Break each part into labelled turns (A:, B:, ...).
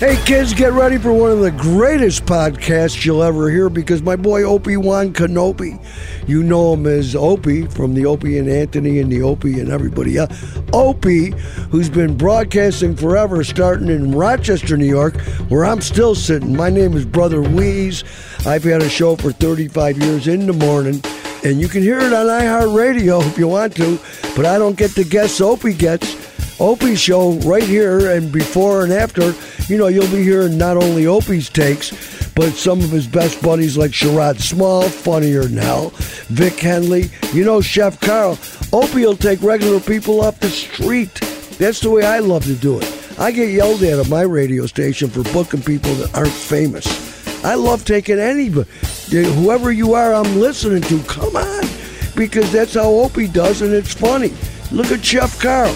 A: Hey, kids, get ready for one of the greatest podcasts you'll ever hear because my boy Opie Wan Kenobi, you know him as Opie from the Opie and Anthony and the Opie and everybody else. Opie, who's been broadcasting forever, starting in Rochester, New York, where I'm still sitting. My name is Brother Wheeze. I've had a show for 35 years in the morning. And you can hear it on iHeartRadio if you want to, but I don't get the guests Opie gets. Opie's show right here and before and after. You know, you'll be hearing not only Opie's takes, but some of his best buddies like Sherrod Small, Funnier Than Hell, Vic Henley, you know, Chef Carl. Opie will take regular people off the street. That's the way I love to do it. I get yelled at at my radio station for booking people that aren't famous. I love taking anybody. Whoever you are, I'm listening to. Come on because that's how Opie does, and it's funny. Look at Chef Carl.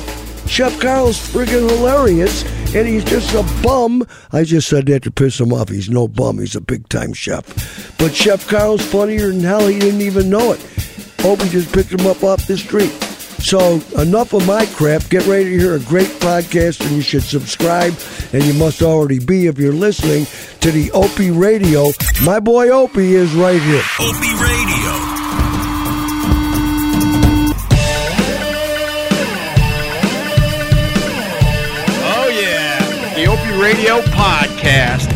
A: Chef Carl's friggin' hilarious, and he's just a bum. I just said that to piss him off. He's no bum. He's a big time chef. But Chef Carl's funnier than hell. He didn't even know it. Opie just picked him up off the street. So enough of my crap. Get ready to hear a great podcast, and you should subscribe. And you must already be if you're listening to the Opie Radio. My boy Opie is right here.
B: Opie Radio.
C: Oh, yeah. The Opie Radio Podcast.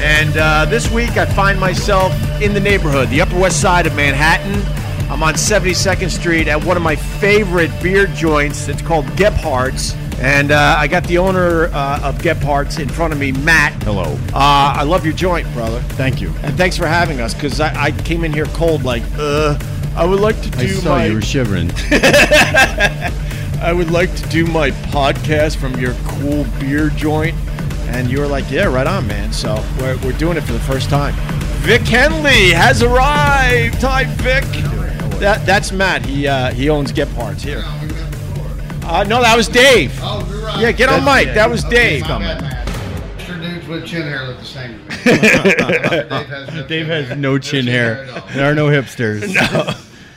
C: And uh, this week I find myself in the neighborhood, the Upper West Side of Manhattan. I'm on 72nd Street at one of my favorite beer joints. It's called Gebhardt's. And uh, I got the owner uh, of Gebhardt's in front of me, Matt.
D: Hello.
C: Uh, I love your joint, brother.
D: Thank you.
C: And thanks for having us because I, I came in here cold, like, uh, I would like to do
D: I saw
C: my.
D: you were shivering.
C: I would like to do my podcast from your cool beer joint. And you were like, yeah, right on, man. So we're, we're doing it for the first time. Vic Henley has arrived. Hi, Vic. That, that's Matt. He uh, he owns Get Parts here. Uh, no, that was Dave.
E: Oh, you're right.
C: Yeah, get on
D: That's-
C: mic. That was
E: Okay,
C: Dave.
E: my bad, Matt. Sure, dudes with chin hair look the same. to me. Dave has no
D: Dave
E: chin
D: has
E: hair.
D: no chin hair.
E: at all.
D: There are no hipsters.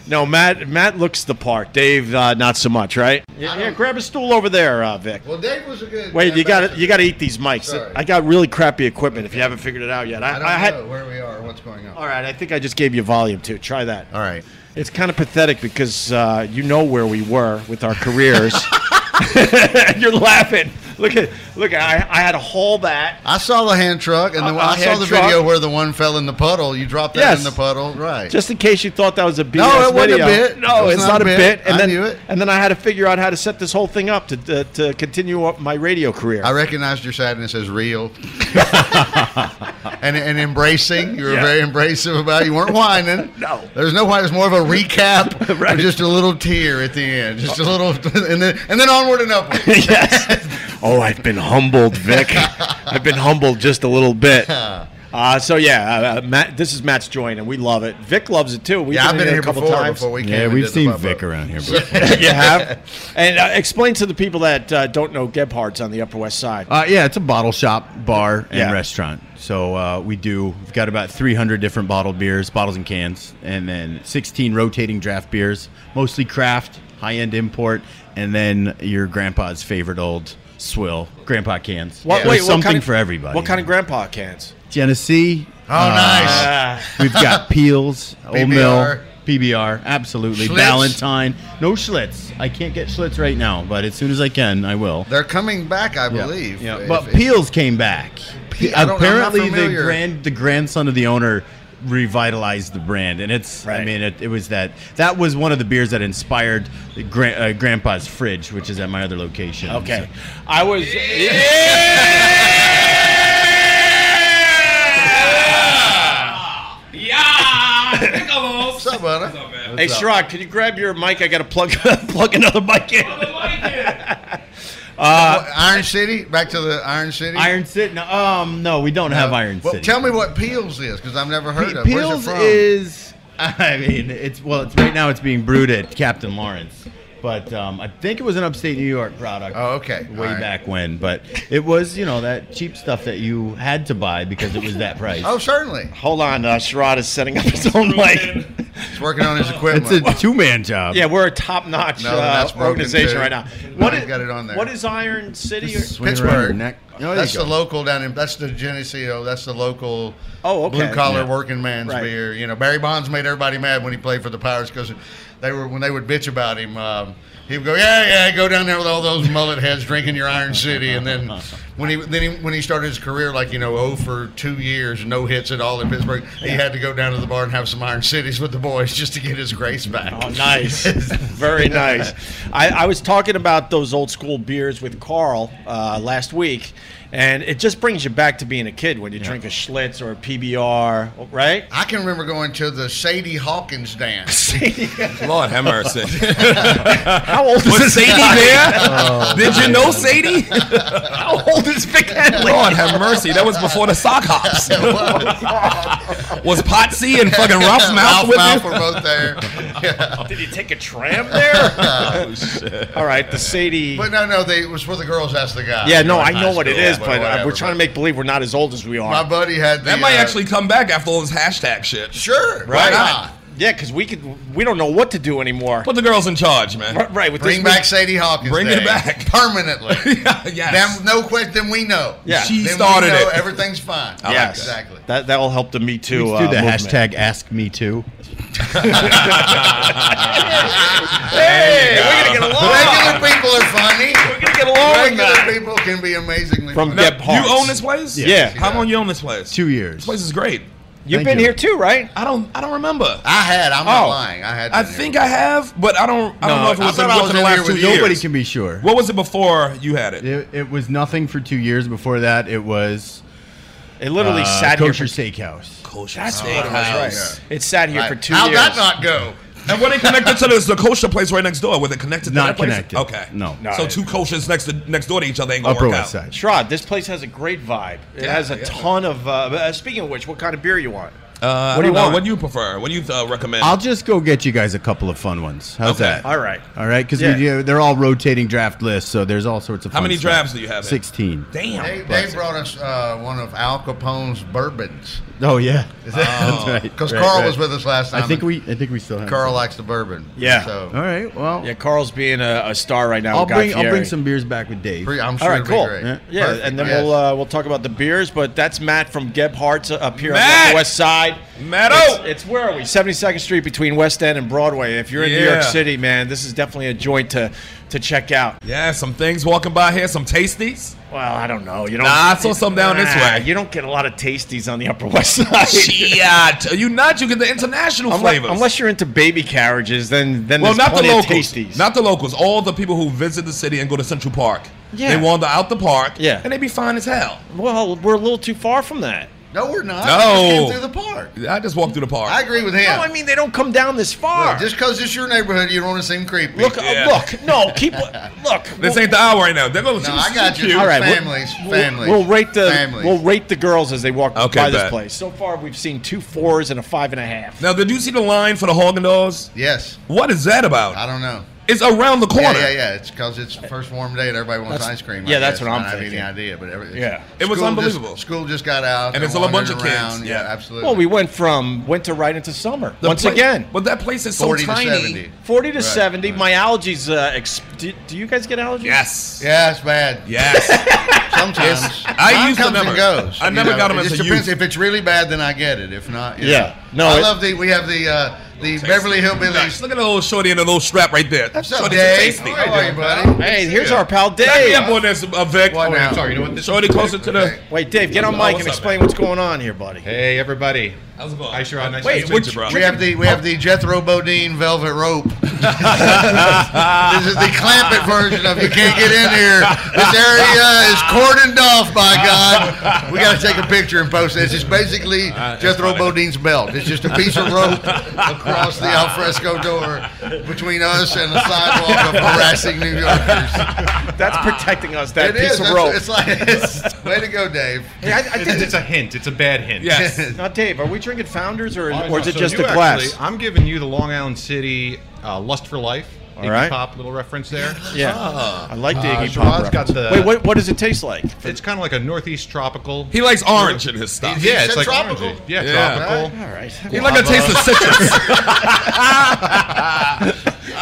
C: No, Matt Matt looks the part. Dave, uh, not so much, right? Yeah, yeah, grab a stool over there, uh, Vic.
E: Well, Dave was a good.
C: Wait, you got to
E: ambassador.
C: you got to eat these mics.
E: Sorry.
C: I got really crappy equipment. If you haven't figured it out yet,
E: I don't
C: I had
E: know where we are, what's going on.
C: All right, I think I just gave you volume too. Try that.
E: All right.
C: It's kind of pathetic because uh, you know where we were with our careers. You're laughing. Look at look. I, I had to haul that.
E: I saw the hand truck, and the,
C: Uh,
E: I,
C: a
E: saw
C: hand
E: the
C: truck.
E: video where the one fell in the puddle. You dropped that
C: Yes.
E: in the puddle, right?
C: Just in case you thought that was a BS
E: No, it wasn't a
C: video.
E: bit.
C: No,
E: It was
C: it's not, a bit. And
E: I
C: then
E: knew it.
C: and then I had to figure out how to set this whole thing up to to, to continue up my radio career.
E: I recognized your sadness as real, and and embracing. You were
C: Yeah.
E: very embracive about. it. You weren't whining.
C: No.
E: there's no whine. It was more of a recap,
C: Right.
E: or just a little tear at the end, just a little, and then and then onward and upward.
C: yes. Oh, I've been humbled, Vic. I've been humbled just a little bit. Uh, so yeah, uh, uh, Matt, this is Matt's joint, and we love it. Vic loves it too. We've
E: Yeah, I've been
C: in
E: here
C: a couple
E: before.
C: times.
E: Before we came
D: yeah,
E: and
D: we've
E: did the
D: seen
E: pop-up.
D: Vic around here before.
C: you have. And uh, explain to the people that uh, don't know Gebhardt's on the Upper West Side.
D: Uh, yeah, it's a bottle shop, bar, and
C: Yeah.
D: restaurant. So uh, we do. We've got about 300 different bottled beers, bottles and cans, and then 16 rotating draft beers, mostly craft, high-end import, and then your grandpa's favorite old swill, grandpa cans.
C: What-
D: There's
C: wait, what
D: something
C: kind of-
D: for everybody.
C: What kind of grandpa cans?
D: Genesee?
E: Oh, nice.
D: We've got Peels, Old
E: PBR.
D: Mill, PBR, absolutely.
E: Schlitz.
D: Valentine. No Schlitz. I can't get Schlitz right now, but as soon as I can, I will.
E: They're coming back, I
D: Yeah.
E: believe.
D: Yeah.
E: If-
D: But
E: if-
D: Peels came back.
E: Pe- I don't- I'm not
D: Apparently, the
E: familiar.
D: grand the grandson of the owner revitalized the brand, and it's. I
C: Right.
D: mean, it, it was that that was one of the beers that inspired the gran, uh, Grandpa's fridge, which is at my other location.
C: Uh, Okay.
D: So-
C: I was.
E: What's up, brother?
C: Hey, Shrod, can you grab your mic? I got to plug plug another mic in.
D: Uh,
E: Iron City? Back to the Iron City? Uh,
D: Iron City. No, um, no, we don't have Iron
E: well,
D: City.
E: Tell me what Peels is, because I've never heard of it. Where's it
D: Peels
E: from?
D: is. I mean, it's well. It's right now. It's being brewed at Captain Lawrence, but um, I think it was an upstate New York product.
E: Oh, okay.
D: Way
E: All right.
D: back when, but it was you know that cheap stuff that you had to buy because it was that price.
E: Oh, certainly.
C: Hold on, uh, Sherrod is setting up his own mic.
E: He's working on his equipment.
D: it's a two man job.
C: Yeah, we're a top notch
E: No,
C: uh,
E: that's broken
C: organization
E: too.
C: right now.
E: No, he's got it on there.
C: What is Iron City? Or,
D: Swing around your
E: Pittsburgh.
D: neck. there
E: that's
D: you
E: the
D: go.
E: local down in. That's the Geneseo. That's the local.
C: Oh, okay.
E: Blue collar
D: Yeah.
E: working man's
C: Right.
E: beer. You know, Barry Bonds made everybody mad when he played for the Pirates because they were when they would bitch about him. Um, he would go, yeah, yeah, go down there with all those mullet heads drinking your Iron City, and then when he then he, when he started his career, like you know, oh for two years, no hits at all in Pittsburgh, he had to go down to the bar and have some Iron Cities with the boys just to get his grace back.
C: Oh, nice. Very nice. I, I was talking about those old school beers with Carl uh, last week, and it just brings you back to being a kid when you drink a Schlitz or a PBR, right?
E: I can remember going to the Sadie Hawkins dance.
F: Lord have mercy.
C: How old is
F: Was
C: this? Oh,
F: Sadie there? Did you know Sadie? How old is Vic Henley? Lord have mercy. That was before the sock hops. was Potsy and fucking Ralph Mouth
E: Ralph
F: with
E: Mouth
F: you?
E: were both there. Yeah.
C: Did he take a tram there? All right, the Sadie.
E: Oh, But no, no, they, it was for the girls. That's the guy.
C: yeah, no,
E: In
C: I
E: high
C: know what it
E: school,
C: is, but, uh,
E: whatever.
C: we're trying to make believe we're not as old as we are.
E: My buddy had the,
F: That might
E: uh,
F: actually come back after all this hashtag shit.
E: sure.
C: right?
E: Right on.
C: Yeah, because we could. We don't know what to do anymore.
F: Put the girls in charge, man.
C: Right, right with
E: Bring
C: this
E: back Sadie Hawkins.
F: Bring
E: Day
F: it back.
E: permanently.
F: yes.
E: Then no question. Then we know.
C: Yeah. She
E: Then we
F: started
E: know
F: it.
E: Everything's fine.
F: like
C: Yes,
E: exactly.
C: That that'll help the Me Too.
D: Let's do the
C: uh, movement.
D: hashtag ask me too.
C: Hey, we're gonna get along.
E: Regular people are funny.
C: we're gonna get
F: Oh,
C: along with
E: Regular
C: that.
E: people can be amazingly
C: From
E: funny.
F: Now,
C: Get parts.
F: you own this place?
C: Yeah.
F: How long you own this place?
D: Two years.
F: This place is great.
C: You've been
D: Thank you.
C: here too, right?
F: I don't. I don't remember.
E: I had. I'm not
C: Oh.
E: lying. I had.
F: I
E: been
F: think
E: there.
F: I have, but I don't. I don't
C: No,
F: know if it
E: I
F: was
E: thought I was
F: within the
E: in
F: last
E: here
F: two
E: with
F: years.
D: Nobody can be sure.
F: What was it before you had it?
D: It, it was nothing for two years. Before that, it was
C: It literally
D: uh,
C: sat here.
D: Kosher
C: For,
D: Steakhouse.
F: Kosher
C: that's what it was,
F: steakhouse.
C: right? It sat here
E: Right.
C: for two
E: How'd
C: years.
E: that not go?
F: And were they connected to this the kosher place right next door? Were they connected? To
D: Not
F: that place?
D: connected.
F: Okay.
D: No. No,
F: So
C: it-
F: two koshers next to next door to each other ain't gonna
D: Upper
F: work out.
D: West Side.
C: Shrod, this place has a great vibe. It
F: Yeah,
C: has a
F: yeah.
C: ton of. Uh, uh, speaking of which, what kind of beer you want?
F: Uh,
C: What
F: what
C: do
F: do
C: you want?
F: What do you prefer? What do you uh, recommend?
D: I'll just go get you guys a couple of fun ones. How's
F: Okay.
D: that?
C: All right.
D: All right, because
C: Yeah.
D: they're all rotating draft lists, so there's all sorts of.
F: How
D: fun
F: many
D: stuff.
F: drafts do you have? in?
D: Sixteen.
E: They,
F: Damn.
E: they brought us uh, one of Al Capone's bourbons.
D: Oh yeah,
E: Because
D: that's right. right,
E: Oh. Carl
D: right.
E: was with us last time.
D: I think
E: and
D: we. I think we still have.
E: Carl likes the bourbon.
C: Yeah.
E: So
D: All right. Well,
C: Yeah, Carl's being a, a star right now.
D: I'll
C: with Guy
D: bring. I'll
C: Fieri.
D: bring some beers back with Dave.
E: pre- I'm sure
C: All right,
E: it'll be
C: cool.
E: great.
D: Yeah.
C: Yeah,
E: Perfect.
C: and then
E: Yes.
C: we'll uh, we'll talk about the beers. But that's Matt from Gebhardt's uh, up here on the
F: Matt!
C: Upper West Side.
F: Matto!
C: it's, it's where are we? Seventy Second Street between West End and Broadway. If you're in New York
F: Yeah.
C: City, man, this is definitely a joint to to check out.
F: Yeah, some things walking by here, some tasties.
C: Well, I don't know. You don't.
F: Nah, I saw some down this
C: Ah,
F: way.
C: You don't get a lot of tasties on the Upper West Side.
F: Shit, are you not? You get the international
C: Unless,
F: flavors.
C: unless you're into baby carriages, then then
F: well,
C: there's
F: not the
C: plenty of
F: locals,
C: tasties.
F: not the locals. All the people who visit the city and go to Central Park.
C: Yeah.
F: They wander out the park.
C: Yeah.
F: And they be fine as hell.
C: well, we're a little too far from that.
E: No, we're not.
F: No.
E: We just came through the park.
F: I just walk through the park.
E: I agree with him.
C: No, I mean they don't come down this far.
E: Look, just because it's your neighborhood, you don't want to seem creepy.
C: look, uh,
F: Yeah.
C: look, no, keep look.
F: This
C: we'll-
F: ain't the hour right now. They're gonna.
E: no, I got you.
C: All right, we'll-
E: families,
C: we'll,
E: families.
C: We'll rate the
E: families.
C: we'll rate the girls as they walk
F: Okay,
C: by this
F: bet.
C: place. So far, we've seen two fours and a five and a half.
F: Now, did you see the line for the Haagen Dazs?
E: yes,
F: What is that
E: I
F: about?
E: don't know.
F: It's around the
E: Yeah,
F: corner.
E: yeah, yeah. It's because it's the first warm day and everybody wants
C: That's-
E: ice cream.
C: yeah,
E: I
C: that's
E: guess.
C: what I'm
E: I don't have any
C: thinking.
E: idea, but every,
C: Yeah.
F: It was
E: school just-
F: unbelievable.
E: school just got out,
F: And
E: they're
F: it's a whole bunch
E: wandering
F: of kids.
E: around. Yeah,
F: Yeah.
E: absolutely.
C: Well, we went from winter right into summer
F: The
C: once
F: pla-
C: again.
F: But that place is so
E: 40 to
F: tiny.
E: 70.
C: Forty to
E: Right,
C: seventy.
E: right.
C: My allergies. Uh, ex- do, do you guys get allergies?
F: Yes.
E: yeah, it's bad.
F: Yes.
E: Sometimes
F: I
E: Mine
F: used to
E: comes
F: never-
E: and goes.
F: I
E: you
F: never got 'em
E: it
F: as
E: just
F: a
E: depends.
F: youth.
E: If it's really bad, then I get it. If not, you
C: Yeah.
E: know.
C: No,
E: I
C: it-
E: love the. We have the uh, the Beverly
F: Nice.
E: Hillbillies.
F: Look at the little shorty and the little strap right there.
E: What's up,
F: Shorty's
E: Dave?
F: tasty.
E: How are you, buddy?
C: Hey, here's
E: Yeah.
C: our pal
F: Back me
C: Dave.
F: up on this, uh, Vic.
E: What now?
G: Sorry, you know what this
F: Shorty closer to the.
E: Okay.
C: Wait, Dave, get on
F: Oh,
C: mic
F: what's
C: and
F: up,
C: explain
F: man?
C: what's going on here, buddy.
G: Hey, everybody.
F: How's it going?
G: Hi, Sherrod. Nice
F: Wait,
G: to meet
F: which-
G: you, bro.
E: We have the we have the Jethro Bodine velvet rope. this is the clampet version of you can't get in here. This area is cordoned off. By God, we got to take a picture and post it. It's just basically
C: Uh,
E: Jethro Bodine's belt. It's just a piece of rope across the alfresco door between us and the sidewalk of harassing New Yorkers.
C: That's protecting us. That
E: It
C: piece
E: is.
C: of
E: That's-
C: rope.
E: It's like it's, way to go, Dave.
C: Hey, I, I think
G: It's,
C: this-
G: it's a hint. It's a bad hint.
F: Yes.
C: now, Dave, are we drinking Founders or,
G: Oh,
C: or
G: no,
C: is it
G: so
C: just
G: you
C: a glass?
G: actually- I'm giving you the Long Island City uh, Lust for Life.
C: All
G: Iggy
C: right.
G: Pop, little reference there.
C: yeah, I like Ah, the
G: Uh,
C: Iggy
G: Sherrod's
C: Pop.
G: got
C: reference.
G: the-
C: Wait, what, what does it taste like?
G: It's kind of like a Northeast tropical.
F: He likes orange in his stuff.
E: He
G: yeah,
E: said
G: it's like
E: tropical.
G: orangey. Yeah,
F: Yeah.
G: tropical.
C: All right.
F: He like a taste of citrus.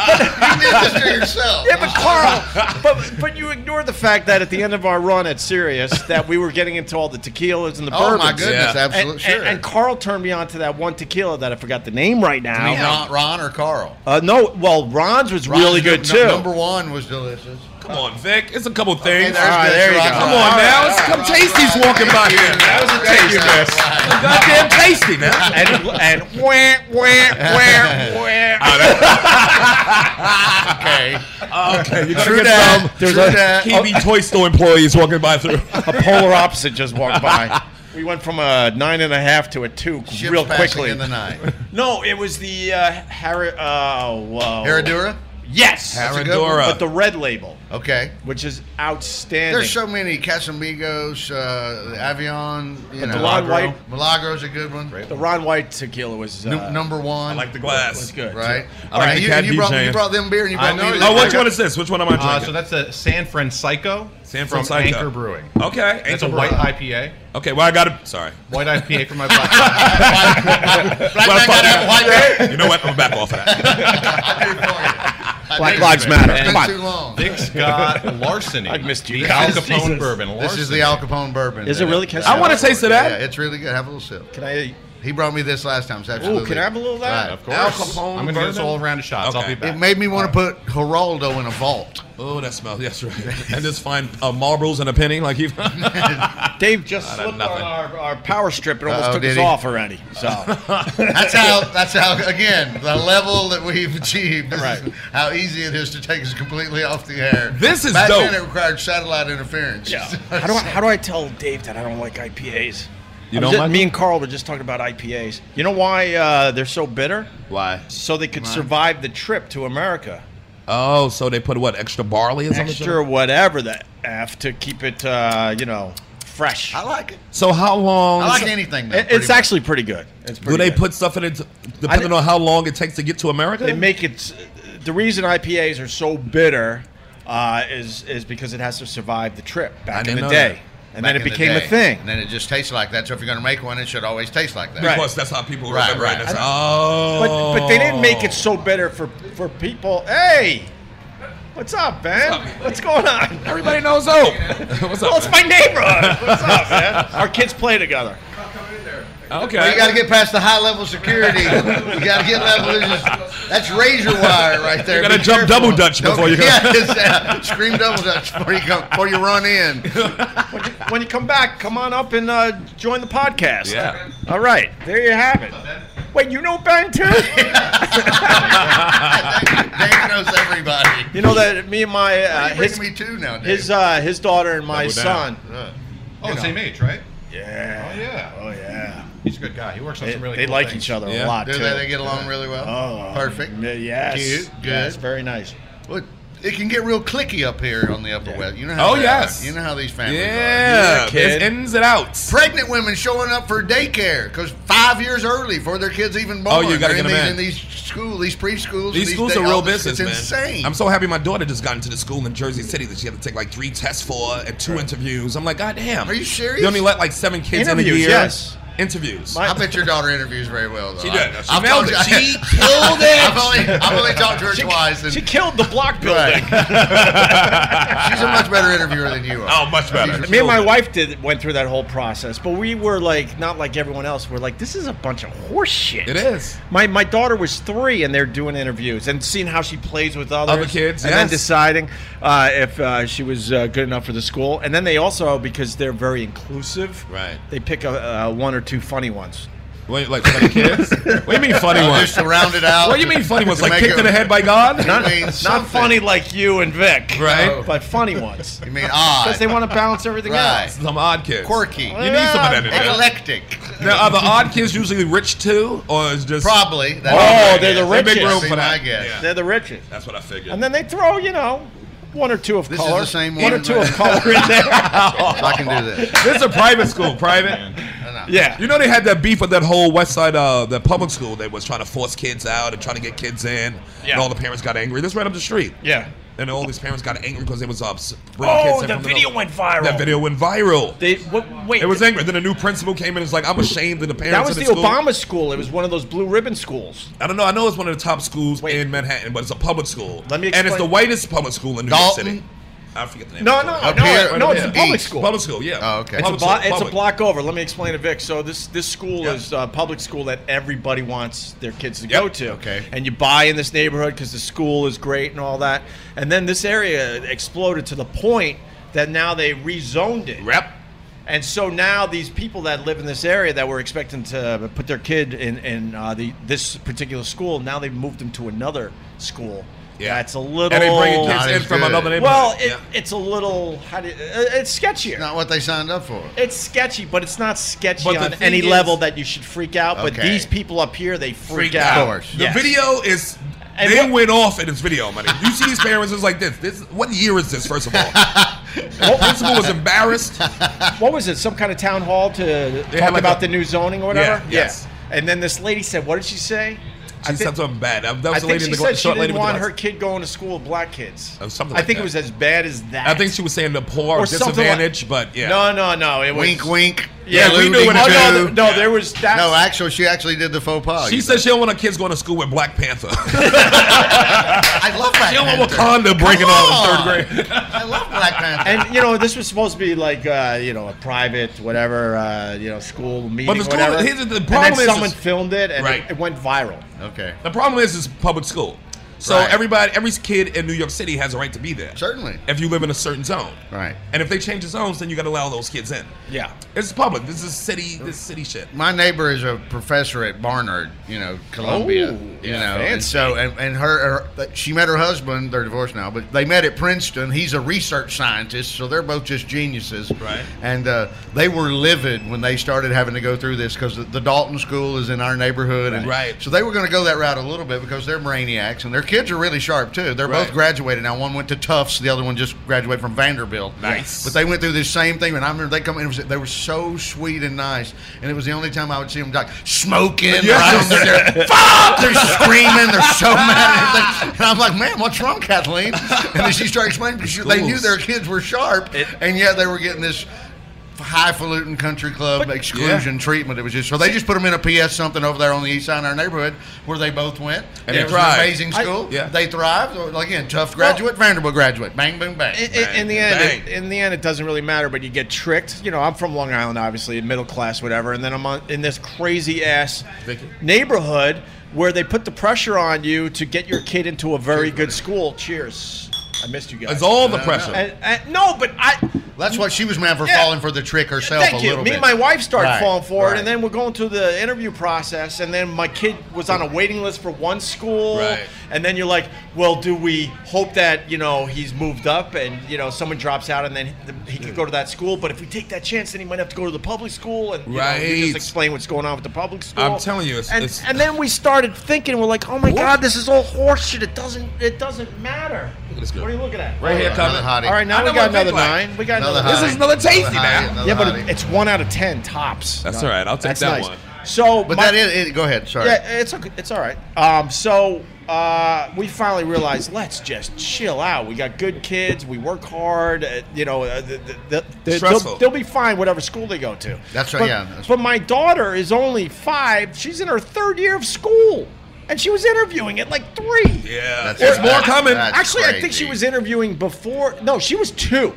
E: You did this to yourself.
C: Yeah, but Carl, but but you ignore the fact that at the end of our run at Sirius, that we were getting into all the tequilas and the
E: oh
C: bourbons.
E: my goodness,
F: Yeah.
E: absolutely.
C: And,
E: sure.
C: and, and Carl turned me on to that one tequila that I forgot the name right
E: I mean,
C: now.
E: not Ron or Carl.
C: Uh, no, well, Ron's was
E: Ron's
C: really good
E: num-
C: too.
E: Number one was delicious.
F: Come on, Vic. It's a couple
E: Okay,
F: things.
E: there's
C: right,
E: good
C: there you
E: Ciroc.
C: go.
F: Come on
E: All
F: now.
E: right,
F: Let's
E: all
F: come
E: right,
F: tasties
E: all right.
F: walking by here. That was a tasty,
E: All right.
F: Goddamn tasty, man.
C: and and wah, wah, wah, wah.
E: Okay.
F: Okay, you
E: True that. True that. Oh,
F: KB Toy Store employees walking by through.
C: a polar opposite just walked by. We went from a nine and a half to a two
E: Ships
C: real
E: passing
C: quickly.
E: in the night.
C: No, it was the uh, Harry. Oh, whoa.
E: Herradura.
C: Yes,
E: a good one,
F: Haradora.
C: but the red label,
E: Okay.
C: which is outstanding.
E: There's so many Casamigos, uh, Avion. You
C: the
E: know,
C: Ron White-
E: Milagro's a good one.
C: the Ron White tequila was uh,
E: Nu- number one.
F: I like the glass.
C: good.
E: Right.
F: I like
E: Right,
F: the
E: you,
F: Cat
E: you brought,
F: DJ.
E: you brought them beer and you
G: I
E: brought
G: know
E: me.
G: you-
E: the-
F: Oh, which one is this? Which one am I drinking?
G: Uh, so that's a San Francisco
F: San
G: from
F: Francisco.
G: Anchor Brewing.
F: okay,
G: It's
F: Anchor
G: a white
F: Brewing.
G: IPA.
F: Okay, well I got to Sorry.
G: White IPA for my black.
E: Black
F: Well, fuck
E: man gotta have
F: that.
E: a white man.
F: You know what? I'm back off of that.
E: Black
C: Lives Matter. Come on.
E: Too long.
G: Vic's got Larceny.
C: I've missed you
G: The Al
C: guys.
G: Capone
C: Jesus.
G: bourbon. Larceny.
E: This is the Al Capone bourbon.
C: Is it really? Can
F: I want to taste of
E: Yeah,
F: that.
E: it's really good. Have a little sip.
C: Can I?
E: He brought me this last time. It's absolutely.
C: can I have a little of that?
E: Right.
G: Of course.
F: Al Capone
G: I'm gonna do this
F: bourbon?
G: all around of shots.
F: Okay.
G: I'll be back.
E: It made me want to put Geraldo in a vault.
F: Oh, that smells. Yes, right. And just find uh, marbles and a penny, like you.
C: Dave just
F: I
C: slipped on
F: nothing.
C: our, our power strip and almost
E: Uh-oh,
C: took
E: Oh, did
C: us
E: he?
C: off already. So
E: That's how. That's how. Again, the level that we've achieved. This
C: Right.
E: is how easy it is to take us completely off the air.
F: This is
E: Back
F: dope.
E: then, it required satellite interference.
C: Yeah. how do I how do I tell Dave that I don't like IPAs?
F: You
C: I
F: don't
C: was just-
F: like
C: me and Carl were just talking about IPAs. You know why uh, they're so bitter?
F: Why?
C: So they could survive the trip to America.
F: Oh, so they put what extra barley or something?
C: Extra whatever the f to keep it uh, you know fresh.
E: I like it.
F: So how long?
E: I like anything. Though,
C: It-
E: pretty
C: it's
E: much.
C: actually pretty good. It's
F: Do
C: pretty
F: they
C: good.
F: put stuff in it depending
C: I-
F: on how long it takes to get to America?
C: They make it. The reason IPAs are so bitter uh, is is because it has to survive the trip
F: I
C: back in
F: didn't
C: the
F: know
C: day,
F: that.
C: and
E: Back
C: then it
E: in the
C: became
E: day.
C: a thing.
E: And then it just tastes like that. So if you're going to make one, it should always taste like that.
F: Of course, that's how people
E: Right,
F: remember
E: right.
F: it. It's, oh,
C: But but they didn't make it so bitter for for people. Hey, what's up, man?
F: What's up?
C: What's, going on?
F: Everybody knows oak. oh. What's
C: Well,
F: up?
C: it's my neighborhood. What's up, man? Our kids play together.
F: Okay.
E: Well, you got to get past the high level security. you got to get level. this is- That's razor wire right there.
F: You gotta
E: Be
F: jump
E: careful.
F: double dutch
E: Don't-
F: before you go.
E: Yeah, it's, uh, scream double dutch before you go, before you run in.
C: When you come back, come on up and uh, join the podcast.
F: Yeah.
C: All right, there you have it. Wait, you know Ben too?
E: Dave knows everybody.
C: you know that me and my uh,
E: you
C: his
E: bring me too now, Dave.
C: his uh, his daughter and my
G: Double
C: son.
G: down.
E: Uh,
G: oh, same age, right?
C: Yeah.
G: Oh yeah.
C: Oh yeah.
G: He's a good guy. He works on
C: They,
G: some really.
C: they
G: cool
C: like
G: things.
C: each other a
F: Yeah.
C: lot
E: do
C: too.
E: they, they get along really well?
C: Oh,
E: Perfect.
C: yeah, Yes.
E: Cute. Good.
C: Yes. Very nice.
E: Well, it can get real clicky up here on the Upper West. You know how
F: Oh,
E: they are.
F: yes.
E: You know how these families are.
F: yeah.
C: You're a kid.
F: It's ins and outs.
E: Pregnant women showing up for daycare because five years early before their kids even born.
F: Oh, you gotta
E: They're in
F: get 'em in.
E: these, in. these school, these preschools.
F: These
E: and
F: schools
E: day-
F: are real
E: all this-
F: business,
E: It's
F: man.
E: insane.
F: I'm so happy my daughter just got into the school in Jersey City that she had to take like three tests for and two interviews. I'm like, God damn.
E: Are you serious?
F: They only let like seven kids in a
C: Interviews,
F: year.
C: yes.
F: Interviews.
C: My-
E: I bet your daughter interviews very well, though.
F: She
E: I-
F: did. She
E: I've
F: nailed
E: talked-
F: it. She killed it.
E: I've only, I've only talked to her twice. And
C: She killed the block building.
E: Right. She's a much better interviewer than you are.
F: oh, much better.
C: Me and my wife did went through that whole process, but we were like not like everyone else. We're like, this is a bunch of horse shit.
F: It is.
C: My my daughter was three, and they're doing interviews and seeing how she plays with others,
F: Other kids,
C: and then
F: yes.
C: deciding uh, if uh, she was uh, good enough for the school. And then they also because they're very inclusive,
F: Right.
C: They pick a, uh, one or two funny ones.
F: Wait, like funny kids? what do you mean funny
E: Just
F: ones?
E: to round it out.
F: What do you mean funny ones?
E: To
F: Like
E: make
F: kicked
E: it-
F: in the head by God?
E: It means
C: Not
E: something.
C: funny like you and Vic,
F: Right.
C: But funny ones
E: You mean odd.
C: because they want to balance everything
E: Right.
C: else.
F: Some odd kids.
E: quirky.
F: You need some of that in there.
E: Eclectic.
F: Now, are the odd kids usually rich too, or is just
E: Probably. That's
C: Oh,
E: my
C: they're the
E: guess.
C: richest.
F: They make room
E: See
F: for
E: my
F: that.
E: guess.
F: Yeah.
C: They're the richest.
F: That's what I figured.
C: And then they throw, you know, one or two of
E: This is
C: color.
E: the same
C: one or
E: one
C: two
E: right
C: of color in there.
E: I can do this.
F: this is a private school, private.
E: No, no.
C: yeah.
F: You know they had that beef with that whole West Side, uh, that public school that was trying to force kids out and trying to get kids in,
C: Yeah.
F: and all the parents got angry. This right up the street.
C: yeah.
F: and all these parents got angry because it was uh, up.
H: Oh, the video went viral.
F: That video went viral.
C: They, what, wait,
F: It was angry. Then a new principal came in and was like, I'm ashamed that the parents
C: that was
F: in
C: the
F: the school-
C: Obama school. It was one of those blue ribbon schools.
F: I don't know. I know it's one of the top schools
C: Wait.
F: in Manhattan, but it's a public school.
C: Let me
F: And it's
C: explain-
F: the whitest public school in New
E: Dalton?
F: York City. I forget the name.
C: No,
F: of it.
C: Oh, no,
E: Up
C: no,
E: here?
C: no. It's
E: Yeah.
C: a public
E: East.
C: school.
F: Public school, yeah.
E: Oh, okay. It's a
C: It's a, blo-
F: Public school,
C: it's a
F: public.
C: block over. Let me explain it, Vic. So this this school
F: Yeah.
C: is a public school that everybody wants their kids to
F: Yep.
C: go to.
E: Okay.
C: And you buy in this neighborhood because the school is great and all that. And then this area exploded to the point that now they rezoned it.
F: Rep.
C: And so now these people that live in this area that were expecting to put their kid in in uh, the this particular school, now they've moved them to another school.
F: Yeah.
C: That's a little.
F: And they bring kids
E: Not
F: in
E: as
F: from
E: good.
F: another neighborhood.
C: well, it,
F: Yeah.
C: it's a little. How do you, uh, it's sketchier.
E: Not what they signed up for.
C: It's sketchy, but it's not sketchy
F: But the
C: on
F: thing
C: any
F: is-
C: level that you should freak out. But
E: Okay.
C: these people up here, they freak,
E: Freak
C: out.
E: out. Of course.
F: The
C: Yes.
F: video is.
C: And
F: they
C: what-
F: went off in this video, money. You see these parents, it's like this. This what year is this? First of all, the principal was embarrassed.
C: What was it? Some kind of town hall to
F: They
C: talk
F: had like
C: about
F: a-
C: the new zoning or whatever.
F: Yeah, yes.
C: And then this lady said, "What did she say?"
F: She said something bad. That was
C: I
F: the
C: think
F: lady
C: she
F: in the
C: said
F: gla-
C: she
F: short lady
C: didn't
F: with the
C: want
F: glasses.
C: her kid going to school with black kids.
F: Oh, something
C: I
F: like
C: think
F: that.
C: it was as bad as that.
F: I think she was saying the poor
C: Or something like-
F: disadvantage, but yeah.
C: No, no, no. It was
E: Wink, wink.
C: Yeah, we knew
E: alluding
C: it. Oh, no,
E: to-
C: th- no, there was that.
E: No, actually, she actually did the faux pas.
F: She
E: You
F: Oh, said she don't want her kids going to school with Black Panther.
E: I love Black
F: she don't want
E: Panther.
F: Wakanda breaking out in third grade.
E: I love Black Panther.
C: and you know, this was supposed to be like uh, you know a private whatever uh, you know school meeting.
F: But the school-
C: whatever.
F: here's the- the
C: and
F: problem
C: then
F: is-
C: someone filmed it and
F: Right.
C: it, it went viral.
E: okay,
F: The problem is, it's public school. So
E: Right.
F: everybody, every kid in New York City has a right to be there.
E: Certainly.
F: If you live in a certain zone.
E: Right.
F: And if they change the zones, then you got to allow those kids in.
C: Yeah.
F: It's public. This is city. This is city shit.
E: my neighbor is a professor at Barnard, you know, Columbia.
C: Ooh,
F: Oh,
E: you
C: yeah,
E: know, and
C: fancy.
E: so and, and her, her she met her husband. They're divorced now, but they met at Princeton. He's a research scientist, so they're both just geniuses.
F: Right.
E: And uh, they were livid when they started having to go through this because the, the Dalton School is in our neighborhood, and
F: Right.
E: So they were going to go that route a little bit because they're brainiacs and their kids are really sharp too. They're
F: Right.
E: both graduated now. One went to Tufts, the other one just graduated from Vanderbilt.
F: Nice.
E: But they went through this same thing, and I remember they come in. It was, they were so sweet and nice, and it was the only time I would see them like smoking. Right over there. Fuck! They're screaming. They're so mad. At everything. and I'm like, man, what's wrong, Kathleen? And then she started explaining because she- they knew
F: Schools.
E: their kids were sharp, and yet they were getting this. Highfalutin country club exclusion treatment. It was just so they just put them in a PS something over there on the east side in our neighborhood where they both went.
F: And
E: it
F: they
E: was
F: thrived.
E: an amazing school.
F: yeah.
E: They thrived. Again, tough graduate, Vanderbilt graduate. Bang, boom, bang.
C: In, in- in the
F: Bang.
C: end, it, in the end, it doesn't really matter. But you get tricked. You know, I'm from Long Island, obviously, middle class, whatever. And then I'm on, in this crazy ass
F: Thank you.
C: neighborhood where they put the pressure on you to get your kid into a very good school. Cheers. I missed you guys.
F: It's all the pressure.
C: And- and- no, but I.
E: That's what she was mad for
C: Yeah.
E: falling for the trick herself
C: Thank
E: a
C: you.
E: little
C: Me
E: bit.
C: and my wife started
E: Right,
C: falling for it,
E: right.
C: and then we're going through the interview process, and then my kid was on a waiting list for one school,
F: Right.
C: and then you're like, well, do we hope that you know he's moved up, and you know someone drops out, and then he- the- he could go to that school, but if we take that chance, then he might have to go to the public school, and you, know, you
F: Right.
C: just explain what's going on with the public school.
F: I'm telling you, it's-
C: and,
F: it's-
C: and then we started thinking, we're like, oh my god, this is all horseshit. It doesn't, it doesn't matter.
F: Look at this girl.
C: What are you looking at?
F: Right here,
E: Another
F: coming.
E: hottie.
C: All right, now
F: I
C: we got
F: know what I
C: another
F: think, like-
C: nine. We got
E: Another
C: another.
E: hottie.
F: This is another tasty now.
E: another
C: Yeah, but
E: hottie.
C: it's one out of ten tops.
F: That's all right. I'll take
C: That's
F: that
C: nice.
F: one.
C: So,
E: But
C: my-
E: that is. It, go ahead. Sorry.
C: yeah, it's okay. It's all right. Um, so uh, we finally realized let's just chill out. We got good kids. We work hard. Uh, you know, uh, the, the, the, they'll-
F: Stressful.
C: They'll, be fine whatever school they go to.
E: That's right,
C: But,
E: yeah, that's-
C: but my daughter is only five. She's in her third year of school, and she was interviewing at like three.
F: Yeah.
E: That's-
F: There's more
E: that's-
F: coming.
E: that's-
C: Actually, I think
E: crazy.
C: she was interviewing before. No, she was two.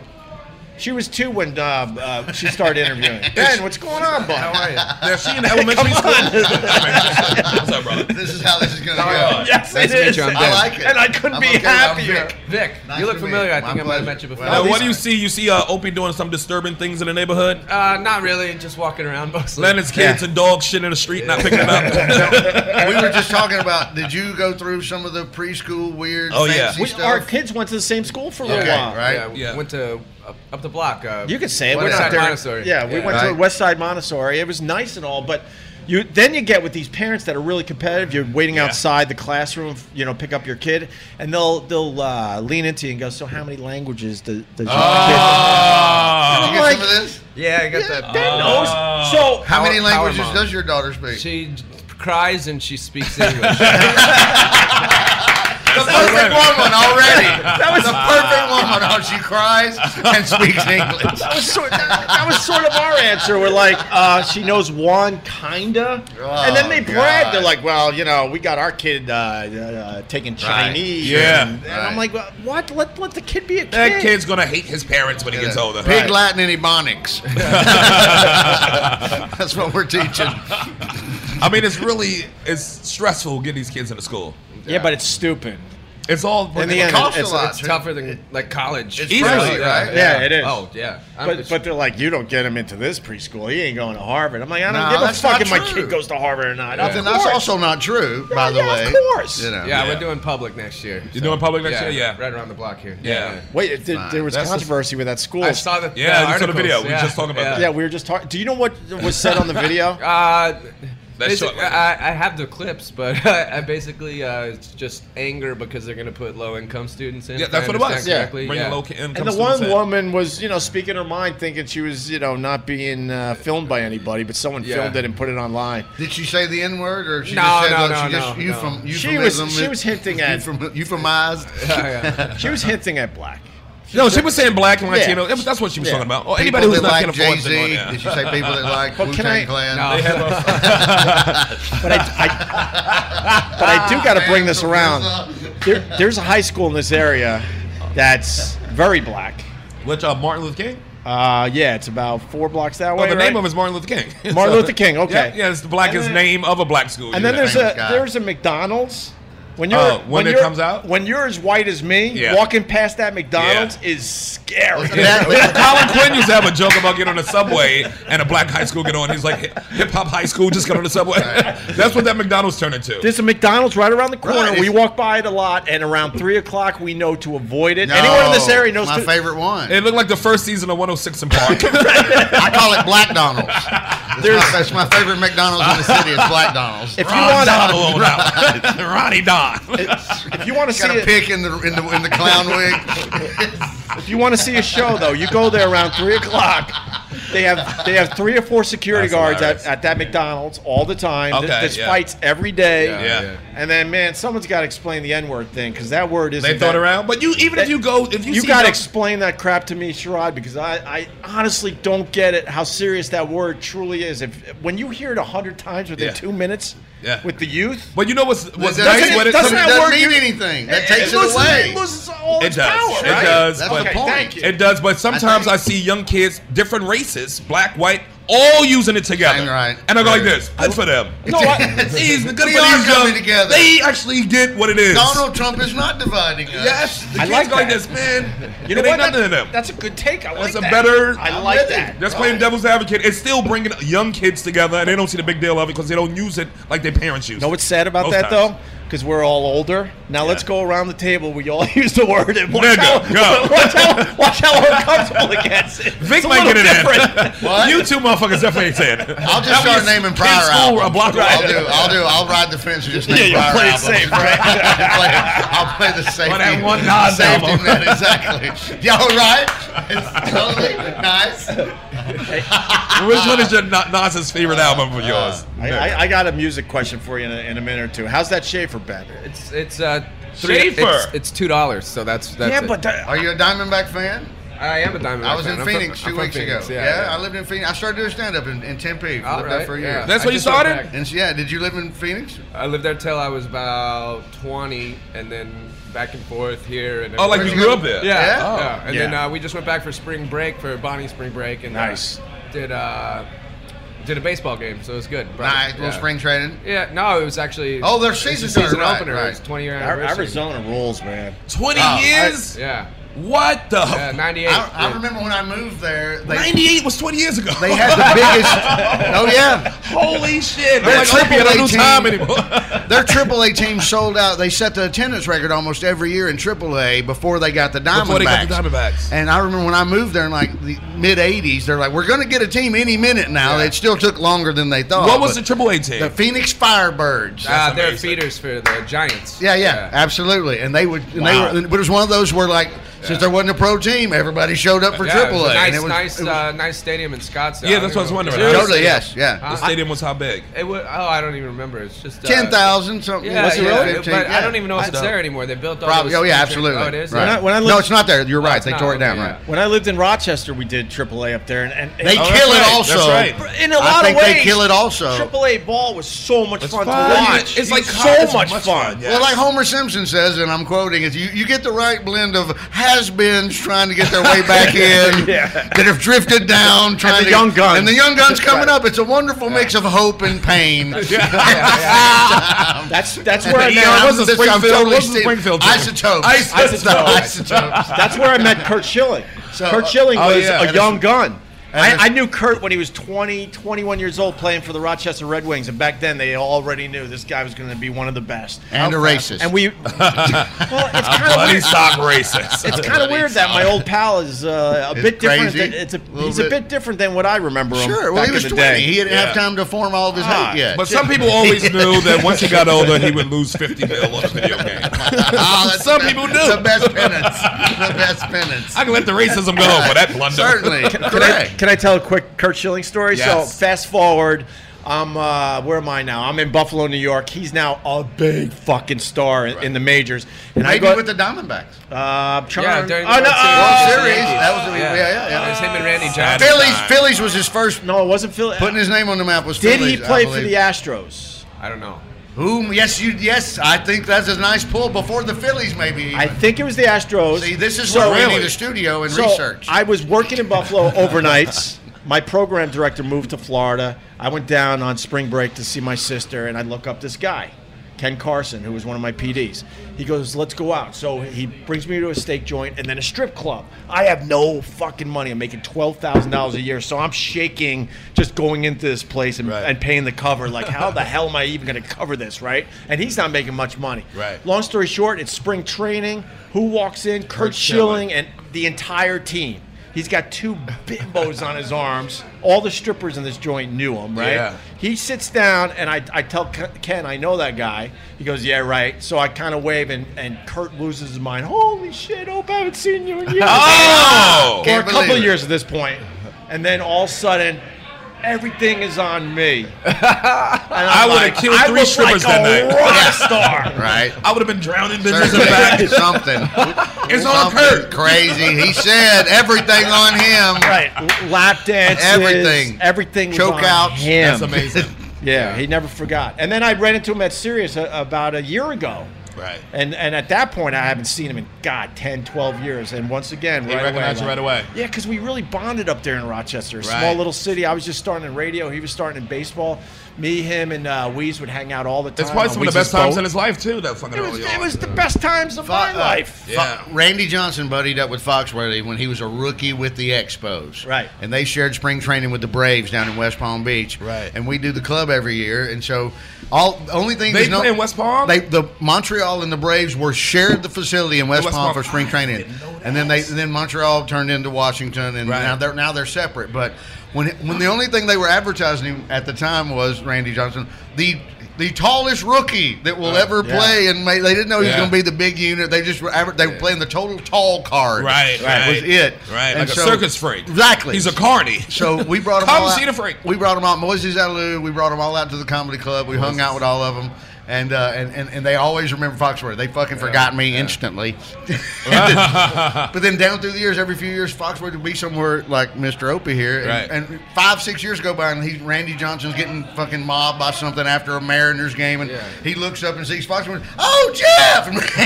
C: She was two when uh, uh, she started interviewing. Ben, what's going on, bud? How are you?
F: Now, she in elementary school. What's up, brother?
E: This is how this is going to
F: on.
E: go.
H: Nice to meet you, I'm
E: I
H: Ben.
E: like it.
C: And I couldn't
E: I'm
C: be
E: okay, I'm
C: happier.
E: Vic.
H: Vic,
E: Nice
H: you look
E: to meet
H: familiar.
E: you.
H: I
E: My
H: think I might have
E: pleasure.
H: met you before.
E: Well,
F: Now, what do you see? You see uh, Opie doing some disturbing things in the neighborhood?
H: Uh, not really. Just walking around mostly.
F: Leonard's kids and dogs shit in the street, not picking it up.
E: we were just talking about. Did you go through some of the preschool weird?
F: Oh, yeah.
E: fancy
C: We,
E: stuff?
C: our kids went to the same school for a little
E: Okay,
C: while.
E: right.
H: Yeah, we
F: Yeah.
H: went to up, up the block. Uh,
C: You could say it.
E: West
C: We're
E: Side
C: not there.
H: Montessori.
C: Yeah, we
H: Yeah.
C: went
E: Right.
C: to West Side Montessori. It was nice and all, but you then you get with these parents that are really competitive. You're waiting outside the classroom, you know, pick up your kid, and they'll they'll uh, lean into you and go, "So how many languages does, does your
E: Did
F: Oh.
E: you get
C: like-
E: some of this?
H: Yeah, I got
C: kid?"
H: that.
C: Ben knows. So
E: How many
H: Power- Power
E: languages
H: Mom.
E: does your daughter speak?
H: She j- cries and she speaks English.
F: That's all
E: perfect woman already. That was the perfect woman. Oh, she cries and speaks English.
C: That was sort, that, that was sort of our answer. We're like, uh, she knows Juan, kinda, and then they
E: Oh,
C: brag. They're
E: God.
C: like, well, you know, we got our kid uh, uh, taking Chinese.
F: Yeah.
C: and, and I'm like,
E: Right.
C: well, what? Let, let the kid be a kid.
F: That kid's gonna hate his parents when he gets older.
E: Pig Latin and Ebonics. That's what we're teaching.
F: I mean, it's really it's stressful getting these kids into school.
C: Yeah, but it's stupid.
F: It's all
C: In the end,
E: costs a
C: it's-
E: lot.
H: It's tougher than like college.
E: It's
F: Easily,
E: pricey,
H: yeah.
E: right?
C: Yeah, it is.
H: Oh yeah. I'm-
C: But, but they're like, you don't get him into this preschool. He ain't going to Harvard. I'm like, I don't
E: No,
C: give a
E: that's
C: fuck
E: not
C: if my
E: true.
C: kid goes to Harvard or not.
E: That's-
C: Of
E: And that's
C: course.
E: also not true, by the
C: yeah,
E: way.
C: of course.
E: You know.
H: yeah, we're doing public next year.
F: You're doing public next year? Yeah.
H: Right around the block here.
F: Yeah.
C: Wait, it, there, there was
F: That's just-
C: controversy with that school.
H: I saw the
F: Yeah,
H: the
F: you saw the
H: articles,
F: video. We just talking about that.
C: yeah, we were just talking. Do you know what was said on the video?
H: Uh, basically,
F: short, right?
H: I, I have the clips, but I, basically uh, it's just anger because they're gonna put low income students in.
F: Yeah,
H: if
F: that's
H: I
F: what it was.
H: understand
F: Yeah.
H: correctly.
F: Bring
H: yeah.
F: low income
C: And the
F: students
C: one
F: in.
C: woman was, you know, speaking her mind, thinking she was, you know, not being uh, filmed by anybody, but someone
H: Yeah.
C: filmed it and put it online.
E: Did she say the N word or she
H: No,
E: just said
H: no,
E: that she
H: no,
E: just
H: no,
E: euphem-
H: no.
C: She was-
E: euphemism-
C: she was hinting at-
E: euphem- euphemized.
H: Yeah,
C: She was hinting at black.
F: No, she was saying black and
C: Yeah.
F: Latino. It was- That's what she was
C: Yeah.
F: talking about. Or
E: People
F: anybody who's
E: that
F: not
E: like
F: gonna afford
E: Jay
F: to
E: Z.
F: go there.
E: Did she say people that like
C: But
E: Wu
C: can I-
E: Tang Clan?
H: No.
F: They have a-
C: But I, I, but I do got to bring this around. There, there's a high school in this area that's very black.
F: which uh, Martin Luther King.
C: Uh, yeah, it's about four blocks that
F: Oh,
C: way.
F: the
C: right?
F: name of it is Martin Luther King.
C: Martin Luther King, okay.
F: Yeah, yeah it's the blackest
C: And then-
F: name of a black school.
C: And then
F: Yeah.
C: there's
E: Thank
C: a
E: God.
C: there's a McDonald's. When you're
F: Oh, when it
C: you're-
F: comes out?
C: when you're as white as me,
F: Yeah.
C: walking past that McDonald's
F: Yeah.
C: is scary.
F: Colin Quinn used to have a joke about getting on the subway and a black high school get on. He's like, hip hop high school, just get on the subway. That's what that McDonald's turned into.
C: There's a McDonald's right around the corner.
E: Right.
C: We walk by it a lot, and around three o'clock, we know to avoid it. Anyone in this area knows.
E: My
C: to,
E: favorite one.
F: it looked like the first season of 106 in Park.
E: I call it Black Donald's. That's my, that's my favorite McDonald's in the city. It's Black Donald's.
C: If you
F: Ron
C: want
F: Don
C: to,
F: alone out. Ronnie Don.
C: if you want to see
E: got a
C: it,
E: pick in the in the in the clown wig.
C: if you want to see a show though, you go there around three o'clock. They have they have three or four security
F: That's
C: guards at,
F: hilarious.
C: at that McDonald's all the time. Th-
F: Okay,
C: There's
F: yeah.
C: fights every day.
F: Yeah.
H: yeah.
C: And then man, someone's got to explain the N word thing because that word is
F: They thought around, but you even if you go, if you
C: You
F: see
C: got to
F: young-
C: explain that crap to me, Sherrod, because I, I honestly don't get it how serious that word truly is. If when you hear it a hundred times within
F: Yeah.
C: two minutes
F: Yeah.
C: with the youth,
F: but you know what's what's
E: That
F: nice
E: doesn't-
F: with it?
C: doesn't
E: It
C: that
E: doesn't
C: work?
E: mean anything. That takes it,
C: loses-
E: away.
C: It loses all
F: It
C: its
F: does.
C: power.
F: It
C: right?
F: does,
E: That's
F: but-
E: the
C: okay,
E: point.
C: thank you.
F: It does, but sometimes I,
E: think-
F: see young kids, different races, black, white, all using it together.
E: Dang right.
F: And I go like
E: Right.
F: this. Good for them.
C: No, I,
F: These, good for
E: We are
F: these
E: coming
F: young-
E: together.
F: They actually get what it is.
E: Donald Trump is not dividing us.
F: Yes, the
C: I
F: kids
C: like
F: go like
C: that.
F: this, man.
C: you know
F: it ain't
C: what?
F: nothing to
C: That-
F: them.
C: That's a good take. I like
F: That's a
C: that.
F: better.
C: I like that.
F: That's playing devil's advocate. It's still bringing young kids together, and they don't see the big deal of it because they don't use it like their parents use.
C: know
F: it.
C: what's sad about
F: Most
C: that
F: times.
C: though? Because we're all older. Now let's go around the table. We all use the word and watch
F: Nigga,
C: how,
F: go.
C: watch how watch how uncomfortable it gets.
F: Vic might get it in.
E: What?
F: You two motherfuckers definitely ain't saying it.
E: I'll just
F: That
E: start
F: was
E: naming
F: kids'
E: prior
F: school
E: albums.
F: a block away.
E: I'll do. I'll do. I'll ride the fence and just name
C: you'll play
E: prior
C: it
E: albums.
C: safe, right?
E: I'll, play, I'll play the safety.
F: that one Nas
E: safety
F: album.
E: net, exactly. Y'all right? It's totally nice.
F: Which one is your Na- Nas's favorite album of yours?
C: I, I, I got a music question for you in a, in a minute or two. How's that Schaefer bet?
H: It's it's uh. Three,
F: Schaefer.
H: it's, it's two dollars, so that's that's. it.
E: Are you a Diamondback fan?
H: I am a diamond.
E: I was in Phoenix two weeks ago. Yeah, I lived in Phoenix. I started doing stand up in, in Tempe.
H: All
E: lived there
H: right,
E: for a
H: yeah.
E: year.
F: That's
H: I
F: where you
H: just went
F: started?
H: back.
E: And so, yeah, did you live in Phoenix?
H: I lived there till I was about 20, and then back and forth here. And
F: Oh, like
H: everywhere.
F: you grew up there.
H: Yeah.
E: Yeah?
H: yeah. And then
C: Yeah.
H: uh, we just went back for spring break for Bonnie's spring break, and uh,
C: Nice.
H: did uh, did a baseball game, so it was good. Brought-
E: Nice little
H: yeah.
E: spring training.
H: Yeah, no, it was actually.
E: Oh,
H: it
E: their
H: was the
E: season
H: season
E: started, right,
H: opener. It was
E: right.
H: 20 year anniversary.
C: Arizona rules, man.
F: 20
E: Wow.
F: years?
H: Yeah.
F: What the?
H: Yeah, 98.
E: Oh. I, I remember when I moved there, they,
F: 98 was 20 years ago.
E: they had the biggest. oh yeah,
F: Holy shit.
E: They're
F: I'm like, I don't
E: triple
F: know
E: 18.
F: time anymore.
E: Their AAA team sold out. They set the attendance record almost every year in AAA before they got the Diamondbacks.
F: Before they got the Diamondbacks.
E: And I remember when I moved there in like the mid '80s, they're like, "We're going to get a team any minute now."
H: Yeah.
E: It still took longer than they thought.
F: What was the
E: but
F: Triple A team?
E: the Phoenix Firebirds?
H: Uh, they're
F: amazing.
H: feeders for the Giants.
E: yeah, yeah, absolutely. And they would. And
C: Wow.
E: they were, but it was one of those where like Since there wasn't a pro team, everybody showed up for
H: Yeah, it was
E: AAA.
H: a
E: and
H: nice,
E: it was-
H: nice,
E: it was-
H: uh, nice stadium in Scottsdale.
F: Yeah,
H: I
F: that's
H: don't
F: what I was
H: even
F: wondering.
H: know.
F: It was-
E: Totally, yes, yeah.
F: The stadium was how big?
H: It was, oh, I don't even remember. It's just uh,
E: Ten thousand something.
H: Yeah,
E: Was it
H: yeah,
E: really?
H: it-
E: 15,
H: but
E: yeah.
H: I don't even know if it's
F: That's
H: there
F: dope.
H: anymore. They built all.
E: Probably.
H: those
E: Oh yeah,
H: features-
E: absolutely.
H: Oh, it is.
E: Right.
C: When I- when I
E: no,
C: lived-
E: it's not there. You're right.
H: it's
E: they
H: not,
E: tore it down.
H: okay,
E: Right.
C: When I lived in Rochester, we did AAA up there, and, and Oh,
E: They
C: and-
E: kill it
F: right,
E: also.
F: that's right.
C: in a
E: I
C: lot
E: think
C: of ways.
E: they kill it also.
C: AAA ball was so much fun,
F: fun.
C: to watch.
F: It's like
C: It was
F: college. It's
C: so much,
F: much
C: fun.
F: fun, yeah.
E: Well, like Homer Simpson says, and I'm quoting, is you, you get the right blend of has-beens trying to get their way back in, that have drifted down, trying
C: the
E: to
C: young guns.
E: and the young guns coming up. It's a wonderful mix of hope and pain.
C: That's that's where I
E: Yeah,
C: met.
E: I'm-
F: what's the
E: this- I'm
F: Springfield- what's the
E: sti-
F: Springfield team?
E: Isotopes.
F: Isotopes.
E: It's the Isotopes.
C: That's where I met Kurt Schilling.
E: So,
C: Kurt Schilling
E: oh,
C: was
E: yeah,
C: a
E: and
C: young
E: it's-
C: gun.
E: and
C: I,
E: it's-
C: I knew Kurt when he was 20, 21 years old playing for the Rochester Red Wings, and back then they already knew this guy was going to be one of the best.
E: And a racist.
C: And we, well, it's kind of
F: Bloody
C: weird.
F: sock racist.
C: It's kind of weird that my old pal is uh, a
E: It's
C: bit different.
E: crazy.
C: Than, it's a,
E: Little
C: he's a
E: bit.
C: bit different than what I remember him.
E: Sure. Well,
C: back
E: he
C: in
E: was
C: the
E: 20.
C: day.
E: He didn't
F: Yeah.
E: have time to form all of his
C: Ah,
E: hate yet.
F: But some people always knew that once he got older, he would lose 50 mil on a video game.
E: Ah, that's
F: some
E: the
F: people
E: best-
F: do.
E: The best penance. the best penance.
F: I can let the racism go, but that blunder.
E: Certainly.
C: can I,
E: Correct.
C: can I tell a quick Kurt Schilling story?
F: Yes.
C: So fast forward, I'm uh, where am I now? I'm in Buffalo, New York. He's now a big fucking star in, in the majors, and I
E: Maybe
C: go
E: with the Diamondbacks.
C: uh, I'm trying.
H: Yeah,
C: to-
H: during
C: oh,
H: the
C: no,
H: World
C: uh,
H: Series.
E: World Series. That was the- yeah, yeah, yeah.
H: It was him and Randy Johnson.
E: Phillies. Phillies was his first.
C: no, it wasn't Philly.
E: Putting his name on the map was.
C: Did
E: Phillies,
C: he play
E: I
C: for
E: believe.
C: the Astros?
H: I don't know.
E: Whom? Yes, you. Yes, I think that's a nice pull before the Phillies, maybe. even.
C: I think it was the Astros.
E: See, this is
C: So-
E: where we need a studio and
C: So,
E: research.
C: I was working in Buffalo overnights. My program director moved to Florida. I went down on spring break to see my sister, and I look up this guy, Ken Carson, who was one of my PDs. He goes, "Let's go out." So he brings me to a steak joint and then a strip club. I have no fucking money. I'm making twelve thousand dollars a year, so I'm shaking just going into this place and, and paying the cover. Like, how the hell am I even going to cover this, right? And he's not making much money.
F: Right.
C: Long story short, it's spring training. Who walks in? Kurt Schilling and the entire team. He's got two bimbos on his arms. All the strippers in this joint knew him, right?
F: Yeah.
C: He sits down, and I, I tell Ke- Ken, I know that guy. He goes, Yeah, right. So I kind of wave, and, and Kurt loses his mind. Holy shit, Hope I haven't seen you in years.
F: Oh!
C: Or a
E: Can't believe
C: couple
E: it.
C: years at this point. And then all of a sudden, everything is on me.
F: I would have killed three strippers
C: like
F: that
C: a
F: night.
C: rock star.
E: right.
F: I would have been drowning bitches in the back.
E: Certainly. Something.
F: It's all
E: Something
F: Kurt.
E: Crazy. He said everything on him.
C: Right, lap dances,
E: Everything.
C: everything, was
E: Choke
C: on
E: outs.
C: Him.
F: That's amazing.
C: Yeah, he never forgot. And then I ran into him at Sirius a, about a year ago.
F: Right.
C: And and at that point, I haven't seen him in God 10, 12 years. And once again,
F: He
C: right
F: recognized
C: away,
F: you right away.
C: Yeah, because we really bonded up there in Rochester, a small
F: Right.
C: little city. I was just starting in radio. He was starting in baseball. Me, him, and uh, Weeze would hang out all the time.
F: It's probably
C: on
F: some of the
C: Weeze's
F: best times
C: boat.
F: in his life, too, that fucking
C: It was,
F: early
C: it
F: on.
C: was the best times of my
E: Fo- uh,
C: life.
E: Fo-
F: Yeah.
E: Randy Johnson buddied up with Foxworthy when he was a rookie with the Expos.
C: Right.
E: And they shared spring training with the Braves down in West Palm Beach.
F: Right.
E: And we do the club every year. And so all the only thing
F: They
E: there's no-
F: play in West Palm?
E: They the Montreal and the Braves were shared the facility in West,
F: West
E: Palm,
F: Palm.
E: for spring
F: I
E: training.
F: didn't know
E: And then they and then Montreal turned into Washington and
F: Right.
E: now they're now they're separate. But when when the only thing they were advertising at the time was Randy Johnson, the the tallest rookie that will ever
C: yeah.
E: play, and may, they didn't know he was
F: Oh, Yeah.
E: going to be the big unit. They just were aver- they were playing the total tall card.
F: Right,
E: That was
F: right.
E: it.
F: Right,
E: And
F: like a circus freak.
E: Exactly.
F: He's a carny.
E: So we brought them
F: Come
E: all out.
F: see the freak.
E: We brought them out. Moises Alou. We brought them all out to the comedy club. We hung out with all of them. And, uh, and, and and they always remember Foxworthy. They fucking forgot me instantly. but then down through the years, every few years, Foxworthy would be somewhere like Mr. Opie here. And,
F: Right.
E: and five, six years go by, and he's Randy Johnson's getting fucking mobbed by something after a Mariners game, and he looks up and sees Foxworthy. Oh, Jeff! And Randy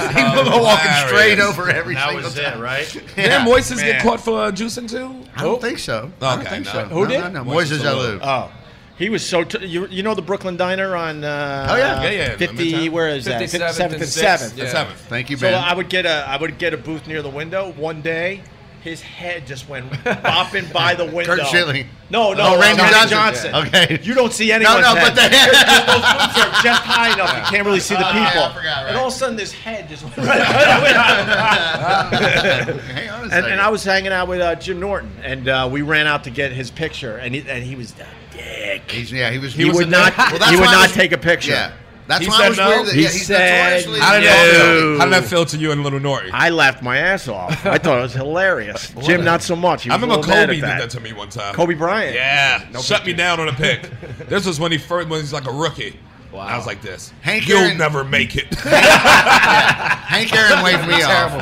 E: goes, he was walking
F: Hilarious.
E: straight over every
C: That
E: single
C: was it,
E: time.
C: right?
F: Didn't Moises
C: Man.
F: get caught for uh, juicing, too?
E: I don't think so. I don't
F: Okay,
E: think
F: no.
E: so.
C: Who
E: No,
C: did?
E: No, no.
F: Moises
E: Moises
F: Alou.
E: Alou.
C: Oh, he was so. T- you, you know the Brooklyn Diner on. Uh,
E: Oh, yeah.
F: Yeah, yeah,
C: Fifty.
F: Midtown.
C: Where is that?
H: 57th
C: Fifty-seventh
H: and
C: and
H: 6th,
C: seventh.
H: yeah.
F: That's happened.
E: Thank you,
C: So
E: Ben.
C: I would get a I would get a booth near the window. One day, his head just went bopping by the window.
E: Kurt Schilling.
C: No, no,
E: Oh,
C: Randy,
E: Randy
C: Johnson.
E: Johnson. Okay.
C: You don't see anyone's
E: no,
C: head.
E: but the head-
C: Those booths are just high enough you can't really see the
E: Oh,
C: people.
E: yeah, I forgot, right.
C: And all of a sudden, this head just went right by the window.
E: Hang on a
C: and,
E: second.
C: and I was hanging out with uh, Jim Norton, and uh, we ran out to get his picture, and he, and he was a dick.
E: He's, yeah, he was.
C: He, would not.
E: Well, that's
C: he would
E: why
C: not
E: this-
C: take a picture.
E: Yeah. That's
F: He
E: why
F: said
E: I was
F: no?
E: weird. That,
I: He
E: yeah, he's
I: said
E: notoriously
F: How did,
E: Yeah.
F: that feel? How did that feel to you and Little Nori?
I: I laughed my ass off. I thought it was hilarious. Jim, not so much. He
F: I
I: was
F: remember
I: a little mad
F: Kobe did
I: at
F: that.
I: that.
F: to me one time.
I: Kobe Bryant.
F: Yeah, shut me down on a pick. this was when he first when he's like a rookie. Wow. I was like this.
E: Hank
F: You'll
E: Aaron-
F: never make it.
E: Hank Aaron waved me off.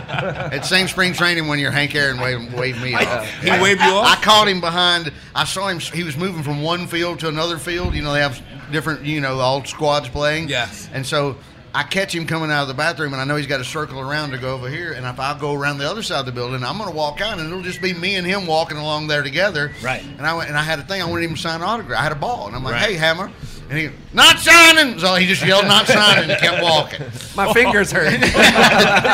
E: At same spring training one year, Hank Aaron waved, waved me off.
F: he waved you
E: I
F: off.
E: caught him behind. I saw him. He was moving from one field to another field. You know, they have different, you know, all squads playing.
F: Yes.
E: And so I catch him coming out of the bathroom, and I know he's got to circle around to go over here. And if I go around the other side of the building, I'm going to walk out, and it'll just be me and him walking along there together.
C: Right.
E: And I went, and I had a thing. I wanted him to sign an autograph. I had a ball, and I'm like,
F: Right.
E: "Hey, Hammer." And he, not signing. So he just yelled, "Not signing," and kept walking.
H: My fingers hurt.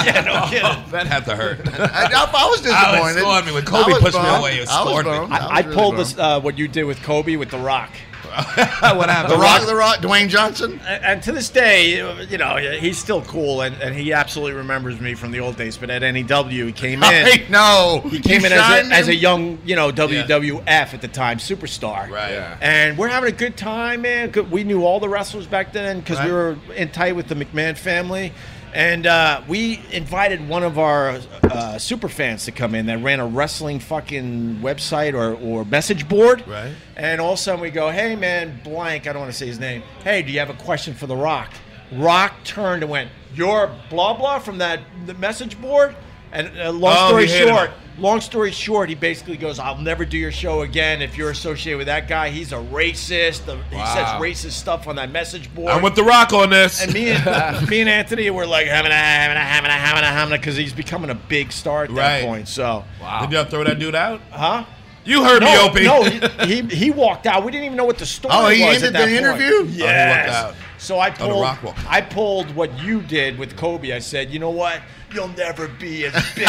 F: that had to hurt.
E: I, I, I was
F: I
E: disappointed.
F: was scored me when Kobe
E: I was
F: pushed me
E: bummed.
F: away. It
E: I was
F: scored me.
E: bummed.
F: I-
E: was
C: I, I
E: really
C: pulled
E: bummed.
C: this uh, what you did with Kobe with The Rock.
F: what happened?
E: The Rock of the Rock, Dwayne Johnson.
C: And, and to this day, you know, he's still cool, and, and he absolutely remembers me from the old days. But at NEW, he came
I: Oh,
C: in.
E: Hey, no.
C: He came in as
E: signed
C: a, as a
E: him?
C: young, you know, WWF at the time, superstar.
F: Right. Yeah.
C: And we're having a good time, man. Good- We knew all the wrestlers back then because we were in tight with the McMahon family. And uh, we invited one of our uh, super fans to come in that ran a wrestling fucking website or, or message board.
F: Right.
C: And all of a sudden we go, hey, man, blank, I don't want to say his name. Hey, do you have a question for The Rock? Rock turned and went, you're blah, blah from that the message board? And uh, long
F: Oh,
C: story
F: he hated
C: short,
F: him.
C: Long story short, he basically goes, "I'll never do your show again if you're associated with that guy. He's a racist. The- He says
F: Wow.
C: racist stuff on that message board."
F: I'm with the Rock on this.
C: and me and me and Anthony were like having a having a having a having a having a because he's becoming a big star at
F: Right.
C: that point. So,
F: Did y'all throw that dude out?
C: huh?
F: You heard me,
C: No,
F: Opie.
C: no, he, he he walked out. We didn't even know what the story
E: Oh,
C: was
E: he
C: at
E: ended
C: that
E: the
C: point.
E: interview?
C: Yes.
F: Oh, out. Oh,
C: So I
F: the
C: pulled,
F: rock walked out.
C: I pulled what you did with Kobe. I said, you know what? You'll never be as big.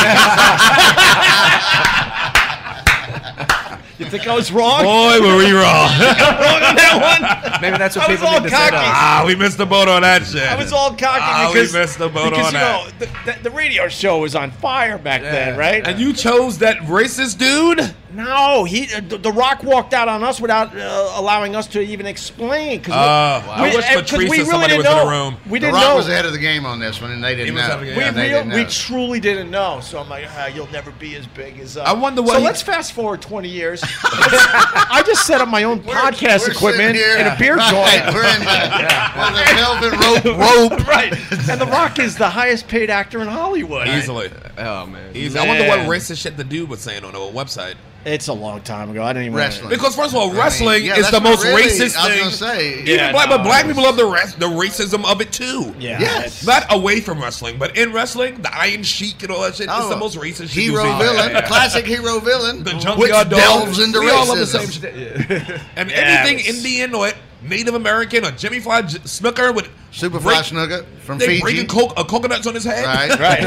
C: as-" you think I was wrong?
F: Boy, were we wrong.
C: wrong on that one?
H: Maybe that's what
C: I was
H: people
C: all
H: need to set
C: cocky.
H: up.
F: ah, we missed the boat on that shit.
C: I was all cocky
F: Ah,
C: because,
F: we missed the boat
C: because
F: on
C: you
F: that.
C: know the, the, the radio show was on fire back then,
H: Yeah.
C: right?
F: And you chose that racist dude?
C: no, he uh, the, the Rock walked out on us without uh, allowing us to even explain. 'cause we-
F: Uh, I
C: we-
F: wish
C: and- 'cause
F: Patrice
C: we
F: or
C: really
F: somebody
C: didn't
F: was in the
C: know.
F: room.
C: We
E: The
C: didn't
E: Rock
C: know.
E: was ahead of the game on this one, and they didn't
F: was
E: know.
F: having a-
C: we,
F: Yeah,
E: they
C: real,
E: didn't
C: we
E: know.
C: truly didn't know. So I'm like, ah, you'll never be as big as. Uh.
F: I wonder what
C: So
F: he-
C: let's fast forward 20 years. I just set up my own podcast
E: we're
C: equipment
E: sitting here-
C: and a beer
E: Right,
C: joint.
E: we're in the, well, the velvet rope. Rope.
C: right. And The Rock is the highest paid actor in Hollywood.
F: Easily.
H: Oh man.
F: Easily. I wonder what
C: Man.
F: racist shit the dude was saying on the website.
C: It's a long time ago. I didn't even
E: Wrestling.
F: Because first of all,
E: I mean,
F: wrestling
E: yeah,
F: is
E: that's
F: the
E: what
F: most
E: really-
F: racist
E: I was
F: thing.
E: gonna say.
F: Even
C: Yeah,
F: black,
C: no,
F: but black
C: it's-
F: people love the ra- the racism of it too.
C: Yeah.
E: Yes.
F: Not away from wrestling, but in wrestling, the Iron Sheik and all that shit is
E: Oh,
F: the most racist shit.
E: hero
F: you've seen.
E: villain, classic hero villain,
F: The
E: which
F: junkyard
E: delves
F: dogs.
E: into
F: we all love the same
E: racism.
F: shit. And
C: Yeah,
F: anything
C: it's-
F: Indian or Native American or Jimmy Fly J- Snooker with
E: Superfly
F: break-
E: Snugget from
F: They
E: Fiji,
F: breaking co- uh, coconuts on his head.
E: right?
C: Right.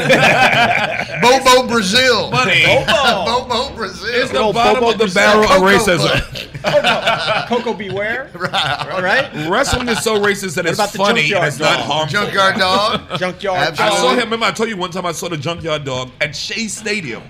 E: Bobo Brazil,
F: Money.
C: Bobo.
E: Bobo Brazil.
F: It's the bottom
C: Bobo
F: of the
C: Brazil.
F: barrel of
E: Coco
F: racism.
C: Coco Beware. Right. right?
F: Wrestling is so racist that it's
C: about the
F: funny and
C: junkyard
F: it's not
C: dog?
F: harmful.
E: Junkyard dog.
C: Junkyard.
E: Absolutely.
F: I
C: Joe.
F: saw him. Remember, I told you one time I saw the Junkyard Dog at Shea Stadium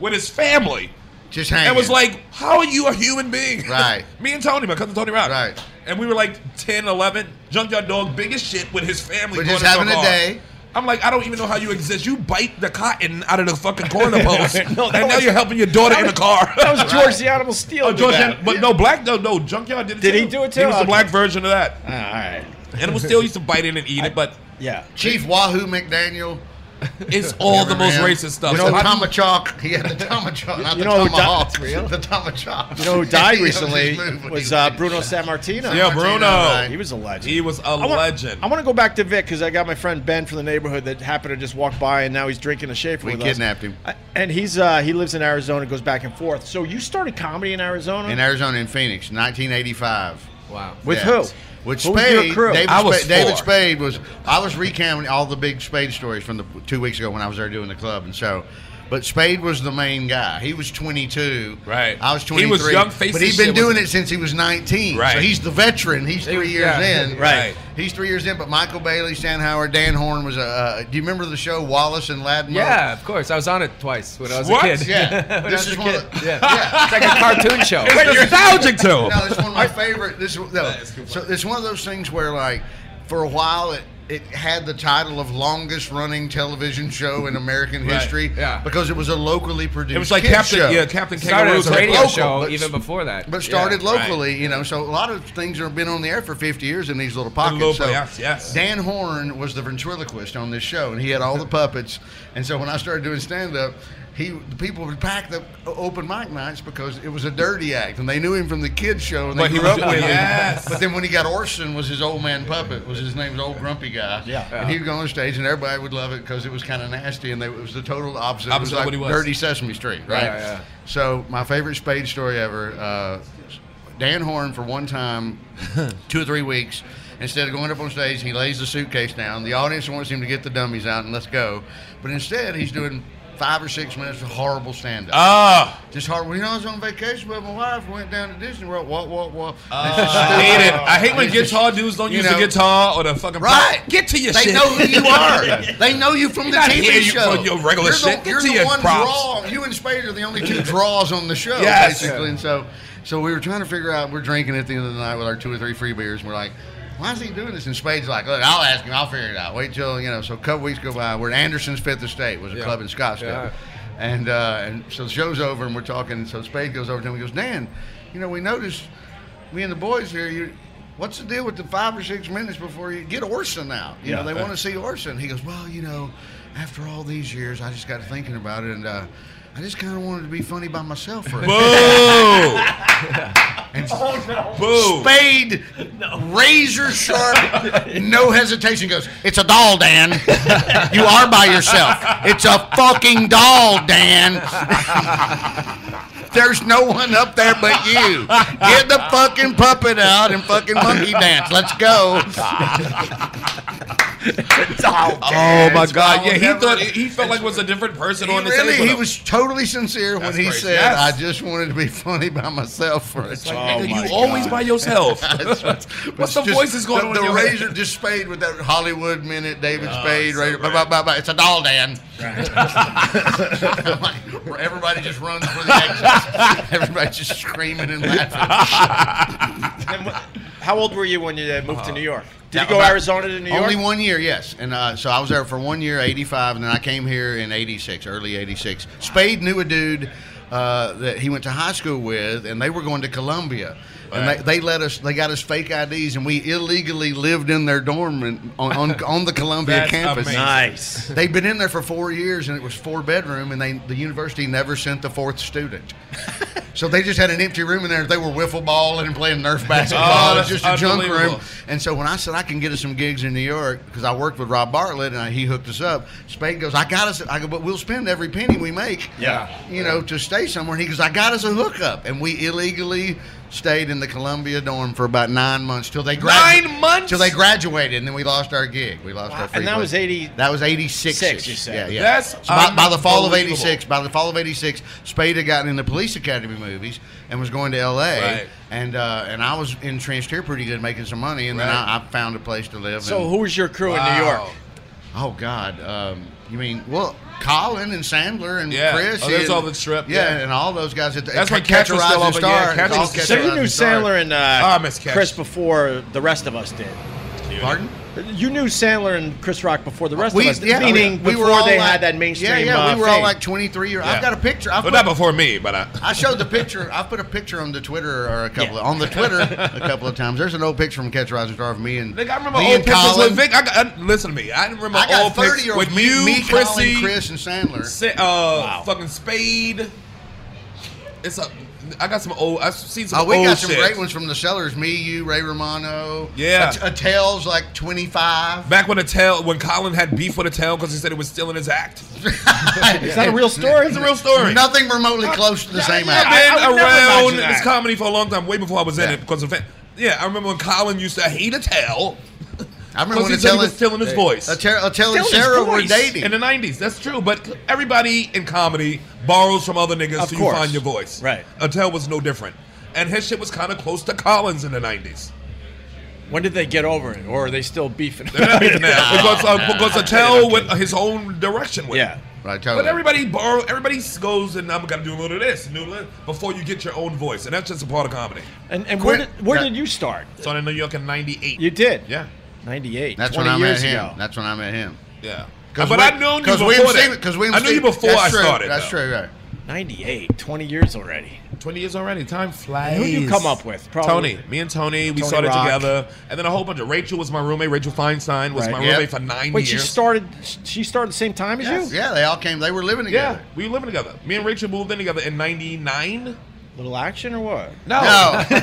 F: with his family,
E: Just hanging.
F: and was like, "How are you a human being?"
E: Right.
F: Me and Tony, my cousin Tony Rod.
E: Right.
F: And we were like 10, 11. Junkyard Dog, biggest shit with his family.
E: We're
F: going
E: just
F: into
E: having a
F: bar.
E: day.
F: I'm like, I don't even know how you exist. You bite the cotton out of the fucking corner post, and now you're helping your daughter in the car.
C: That was George the Animal Steel.
F: Oh,
C: did
F: George,
C: that.
F: Hen- but no, black, no, no, Junkyard did it
C: Did
F: too.
C: he do it too?
F: He was the
C: Okay.
F: black version of that.
C: Ah, all right.
F: And it was still used to bite in and eat it, but
C: Yeah.
E: Chief Wahoo McDaniel.
F: it's all the most
E: Man.
F: racist stuff.
E: With
F: So
E: the
F: how do you-
E: tomahawk. He had the tomahawk, not
C: You
E: the
C: know who
E: tomahawk.
C: died- Really?
E: The tomahawk.
C: You know who died
E: He was
C: recently
E: just moving.
C: was uh, Bruno Sammartino.
F: Yeah, Bruno.
E: Right.
C: He was a legend.
F: He was a
C: I wanna-
F: legend.
C: I want to go back to Vic because I got my friend Ben from the neighborhood that happened to just walk by, and now he's drinking a Schaefer
E: We
C: with
E: kidnapped
C: us.
E: him.
C: I- And he's uh, he lives in Arizona, goes back and forth. So you started comedy in Arizona
E: in Arizona in Phoenix, 1985.
H: Wow.
C: with
E: Yeah.
C: who?
E: With
C: Who was your
E: Spade,
C: crew?
E: David,
F: I was
E: Spade, David
F: four.
E: Spade was. I was recounting all the big Spade stories from the two weeks ago when I was there doing the club, and so. But Spade was the main guy. He was 22.
F: Right.
E: I was
F: He
E: 23.
F: was young face
E: But
F: and
E: he'd been
F: shit
E: doing
F: was-
E: it since he was 19. So
F: Right.
E: he's the veteran. He's three years
F: yeah.
E: in.
F: Right.
E: He's three years in. But Michael Bailey, Stan Howard, Dan Horn was a. Uh, do you remember the show Wallace and Ladmore?
H: Yeah, of course. I was on it twice when I was
F: What?
H: a kid.
E: Yeah.
H: when
E: this
H: I was
E: is
H: a
E: one.
H: kid.
E: Of the,
H: yeah.
E: yeah.
H: It's like a cartoon show.
F: It's nostalgic to him.
E: No, it's one of my favorite. This is- no.
F: is too
E: so it's one of those things where like for a while it it had the title of longest running television show in American history
H: yeah.
E: because it was a locally produced
F: It was like
E: kids
F: Captain,
E: show.
F: yeah, Captain
H: Started
F: Kangaroo. "Oh,
H: as a
F: type
H: radio
F: local.
H: show
E: but-
H: even before that.
E: but started
H: Yeah, right.
E: locally, you know. So a lot of things have been on the air for 50 years in these little
F: In
E: pockets.
F: little
E: so
F: playoffs, yes.
E: Dan Horn was the ventriloquist on this show, and he had all the puppets. And so when I started doing stand up, he the people would pack the open mic nights because it was a dirty act, and they knew him from the kids show, and they
F: But he
E: grew
F: was-
E: up with
F: yes.
E: him. But then when he got Orson, was his old man puppet, was his name was old grumpy guy. Yeah, and he'd go on stage, and everybody would love it because it was kind of nasty, and they, it was the total
F: Opposite
E: opposite.
F: of
E: it was like
F: what he was.
E: Dirty Sesame Street, right?
H: Yeah, yeah.
E: So my favorite Spade story ever. Uh, Dan Horn for one time, two or three weeks. Instead of going up on stage, he lays the suitcase down. The audience wants him to get the dummies out and let's go. But instead, he's doing five or six minutes of horrible stand-up.
F: Ah,
E: Just horrible. You know, I was on vacation with my wife. Went down to Disney World. What, what, what?
F: Uh, I hate it. I hate when guitar dudes don't
E: Oh, You
F: use
E: know.
F: the guitar or the fucking.
E: Right.
F: Get to your
E: They
F: shit.
E: know who you are. They know you from the
F: not
E: TV
F: here you-
E: show.
F: for your regular
E: you're
F: shit.
E: The,
F: Get
E: you're
F: to
E: the
F: your
E: one
F: props.
E: draw. You and Spade are the only two draws on the show,
F: Yes.
E: basically. And so, so we were trying to figure out. We're drinking at the end of the night with our two or three free beers. And we're like. Why is he doing this? And Spade's like, look, I'll ask him. I'll figure it out. Wait till, you know. So a couple weeks go by. We're at Anderson's Fifth Estate, was a club in Scottsdale.
H: Yeah.
E: And uh, and so the show's over, and we're talking. So Spade goes over to him and goes, Dan, you know, we noticed me and the boys here. You, what's the deal with the five or six minutes before you get Orson out? You know, they want to see Orson. He goes, well, you know, after all these years, I just got thinking about it, and uh, I just kind of wanted to be funny by myself for a minute.
F: Boo! Oh, Boo!
E: Spade, razor sharp, no hesitation. Goes, it's a doll, Dan. You are by yourself. It's a fucking doll, Dan. There's no one up there but you. Get the fucking puppet out and fucking monkey dance. Let's go.
F: Oh my God! Yeah, he
E: Never-
F: thought he felt like was a different person
E: He
F: on the
E: really,
F: table.
E: he was totally sincere when
F: That's
E: he
F: crazy.
E: said,
F: Yes.
E: "I just wanted to be funny by myself for a time."
F: Nigga, you always by yourself. What's the
E: Just
F: voices going
E: the,
F: on? in
E: The
F: your head?
E: razor just spade with that Hollywood minute, David Spade. razor, blah, blah, blah, blah. It's a doll, Dan. I'm like, where everybody just runs for the exits. Everybody's just screaming and laughing.
C: And wh- how old were you when you uh, moved to New York? Did you
E: Now,
C: go
E: about-
C: Arizona to New York?
E: Only one year, yes. And uh, so I was there for one year, 85, and then I came here in 86, early 86. Spade knew a dude uh, that he went to high school with, and they were going to Columbia. And they, they let us, they got us fake IDs, and we illegally lived in their dorm and on, on, on the Columbia
F: That's
E: campus.
F: amazing.
C: Nice.
E: They'd been in there for four years, and it was four bedroom, and they the university never sent the fourth student. so they just had an empty room in there. They were wiffle balling and playing nerf basketball.
F: Oh,
E: it was
F: that's
E: just a junk room.
F: unbelievable.
E: And so when I said I can get us some gigs in New York because I worked with Rob Bartlett and I, he hooked us up, Spade goes, I got us. I go, but we'll spend every penny we make.
C: Yeah.
E: You know, to stay somewhere. And he goes, I got us a hookup, and we illegally stayed in the Columbia dorm for about nine months till they gradu-
F: Nine months?
E: till they graduated, and then we lost our gig. We lost our free
C: And that
E: play.
C: was 80
E: That was 86.
C: Six, you said.
E: Yeah, yeah.
F: That's
E: So by, by the fall of
F: unbelievable.
E: 86, by the fall of 86, Spade had gotten into Police Academy movies and was going to L.A.
F: Right.
E: And uh, and I was entrenched here pretty good, making some money, and then I, I found a place to live.
C: So
E: and-
C: who was your crew in New York?
F: Wow.
E: Oh God, um, you mean well, Colin and Sandler and
F: Yeah.
E: Chris?
F: Oh, there's
E: and-
F: all the strip,
E: Yeah,
F: yeah.
E: and all those guys. At the,
F: That's
E: Ca-
F: when Catch was
E: Rise
F: still
E: and
F: up, but yeah,
E: Star.
F: Catch
E: It's all
F: was-
E: Catch
C: So
E: Rise
C: you knew
E: Star.
C: Sandler and
F: Ah,
C: uh,
F: Miss Cash.
C: Chris before the rest of us did.
E: Pardon?
C: You knew Sandler and Chris Rock before the rest
E: We-
C: of us, did,
E: yeah,
C: meaning
E: we were
C: before
E: all
C: they
E: like-
C: had that mainstream.
E: Yeah, yeah,
C: uh,
E: we were all
C: fame.
E: like 23 years. I've got a picture. I've
F: Well, not
E: put-
F: before me, but I,
E: I showed the picture. I put a picture on the Twitter or a couple of, on the Twitter a couple of times. There's an old picture from Catch a Rising Star of me and
F: Nigga, I remember
E: me
F: old
E: and
F: pictures
E: Colin.
F: with Vic. I got, I, listen to me. I didn't remember
E: I
F: old
E: got 30
F: pictures
E: year
F: with
E: old me,
F: you,
E: me,
F: Chrissy,
E: Colin, Chris, and Sandler.
F: Sa- uh, fucking Spade. It's a. I got some old. I've seen some
E: Oh, we
F: old
E: got some
F: shit.
E: great ones from the sellers. Me, you, Ray Romano.
F: Yeah.
E: A, a tail's like 25.
F: Back when the tail, when Colin had beef with the tail because he said it was still in his act.
C: Is that a real story?
F: It's a real story.
E: Nothing remotely close to the same
F: I've
E: act.
F: been
C: I would never
F: around
C: imagine that.
F: this comedy for a long time, way before I was in
E: Yeah.
F: it because of it. Yeah, I remember when Colin used to hate a tail.
E: I remember
F: Because
E: when
F: he
E: a
F: said he
E: tail
F: was still in his voice.
E: a tail, a tail
F: Still
E: and
F: in his
E: Sarah were
F: voice.
E: dating.
F: in the '90s. That's true, but everybody in comedy borrows from other niggas
C: Of
F: so
C: course.
F: you find your voice.
C: Right.
F: Attell was no different, and his shit was kind of close to Collins in the '90s.
C: When did they get over it, or are they still beefing?
F: They're not beefing now because uh, because Attell went his own direction with. it.
C: yeah.
E: right, totally.
F: But everybody borrow, everybody goes and I'm gonna do a little of this, new little before you get your own voice, and that's just a part of comedy.
C: And, and where
E: Quit.
C: did, where
E: Yeah.
C: did you start?
F: So in New York in '98.
C: You did.
F: Yeah.
C: 98.
E: That's
C: 20
E: when I met
C: years
E: him.
C: ago.
E: That's when I met him.
F: Yeah.
E: 'Cause
F: but
E: we-
F: I've known you
E: 'cause
F: before.
E: we've
F: that.
E: seen- 'cause we've
F: I knew you
E: seen-
F: before
E: that's
F: I
E: true,
F: started.
E: That's
F: though.
E: true. Right.
C: 98. 20 years already.
F: 20 years already. Time flies.
C: Who you come up with? Probably-
F: Tony. Me and Tony, we
C: Tony
F: started
C: Rock.
F: together. And then a whole bunch of Rachel was my roommate. Rachel Feinstein was
C: Right.
F: my
E: Yep.
F: roommate for nine
C: Wait, she
F: years.
C: started She started the same time as
E: Yes,
C: you?
E: Yeah, they all came. They were living
F: yeah,
E: together.
F: we were living together. Me and Rachel moved in together in 99.
C: Little action or what?
F: No.
C: Oh.
E: No,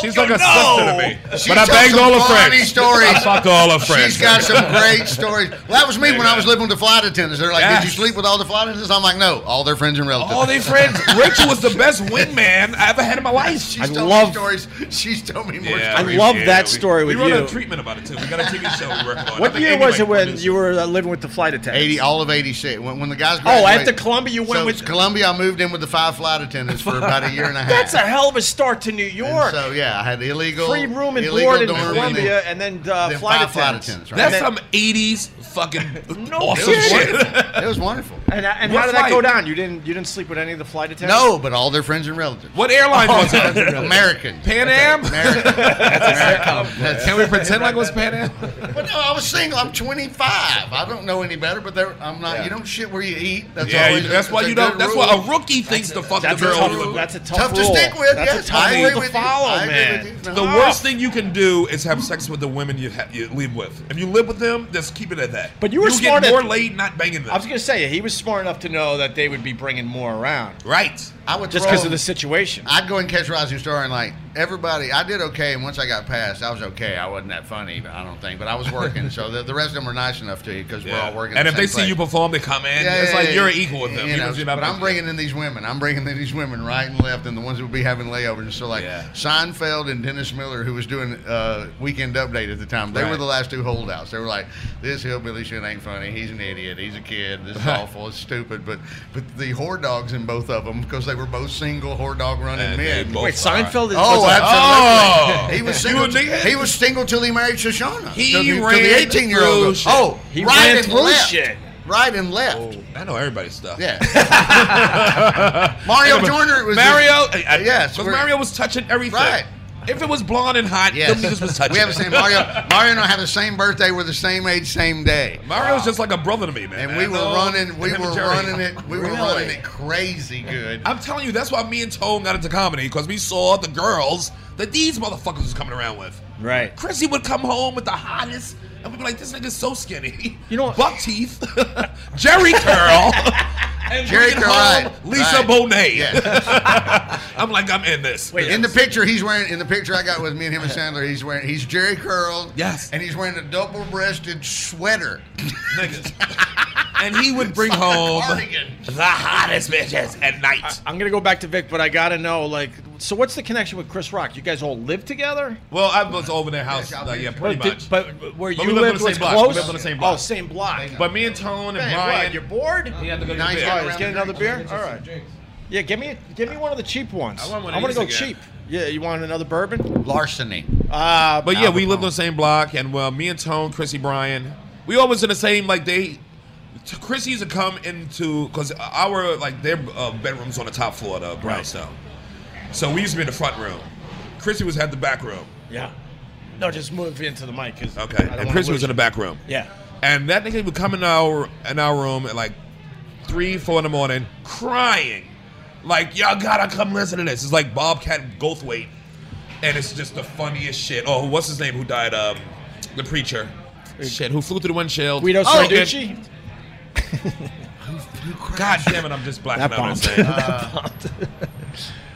F: She's like a sister to me.
E: She
F: but I
E: told
F: banged
E: some
F: all her
E: funny
F: friends.
E: stories.
F: I fucked all her friends.
E: she's got some great stories. Well, that was me when I was living with the flight attendants. They're like,
F: Yes.
E: "Did you sleep with all the flight attendants?" I'm like, "No, all their friends and relatives."
F: all their friends. Rachel was the best wingman I ever had in my life.
E: She's
C: I
E: told
C: love-
E: me stories. She's told me more
F: Yeah,
E: stories.
C: I love that
F: we-
C: story
F: we
C: with
F: wrote
C: you.
F: a treatment about it too. We got a TV show we working on. I
C: What
F: think
C: year
F: Amy
C: was
F: might
C: it when
F: produce
C: you were uh, living with the flight attendants?
E: Eighty, all of '86. When, when the guys
C: Oh,
E: graduated.
C: after Columbia, you went
E: so
C: with.
E: Columbia. I moved in with the five flight attendants for about a year and a half.
C: That's a hell of a start to New
E: And
C: York.
E: So yeah, I had illegal
C: Free room and
E: illegal
C: board in
E: dorm, and
C: Columbia,
E: then-
C: and then, uh,
E: then
C: flight,
E: five flight
C: attendants.
E: attendants, right?
F: That's
C: And
F: some '80s fucking
C: No
F: awesome
C: kidding.
F: shit.
E: It was wonderful.
C: And, and
F: What
C: how did that go
F: flight?
C: down? You didn't you didn't sleep with any of the flight attendants?
E: No, but all their friends and relatives.
F: What airline
E: Oh,
F: was it?
E: American.
F: Pan Am.
E: American. That's-
F: Can we pretend like it was Pan Am?
E: But no, I was single. I'm 25. I don't know any better. But there, I'm not. You don't shit where you eat. That's
F: Yeah,
E: always
F: you- that's
E: a-
F: why
E: a
F: you
E: good
F: don't. That's
E: rule.
F: why a rookie thinks to fuck the
C: That's a,
F: girl.
C: tough, that's a tough
E: tough to
C: rule.
E: stick with.
C: That's
E: yes,
C: a tough
E: I agree
C: rule to
E: with
C: follow,
E: you. I agree
C: man.
E: with you.
F: The worst thing you can do is have sex with the women you, ha- you live with. If you live with them, just keep it at that.
C: But you were
F: You'll
C: smart
F: get
C: at-
F: more laid not banging them.
C: I was gonna say he was smart enough to know that they would be bringing more around
F: right.
E: I would
C: just
E: throw-
C: because of the situation.
E: I'd go and catch Rising Star and like everybody. I did okay, and once I got past, I was okay. I wasn't that funny, but I don't think. But I was working, so the, the rest of them were nice enough to you because we're all working.
F: and
E: the
F: if they
E: same
F: see you
E: place.
F: perform, they come in. it's like you're equal with them.
E: You
F: even
E: know,
F: if you're not
E: but
F: banging
E: I'm
F: them.
E: bringing in these women. I'm bringing in these women right and left, and the ones that would be having layovers. So like
F: Yeah.
E: Seinfeld and Dennis Miller, who was doing uh, Weekend Update at the time, they were
F: Right.
E: the last two holdouts. They were like, "This hillbilly shit ain't funny. He's an idiot. He's a kid. This is awful. It's stupid." But but the whore dogs in both of them because they were both single whore dog running
F: And they
E: men.
F: both
C: Wait,
F: are.
C: Seinfeld is
E: Oh,
C: was a-
E: absolutely.
F: Oh.
E: He was
F: You
E: single.
F: a nigga?
E: He was single till he married Shoshana.
F: He
E: till the, till
F: ran
E: the 18 year
F: through
E: old.
F: shit.
E: Oh,
C: He
E: right
C: ran
E: and
C: through
E: left.
C: shit.
E: Right and left.
F: I know everybody's stuff.
E: Yeah. Mario Joyner was
F: Mario,
E: The,
F: I- I-
E: yes,
F: 'cause
E: we're-
F: Mario was touching everything.
E: Right.
F: If it was blonde and hot,
E: Yes.
F: them niggas was touching.
E: we have the
F: it.
E: same Mario. Mario and I have the same birthday. We're the same age, same day.
F: Mario's just like a brother to me, man.
E: Uh, And we
F: I
E: were
F: know
E: running. We
F: him and
E: were
F: Jerry.
E: running it. We were running it crazy good.
F: I'm telling you, that's why me and Tone got into comedy because we saw the girls that these motherfuckers was coming around with.
C: right.
F: Chrissy would come home with the hottest, and we'd be like, "This nigga's so skinny."
C: You know what-
F: buck teeth, Jerry curl, and
E: Jerry
F: bringing
E: curl,
F: home
E: right,
F: Lisa
E: right.
F: Bonet.
E: Yes.
F: I'm like, I'm in this.
C: Wait,
E: In the picture, he's wearing. In the picture I got with me and him and Sandler, he's wearing. He's Jerry curled.
F: Yes.
E: And he's wearing a double-breasted sweater.
F: niggas. and he would bring home
E: cardigan.
F: the hottest bitches at
E: Uh,
F: night.
C: I'm gonna go back to Vic, but I gotta know, like, so what's the connection with Chris Rock? You guys all live together?
F: Well, I was over their house, uh, yeah, pretty
C: But, did-
F: much.
C: but where
F: But
C: you
F: we lived on
C: lived
F: the
C: was
F: same block.
C: close.
F: We lived on the same
C: Oh,
F: block.
C: same block.
F: But me and Tone and
C: Man,
F: Brian,
C: what, you're bored?
F: he had to go to
E: Nice
F: bed.
E: guy.
C: All right, let's get another beer.
E: Drinks.
C: All right. Yeah, give me give me one of the cheap ones.
F: I want one of
C: I want
F: these
C: to go
F: again.
C: cheap. Yeah, you want another bourbon?
E: Larceny.
C: Uh,
F: But yeah, we lived on the same block, and well, me and Tone, Chrissy, Brian, we always in the same like they. t- Chrissy used to come into because our like their uh, bedrooms on the top floor of the brownstone, so we used to be in the front room. Chrissy was had the back room,
C: yeah. No, just move into the mic, cause I
F: okay,
C: don't
F: and
C: wanna
F: Chrissy
C: lose
F: was in the
C: you.
F: back room.
C: Yeah.
F: And that nigga would come in our in our room at like three, four in the morning, crying, like y'all gotta come listen to this. It's like Bobcat Goldthwait, and it's just the funniest shit. Oh, what's his name? Who died? Um, the preacher. Shit, who flew through the windshield?
C: Guido
F: Oh, and-
C: Sarducci.
F: God damn it, I'm just blacking
C: That
F: out. on his
C: bombed.
F: name.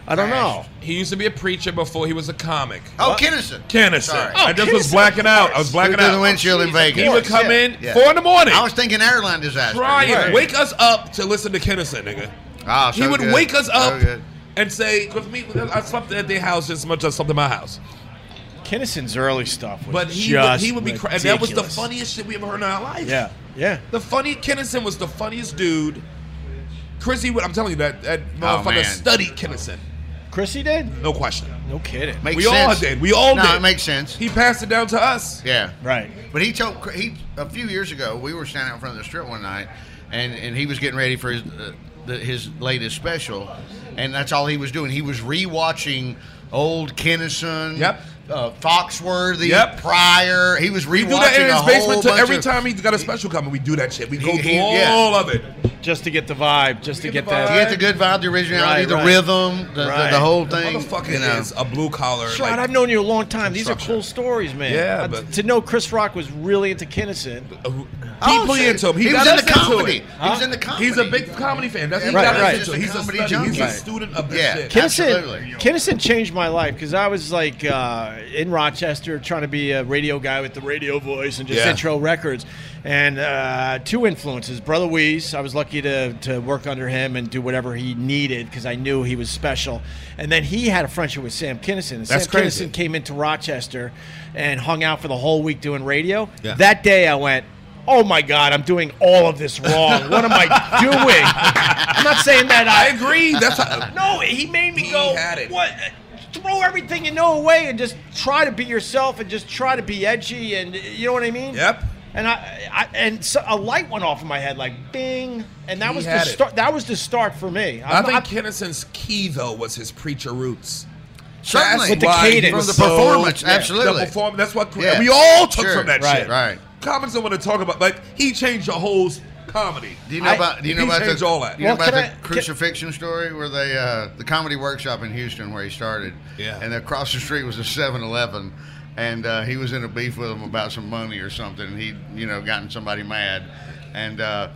C: I don't know.
F: He used to be a preacher before he was a comic.
E: Oh, Kinnison.
F: Canister.
E: Sorry.
F: I just was
C: Kinnison,
F: blacking
C: of
F: out.
C: course.
F: I was blacking
E: Through the
F: out.
E: windshield in Vegas.
F: He would come
E: Yeah,
F: in
E: yeah.
F: four in the morning.
E: I was thinking airline disaster.
F: Brian,
C: Right.
F: wake us up to listen to Kinnison, nigga.
E: Ah, so
F: he would
E: good.
F: wake us
E: So
F: up
E: good.
F: and say, "Cause me, I slept at their house as much as I slept at my house."
C: Kinnison's early stuff was
F: But he would,
C: just
F: he would be, cry- and that was the
C: ridiculous.
F: funniest shit we ever heard in our life.
C: Yeah, yeah.
F: the funny Kinnison was the funniest dude. Chrissy, would, I'm telling you that that motherfucker
E: Oh, man.
F: studied Kinnison,
C: Chrissy did?
F: no question.
C: No kidding.
E: Makes
F: we all
E: sense.
F: did. We all
E: no,
F: did.
E: it makes sense.
F: He passed it down to us.
E: yeah.
C: Right.
E: But he told he a few years ago we were standing out in front of the strip one night, and and he was getting ready for his uh, the, his latest special, and that's all he was doing. He was rewatching old Kennison.
F: Yep.
E: uh, Foxworthy,
F: Yep.
E: Pryor. He was rewatching
F: We do that in
E: a
F: his
E: whole
F: basement till
E: bunch
F: every
E: of-
F: time he's got a special coming. We do that shit. We go
E: He-
F: through
E: he- yeah.
F: all of it.
C: just to get the vibe, just to get
F: Get the
E: You
C: that.
E: get the good vibe, the originality,
C: Right,
E: the
C: right.
E: rhythm, the,
C: Right.
E: the, the whole thing.
F: Motherfucker
E: you know.
F: is a blue collar.
C: Sean,
F: like-
C: I've known you a long time. These are
F: Construction.
C: cool stories, man.
F: Yeah,
C: Uh,
F: but-
C: t- to know Chris Rock was really into Kinnison.
F: deeply
E: Oh, shit.
F: into him. He,
E: He
F: got
E: was in the
F: us into
E: comedy.
F: it.
E: He was in the comedy.
F: He's a big comedy fan. That's he
E: Right,
F: got us
C: right.
F: into it.
E: Just a
F: He's a
E: comedy
F: study. He's a
E: junkie.
F: student of this
E: Yeah.
F: shit.
C: Kinnison,
E: Absolutely.
C: Kinnison changed my life because I was like uh, in Rochester trying to be a radio guy with the radio voice and just
F: Yeah.
C: intro records. And uh, two influences, Brother Weeze. I was lucky to, to work under him and do whatever he needed because I knew he was special. And then he had a friendship with Sam Kinnison. And
F: That's
C: Sam
F: crazy.
C: Kinnison came into Rochester and hung out for the whole week doing radio.
F: Yeah.
C: That day I went, Oh my God, I'm doing all of this wrong. What am I doing? I'm not saying that
F: I
C: I,
F: agree. That's how,
C: no, he made me
F: He
C: go.
F: had it.
C: What? Throw everything you know away and just try to be yourself and just try to be edgy and you know what I mean.
F: Yep.
C: And I, I and so a light went off in my head like bing, and that
F: He
C: was the
F: had it.
C: start. That was the start for me.
F: I
C: I'm
F: think
C: not-
F: Kinnison's key though was his preacher roots.
E: Certainly.
F: That's
C: With the
F: why he
C: cadence. From
F: was
E: the
F: so-
E: performance,
F: yeah,
E: absolutely.
F: The perform- that's what
E: Yeah.
F: we all took
E: Sure,
F: from that
E: right,
F: shit.
E: right.
F: Comics don't want to talk about. Like he changed the whole comedy.
E: Do you know
C: I-
E: about? Do you know
F: he
E: about
F: changed
E: the,
F: all that.
E: You know
C: Well,
E: about the
C: can I- can-
E: crucifixion story where they uh, the comedy workshop in Houston where he started.
F: Yeah.
E: And across the street was a 7-Eleven, and uh, he was in a beef with them about some money or something. And he you know gotten somebody mad, and uh,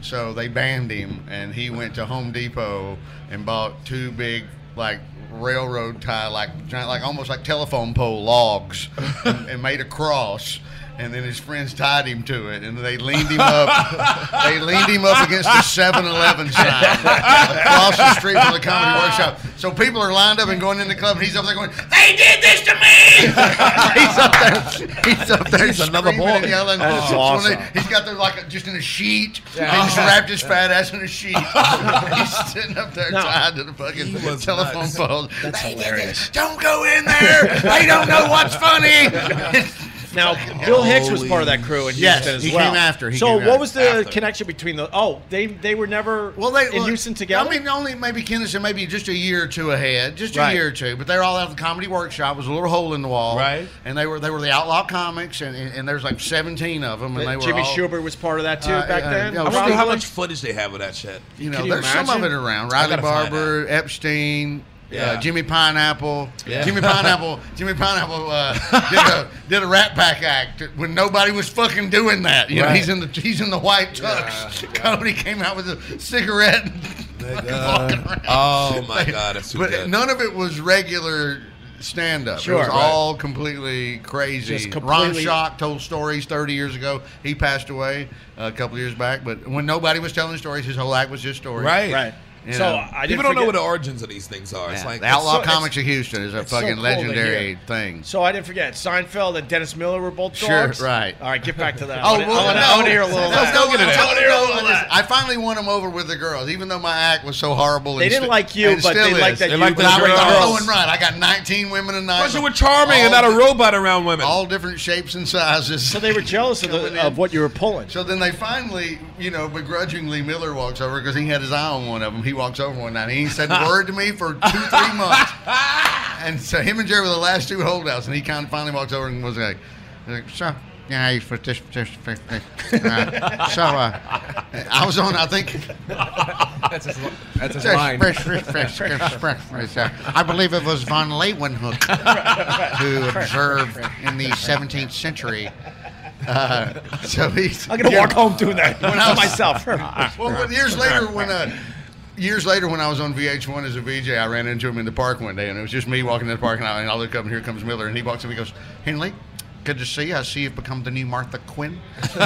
E: so they banned him, and he went to Home Depot and bought two big like railroad tie like giant like almost like telephone pole logs and, and made a cross and then his friends tied him to it and they leaned him up they leaned him up against the 7-eleven sign across the street from the comedy workshop so people are lined up and going in the club and he's up there going they did this to me he's up there he's up there
F: He's another
E: screaming and
F: ballgame.
E: yelling
C: That is
E: It's one of
C: awesome.
E: the- he's got there like a, just in a sheet and he's wrapped his fat ass in a sheet he's sitting up there tied to the fucking
F: He was
E: telephone
F: nuts.
E: pole that's hilarious don't go in there they don't know what's funny
C: now Bill Hicks was part of that crew in
E: Yes,
C: Houston as
E: he
C: well.
E: came after, he
C: so
E: came
C: what
E: after.
C: was the
F: After.
C: connection between the? Oh, they they were never
E: Well, they
C: in
E: look,
C: Houston together.
E: I mean, only maybe Kennison, maybe just a year or two ahead, just a
C: Right.
E: year or two. But they're all out of the comedy workshop. It was a little hole in the wall,
F: Right.
E: And they were they were the outlaw comics, and, and, and there's like 17 of them, and they were
C: Jimmy
E: all,
C: Schubert was part of that too
E: Uh,
C: back
E: uh,
C: then.
E: yeah,
F: I wonder
E: Probably.
F: how much footage they have of that shit.
E: You know,
C: Can you
E: there's some of
C: imagine?
E: it around.
F: I
E: Riley
F: gotta find
E: Barber, Epstein.
F: Yeah.
E: Uh, Jimmy Pineapple,
F: Yeah.
E: Jimmy Pineapple, Jimmy Pineapple uh, did, a, did a Rat Pack act when nobody was fucking doing that. You know, he's in the he's in the white tux. Cody came out with a cigarette. And fucking walking around.
F: Oh my god, that's too
E: but
F: good.
E: none of it was regular stand up.
C: Sure.
E: it was
C: Right.
E: all completely crazy.
C: Just
E: Ron
C: completely-
E: Schock told stories 30 years ago. He passed away uh, a couple years back, but when nobody was telling stories, his whole act was his story.
F: right,
C: right.
E: You
C: so
E: know,
C: I didn't
F: People don't know
C: forget-
F: what the origins of these things are. It's
E: Yeah.
F: like
E: the Outlaw
C: so- it's-
E: Comics of Houston is a
C: it's so
E: fucking
C: cool to
E: legendary
C: hear.
E: thing.
C: So I didn't forget Seinfeld and Dennis Miller were both
E: Sure,
C: dogs.
E: right.
C: All right, get back to that.
E: Oh,
C: I wanna- I
E: well,
C: wanna- I
E: no.
C: wanna hear a little. of
E: Let's
C: that.
E: go get it.
C: I wanna hear a little of that.
E: I finally won them over with the girls, even though my act was so horrible.
C: They
E: and
C: didn't
E: sti-
C: like you,
E: and
C: but
E: still
C: they liked
E: is.
C: that
F: They
C: you
F: liked
C: were
E: But I was
F: Girls.
E: all going right. I got 19 women a night.
F: Plus you were charming and not a robot around women.
E: All different shapes and sizes.
C: So they were jealous of,
E: Coming in.
C: the, of what you were pulling.
E: So then they finally, you know, begrudgingly, Miller walks over because he had his eye on one of them. He walks over one night and he ain't said a word to me for two, three months. And so him and Jerry were the last two holdouts, and he kind of finally walks over and was like, like, so. Yeah, you for this, this, this, this. Uh, so uh, I was on. I think
H: That's his, that's his line.
E: I believe it was von Leeuwenhoek who observed in the 17th century. Uh, so he's.
C: I'm gonna walk home doing that when
E: I was-
C: myself.
E: Well, but years later, when uh, years later when I was on VH1 as a VJ, I ran into him in the park one day, and it was just me walking in the parking lot, and I look up and here comes Miller, and he walks up and he goes, Henley. Good to see you. I see you've become the new Martha Quinn. so,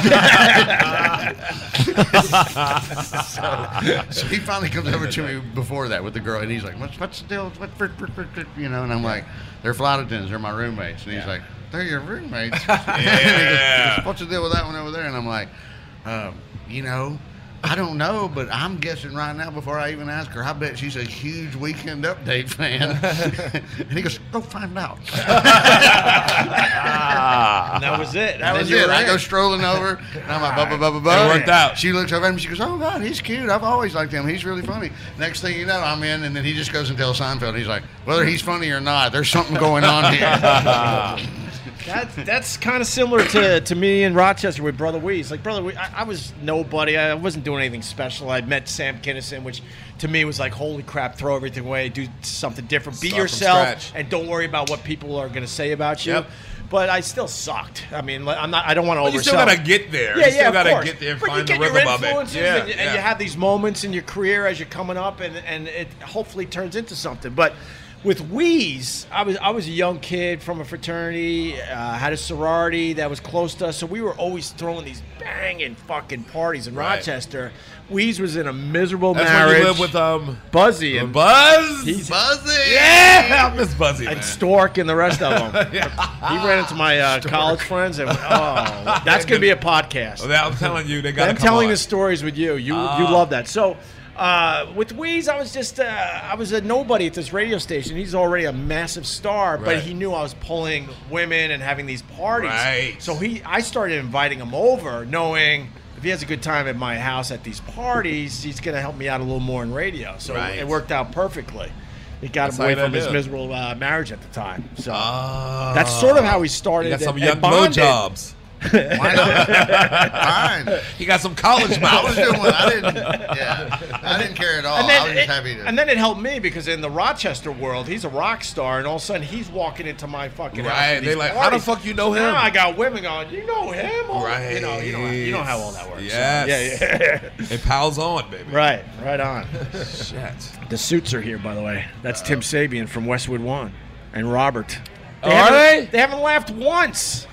E: so he finally comes over to me before that with the girl, and he's like, "What's what's the deal? What, what, what, what, what?" you know?" And I'm like, "They're flight attendants. They're my roommates." And he's like, "They're your roommates?" And he goes,
F: Yeah.
E: What's the deal with that one over there? And I'm like, um, you know, I don't know, but I'm guessing right now before I even ask her, I bet she's a huge Weekend Update fan. and he goes, go find out.
C: And that was it. That
E: That
C: was
E: was
C: your
E: it. I
C: rant.
E: go strolling over, and I'm like, bubba, bubba, bubba.
F: It worked out.
E: She looks over at me. She goes, "Oh God, he's cute. I've always liked him. He's really funny." Next thing you know, I'm in, and then he just goes and tells Seinfeld. He's like, "Whether he's funny or not, there's something going on here."
C: That's that's kind of similar to, to me in Rochester with Brother Weeze. Like Brother Weeze, I, I was nobody. I wasn't doing anything special. I'd met Sam Kinison, which to me was like, holy crap, throw everything away, do something different, be
F: Start from
C: yourself,
F: scratch.
C: and don't worry about what people are going to say about you.
F: Yep.
C: But I still sucked. I mean, like, I'm not. I don't want to
F: But
C: oversell.
F: you still gotta get there.
C: Yeah,
F: you still
C: yeah, of
F: gotta
C: course.
F: get there and
C: but
F: find
C: you get
F: the rhythm
C: your
F: of
C: influences
F: it.
C: and, and you have these moments in your career as you're coming up, and, and it hopefully turns into something. But with Wheeze, I was I was a young kid from a fraternity, uh, had a sorority that was close to us, so we were always throwing these banging fucking parties in
F: Right.
C: Rochester. Wheeze was in a miserable
F: That's
C: marriage.
F: when you live with um
C: Buzzy and,
F: Buzz.
C: He's-
F: Buzzy. Yeah, I miss Buzzy.
C: and
F: man.
C: Stork and the rest of them. He ran into my uh, college friends, and oh, that's gonna be a podcast.
F: Well, I'm telling you, they got.
C: I'm telling the stories with you. You you
F: Ah.
C: love that. So uh, with Weeze, I was just uh, I was a nobody at this radio station. He's already a massive star,
F: Right.
C: but he knew I was pulling women and having these parties.
F: Right.
C: So he I started inviting him over, knowing. If he has a good time at my house at these parties, he's going to help me out a little more in radio. So
F: Right.
C: it worked out perfectly. It got
F: That's
C: him away
F: how you
C: from his
F: do it.
C: miserable uh, marriage at the time. So
F: Ah.
C: that's sort of how we started.
F: He got
C: and-
F: some
C: and
F: young
C: bonded.
F: blowjobs.
E: Why not? Fine.
F: He got some college
E: I was
F: mouth.
E: doing. I didn't. Yeah, I didn't care at
F: Oh,
E: all.
C: And then,
E: I was
C: it,
E: just happy to.
C: and then it helped me because in the Rochester world, he's a rock star, and all of a sudden he's walking into my fucking house.
F: Right,
C: with
F: they
C: these
F: like, how the
C: parties.
F: fuck you know
C: Now
F: him?
C: I got women going, you know him, Oh,
F: Right.
C: You know, you know, you know how all that works.
F: Yes.
C: Yeah, yeah.
F: It pals on, baby.
C: right, right on.
F: Shit.
C: The suits are here, by the way. That's Tim Sabian from Westwood One, and Robert.
F: Are
C: haven't-
F: they?
C: They haven't laughed once.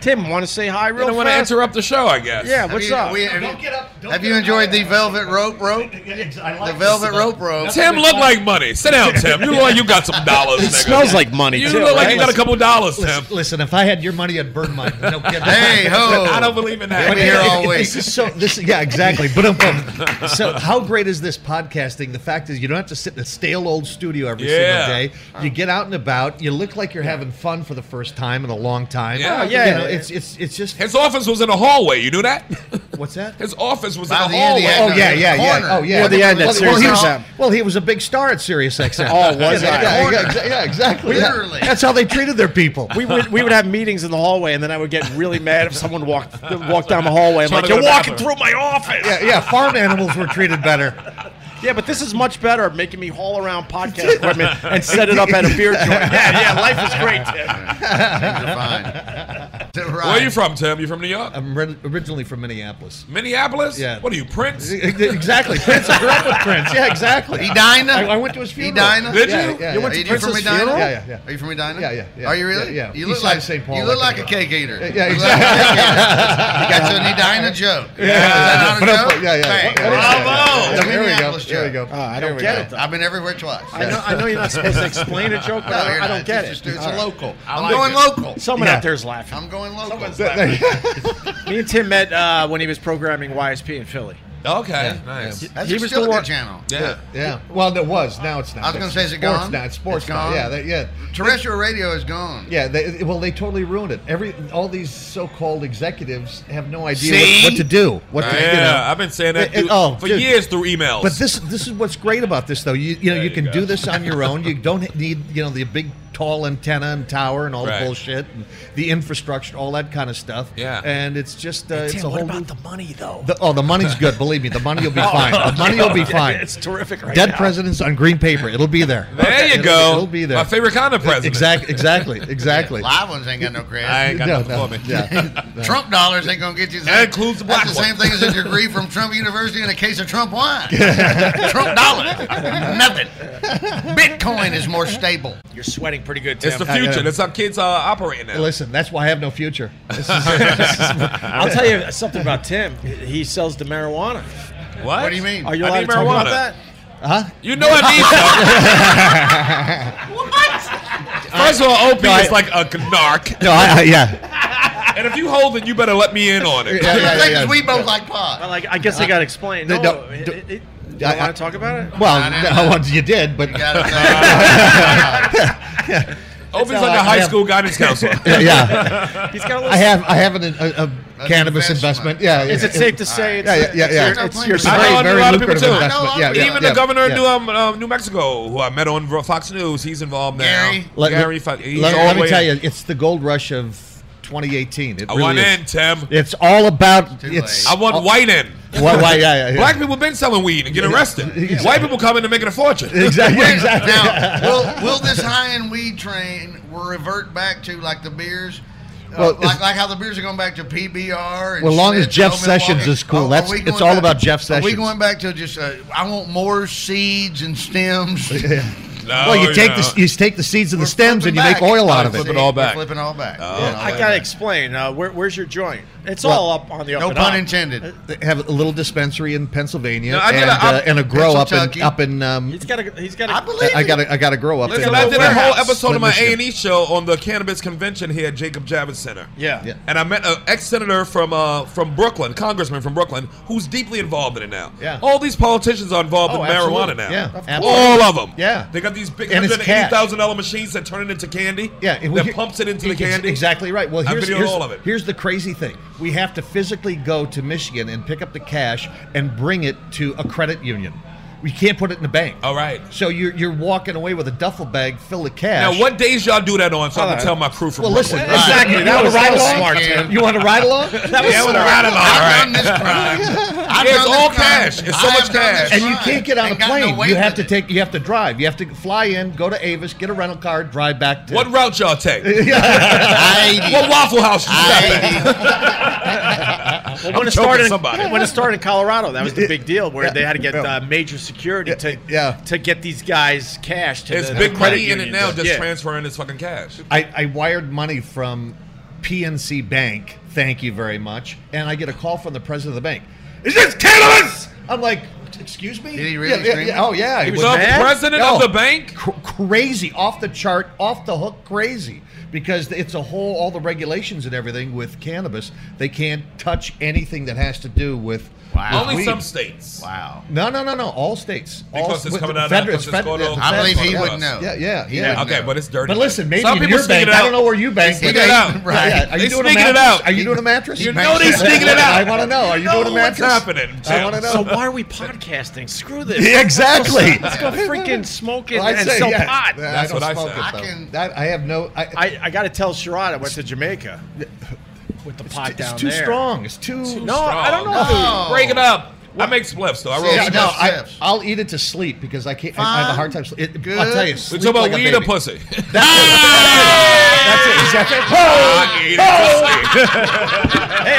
C: Tim, want to say hi real
F: They don't want to
C: fast?
F: interrupt the show, I guess.
C: Yeah,
E: Have
C: what's
E: you-
C: up?
E: we- have
J: Don't
E: you,
J: get up. Don't
E: have
J: get
E: you
J: up.
E: enjoyed the velvet rope rope?
J: I
E: The
J: like
E: velvet
J: this.
E: rope rope.
F: Tim look like money. Sit down, Tim. You look like you got some dollars.
C: It
F: nigga.
C: smells like money,
F: You
C: too,
F: look like
C: right?
F: you got a couple dollars, Tim.
J: Listen, listen, if I had your money, I'd burn mine. No kidding.
E: Hey ho!
F: I don't believe in that.
E: Let me hear all week.
J: This is so. This yeah, exactly. But um, so how great is this podcasting? The fact is, you don't have to sit in a stale old studio every
F: Yeah.
J: single day. You get out and about. You look like you're having fun for the first time in a long time.
F: Yeah. Oh,
J: You
C: yeah.
J: know, it's it's it's just
F: His office was in a hallway. You knew that?
J: what's that?
F: His office was
E: By
F: in
E: the
F: a
E: end, he
F: hallway.
E: had
J: Oh
E: no-
J: yeah, yeah, yeah.
E: corner.
J: Oh yeah.
C: Near the end at
J: well, well, he
C: Sirius
J: was-
C: XM.
J: well, he was a big star at Sirius XM.
C: Oh, was
J: yeah,
C: I?
J: yeah, yeah, exa- yeah, exactly. That-
E: Literally.
J: that's how they treated their people.
C: we would we would have meetings in the hallway, and then I would get really mad if someone walked walked down the hallway. I'm
F: Trying
C: like,
F: to go
C: you're
F: to the
C: walking
F: bathroom."
C: through my office.
J: yeah, yeah, farm animals were treated better.
C: Yeah, but this is much better, making me haul around podcast equipment and set it up at a beer joint. Yeah, yeah, life is great. Tim.
E: You're fine.
F: Where are you from, Tim? You from New York?
J: I'm ri- originally from Minneapolis.
F: Minneapolis?
J: Yeah.
F: What are you, Prince?
J: Exactly. Prince. I grew up with Prince. Yeah, exactly.
E: Edina?
J: I, I went to his funeral.
E: Edina?
F: Did
J: Yeah,
F: you?
J: yeah,
E: You
J: yeah.
E: went to
J: Are
E: Prince's
J: from Edina?
E: funeral?
J: Yeah, yeah, yeah.
E: Are you from Edina?
J: Yeah, yeah, yeah.
E: Are you really?
J: Yeah, yeah.
E: You
J: East
E: look
J: side
E: like
J: of St. Paul,
E: You look
J: I
E: like a
J: think.
E: cake eater.
J: Yeah,
E: You look
J: exactly.
E: like a cake eater. you got you an Edina joke. Yeah. Is that
J: But
E: not a
J: I'm-
E: joke?
J: yeah, yeah.
E: Bang.
J: What- what is
E: Bravo.
J: that?
E: It's a
J: There we go.
E: Minneapolis
J: There we go.
E: joke.
C: I
J: There
C: don't
J: we
C: get
J: go.
C: it. Though.
E: I've been everywhere twice.
C: I know, I know you're not supposed to explain a joke, but
E: No,
C: I
E: you're
C: don't, I
E: not.
C: don't get
E: It's
C: it.
E: just- It's a local.
F: like
E: I'm going
F: it.
E: local.
C: Someone
J: Yeah.
C: out there is laughing.
E: I'm going local.
C: Me and Tim met uh, when he was programming YSP in Philly.
F: Okay. Nice.
E: That's
C: He
E: a
C: was
E: still
C: the
E: a
C: one-
E: good channel.
F: Yeah.
J: Yeah. Well, it was. Now it's not.
E: I was gonna
J: It's
E: say, is it
J: sports
E: gone?
J: Now it's sports
E: It's
J: now.
E: gone?
J: Yeah. They, yeah.
E: Terrestrial radio is gone.
J: Yeah. They, well, they totally ruined it. Every all these so-called executives have no idea
E: See?
J: what, what to do. What
F: Yeah,
J: to, you know.
F: I've been saying that
J: It- it-
F: through-
J: oh,
F: for
J: dude.
F: years through emails.
J: But this this is what's great about this though. You you know you
F: you
J: can
F: go.
J: do this on your own. You don't need you know the big tall antenna and tower and all
F: Right.
J: the bullshit and the infrastructure, all that kind of stuff.
F: Yeah.
J: And it's just uh, it's a whole. new-
C: the money though?
J: the- oh, the money's good. Believe me, the money will be fine. The money will be fine.
C: Oh, It's terrific right
J: Dead
C: now.
J: presidents on green paper. It'll be there.
F: there you
J: It'll-
F: go.
J: It'll be there. E-
F: My favorite kind of president.
J: Exactly. Exactly. Exactly.
E: Live ones ain't got no credit.
F: I ain't got
J: No,
F: nothing
J: no,
F: for me.
J: yeah.
E: Trump dollars ain't gonna get you. the
F: That
E: same-
F: includes the black
E: That's the
F: one.
E: same thing as a degree from Trump University and a case of Trump wine. Trump dollars, nothing. Bitcoin is more stable.
C: You're sweating pretty good, Tim.
F: It's the future. That's how kids are operating now.
J: Listen, that's why I have no future. This is, this is
C: I'll tell you something about Tim. He sells the marijuana.
F: What?
E: What do you mean?
C: Are you
F: I
C: allowed to
F: need
C: talk about
F: marijuana.
C: that?
F: You know I need some. what? First of all, Opie
J: No, I-
F: is like a narc.
J: no, I, I, yeah.
F: And if you hold it, you better let me in on it.
E: Yeah, yeah, yeah, Things yeah. we both like pot.
C: Well, like, I guess I got to explain.
J: No,
C: No,
J: no,
C: it-
J: d-
C: it- it- you
J: I-
C: want
J: I-
C: to talk about it?
J: Well,
E: No, no,
J: I
E: no.
J: wanted you did, but
E: You gotta say-
F: Opie's
J: how
F: like
J: I-
F: a
J: I
F: high
J: am.
F: school guidance counselor.
J: yeah,
C: He's got a little.
J: I have I have an, a, a
E: An
J: cannabis investment.
E: investment.
J: Yeah,
C: is it safe to say?
J: Yeah, yeah,
C: it's-
J: yeah, yeah.
E: no
J: It's
E: point
J: your
E: in
F: I
E: Very,
F: know
J: very
F: a lot of people
J: lucrative
F: too.
J: investment.
E: No,
J: Yeah, yeah,
F: Even
J: yeah,
F: the governor of
J: yeah.
F: New, um, um, New Mexico, who I met on Fox News, he's involved now.
E: Gary.
J: Let-
F: Gary, fuck-
J: let,
F: he's
J: let
F: all the
J: me
F: way
J: tell
F: in.
J: you, it's the gold rush of 2018. It
F: I
J: really
F: want
J: is.
F: in, Tim.
J: It's all about
E: Too
J: it's.
F: I want white in.
J: Why? why yeah, yeah, yeah.
F: Black people been selling weed and getting arrested. White people coming and making a fortune.
J: Exactly. exactly.
E: now, will, will this high end weed train revert back to like the beers? Uh,
J: Well,
E: like,
J: it's-
E: like how the beers are going back to PBR. And
J: Well, as long
E: Smith
J: as Jeff
E: and Old Milwaukee.
J: Sessions is cool.
E: Are- are
J: That's-
E: we
J: it's
E: going
J: all about Jeff
E: Are we
J: Sessions.
E: going back to just uh, I want more seeds and stems?
J: well,
F: Oh,
J: you take the you take the seeds and the
E: We're
J: stems and
E: flipping
J: you
E: back.
J: make oil out of
F: Flip
J: it.
F: it all
E: We're
F: back.
E: Flipping all back.
F: Oh.
E: All
C: I
E: back.
C: gotta explain. Uh, where, where's your joint? It's
J: Well,
C: all up on the up
E: No
C: and
E: pun
C: up.
E: intended.
J: Uh, They have a little dispensary in Pennsylvania
F: No, I did
J: and,
F: a-
J: uh, and a grow up in
E: Kentucky.
J: up in. Um,
C: He's got a. He's got a.
E: I believe
J: I got I got to grow up.
F: Listen,
J: in,
F: I
J: uh,
F: did a whole
J: Flint,
F: episode of my A
J: Michigan.
F: and E show on the cannabis convention here at Jacob Javits Center.
C: Yeah.
J: Yeah.
F: And I met an ex-senator from uh, from Brooklyn, congressman from Brooklyn, who's deeply involved in it now.
J: Yeah.
F: All these politicians are involved
J: Oh,
F: in
J: absolutely.
F: marijuana now.
J: Yeah, Of course.
F: All of them.
J: Yeah.
F: They got these big
J: And it's
F: hundred eighty
J: cash.
F: thousand dollar machines that turn it into candy.
J: Yeah,
F: That
J: and we-
F: pumps it into the
J: Ex-
F: candy.
J: Exactly right. Well,
F: I've
J: here's,
F: videoed
J: here's,
F: all of it.
J: here's the crazy thing: we have to physically go to Michigan and pick up the cash and bring it to a credit union. We can't put it in the bank.
F: All right.
J: So you're you're walking away with a duffel bag filled with cash.
F: Now, what days y'all do that on? So I can
C: Alright.
F: tell my crew from
J: Well, listen.
F: Brooklyn.
J: Exactly. That was ride along.
E: smart, Tim.
J: You want to ride along? That was
F: Yeah, we're
J: smart.
F: riding along. All
E: I've
F: right.
E: done this crime. I've
F: It's
E: done this
F: all
E: crime.
F: cash. It's so
E: I have
F: much
E: done this
F: cash.
J: And you
E: crime.
J: can't get on a
E: Ain't got no
J: plane.
E: weight
J: you have to
E: with it.
J: take. You have to drive. You have to fly in, go to Avis, get a rental car, drive back to.
F: What route y'all take?
E: I
F: what Waffle House you stop at?
C: Well, when it
F: choking
C: started,
F: somebody.
C: when it started in Colorado, that was the big deal where they had to get
J: Yeah.
C: uh, major security to
J: yeah.
C: to get these guys cash to
F: It's
C: the,
F: big
C: the credit
F: money in it
C: unions.
F: now, just
C: yeah.
F: transferring this fucking cash.
J: I, I wired money from PNC Bank. Thank you very much. And I get a call from the president of the bank. Is this cannabis? I'm like, excuse me.
E: Did he really
J: Yeah, yeah,
E: scream
J: yeah,
E: that?
J: Oh yeah. He
F: The president of
J: No.
F: the bank?
J: Cr- crazy, off the chart, off the hook, crazy. Because it's a whole, all the regulations and everything with cannabis. They can't touch anything that has to do with. with
F: Only
J: weed.
F: some states.
J: Wow. No, no, no, no. All states. all,
F: Because it's
J: with-
F: coming out of
J: federal-
F: that
J: it's federal-
F: Pensacola-
J: yeah,
E: I believe he
J: federal-
E: would
J: yeah.
E: know.
J: Yeah, yeah,
E: He
J: yeah.
E: would
F: Okay,
E: know.
F: but it's dirty.
J: But listen, maybe
F: Some
J: in
F: people
J: your
F: sneak
J: bank,
F: it
J: I
F: out.
J: don't know where you bank.
E: They
J: but-
E: sneak it out. Right.
J: Yeah, Are
F: They
J: you doing a
F: sneaking it
J: mattress?
F: out.
J: Are you doing a mattress?
F: You know they sneaking it
J: I
F: out.
J: want to know. Are you
F: know
J: doing a
F: what's
J: mattress?
F: happening,
J: I want to
F: Jim.
J: know.
C: So why are we podcasting? Screw this.
J: Yeah, exactly.
C: Let's go freaking smoke it
J: Well, I
C: and
J: say,
C: sell
J: yeah.
C: pot.
J: Yeah,
F: That's
J: don't
F: what I
J: smoke
F: said.
J: it,
E: I
J: though.
E: can-
J: That- I have no. I, it's
C: I, I got to tell Sherrod I went to Jamaica with the pot
J: it's
C: down
J: too
C: there.
J: strong. It's too.
C: No, I don't know.
E: No.
F: Break it up. I make spliffs, though. I roll
E: Yeah,
J: Yeah,
E: it's
F: spliffs.
J: no,
E: just
J: I,
E: chips.
J: I'll eat it to sleep because I can't. I, I have a hard time. sle- It,
E: Good.
J: I'll tell you.
F: We
J: sleep
F: talk about
J: like a
F: weed or
J: baby.
F: pussy. Oh,
J: That's it. That's it. Exactly.
F: I eat it pussy.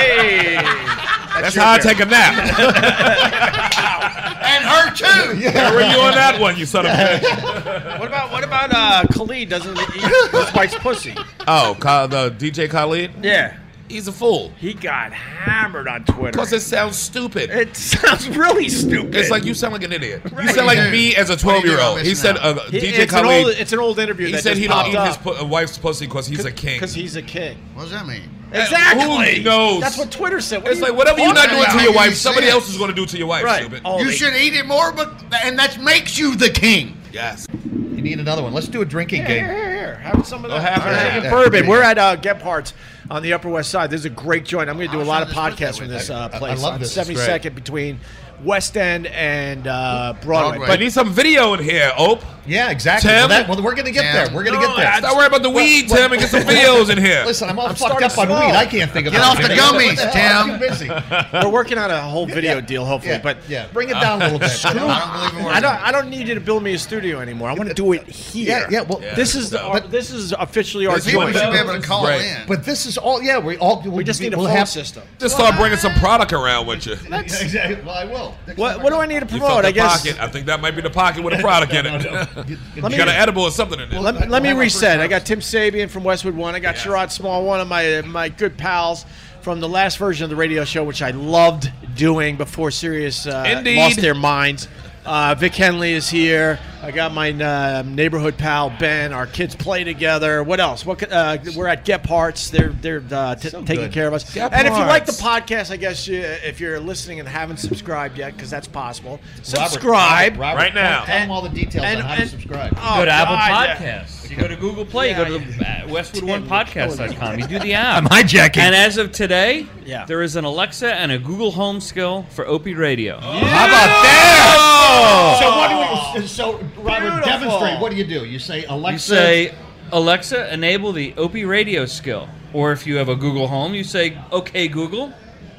C: Hey,
F: That's how I take a nap.
E: and her too.
F: Where were you on that one, you son of a bitch?
C: what about what about uh, Khalid doesn't eat his wife's pussy?
F: Oh, Ka- the DJ Khalid?
C: Yeah,
F: He's a fool.
C: he got hammered on Twitter.
F: Because it sounds stupid.
C: It sounds really stupid.
F: It's like you sound like an idiot. You
C: Right.
F: sound like
E: Dude,
F: me as a
E: what are you
F: 12 year old.
E: doing
F: He said
E: missing
F: uh,
C: He-
F: DJ
C: it's, an old,
F: Khalid.
C: it's an old interview.
F: He
C: that
F: said
C: just
F: he don't
C: popped
F: eat his
C: up.
F: pu- uh, wife's pussy because he's a king.
C: because he's a king.
E: What does that mean?
C: Exactly.
F: Who knows?
C: That's what Twitter said. What
F: It's
C: are you
F: like whatever you're not
E: talking
F: doing
E: about?
F: to your
E: Making
F: wife,
E: sense.
F: somebody else is going to do to your wife.
C: Right.
F: Stupid.
C: Oh,
E: You
C: they-
E: should eat it more, but and that makes you the king.
F: Yes.
J: You need another one. Let's do a drinking
C: Here,
J: game.
C: here, here. Have some of that.
F: have
C: I'm
F: it.
C: drinking
J: Yeah.
C: bourbon. We're at uh, Gephart's on the Upper West Side. This is a great joint. I'm going to do a
F: Oh,
E: I'll
C: lot
E: try
C: of podcasts
E: this with that
C: from
E: way.
C: this
J: I-
C: uh,
J: I- I
C: place
J: love
C: on
J: this. It's
C: 72nd between West End and uh, Broadway.
E: Broadway.
F: But I need some video in here, Ope.
J: Yeah, exactly.
F: Tim?
J: Well, that, well, we're gonna get
E: Tim?
J: there. We're gonna
F: No,
J: get there.
F: Stop worrying about the weed,
J: what-
F: Tim, and get some videos in here.
J: Listen, I'm all fucked
C: starting
J: up on
C: slow.
J: weed. I can't think of
E: Get off the gummies,
J: I'm
E: Tim.
J: too busy.
C: But We're working on a whole video deal, hopefully.
J: Yeah,
C: but uh,
J: yeah, bring it down a little bit.
E: I don't believe in words.
C: I don't. I don't need you to build me a studio anymore. I want to do it here.
J: Yeah, yeah, well-
F: Yeah,
C: this is
F: so-
C: our, this is officially our
F: This is
E: People
C: joint.
F: what-
E: should be able to call
F: Right.
E: in.
J: But this is all. Yeah, we all. We'll
C: We just need a
J: we'll
C: phone
J: have-
C: system.
F: Just start bringing some product around with you.
J: Yeah, Exactly. Well, I will. Next
C: What,
J: time
C: what do
J: go-
C: I need to
F: You
C: promote?
F: felt the
C: I guess
F: pocket. I think that might be the pocket with a product in it.
C: Let
F: you
C: me-
F: got an edible or something in it.
C: Let, let me
J: We'll have our
C: reset.
J: first
C: I got Tim Sabian from Westwood One. I got
F: Yes.
C: Sherrod Small, one of my my good pals from the last version of the radio show, which I loved doing before Sirius uh,
F: Indeed.
C: lost their minds. Uh, Vic Henley is here. I got my uh, neighborhood pal Ben. Our kids play together. What else? What? could- Uh, we're at Gephart's. They're they're uh, t- taking care of us. And if you like the podcast, I guess you, if you're listening and haven't subscribed yet, because that's possible, subscribe.
J: Robert,
F: Right now.
J: Tell them all the details
C: And-
J: on how to
C: and-
J: subscribe.
C: Oh,
K: go to Apple
C: God, yeah.
K: Podcasts. You go to Google Play.
C: Yeah,
K: you go to the uh, Westwood1podcast.com. You do the
I: I'm
K: app.
I: hijacking.
K: And as of today,
C: Yeah.
K: there is an Alexa and a Google Home skill for Opie Radio.
F: Oh!
I: How about that?
J: So what do we? So Robert,
C: Beautiful.
J: demonstrate. What do you do? You say Alexa.
K: You say, Alexa, enable the Opie Radio skill. Or if you have a Google Home, you say, okay, Google,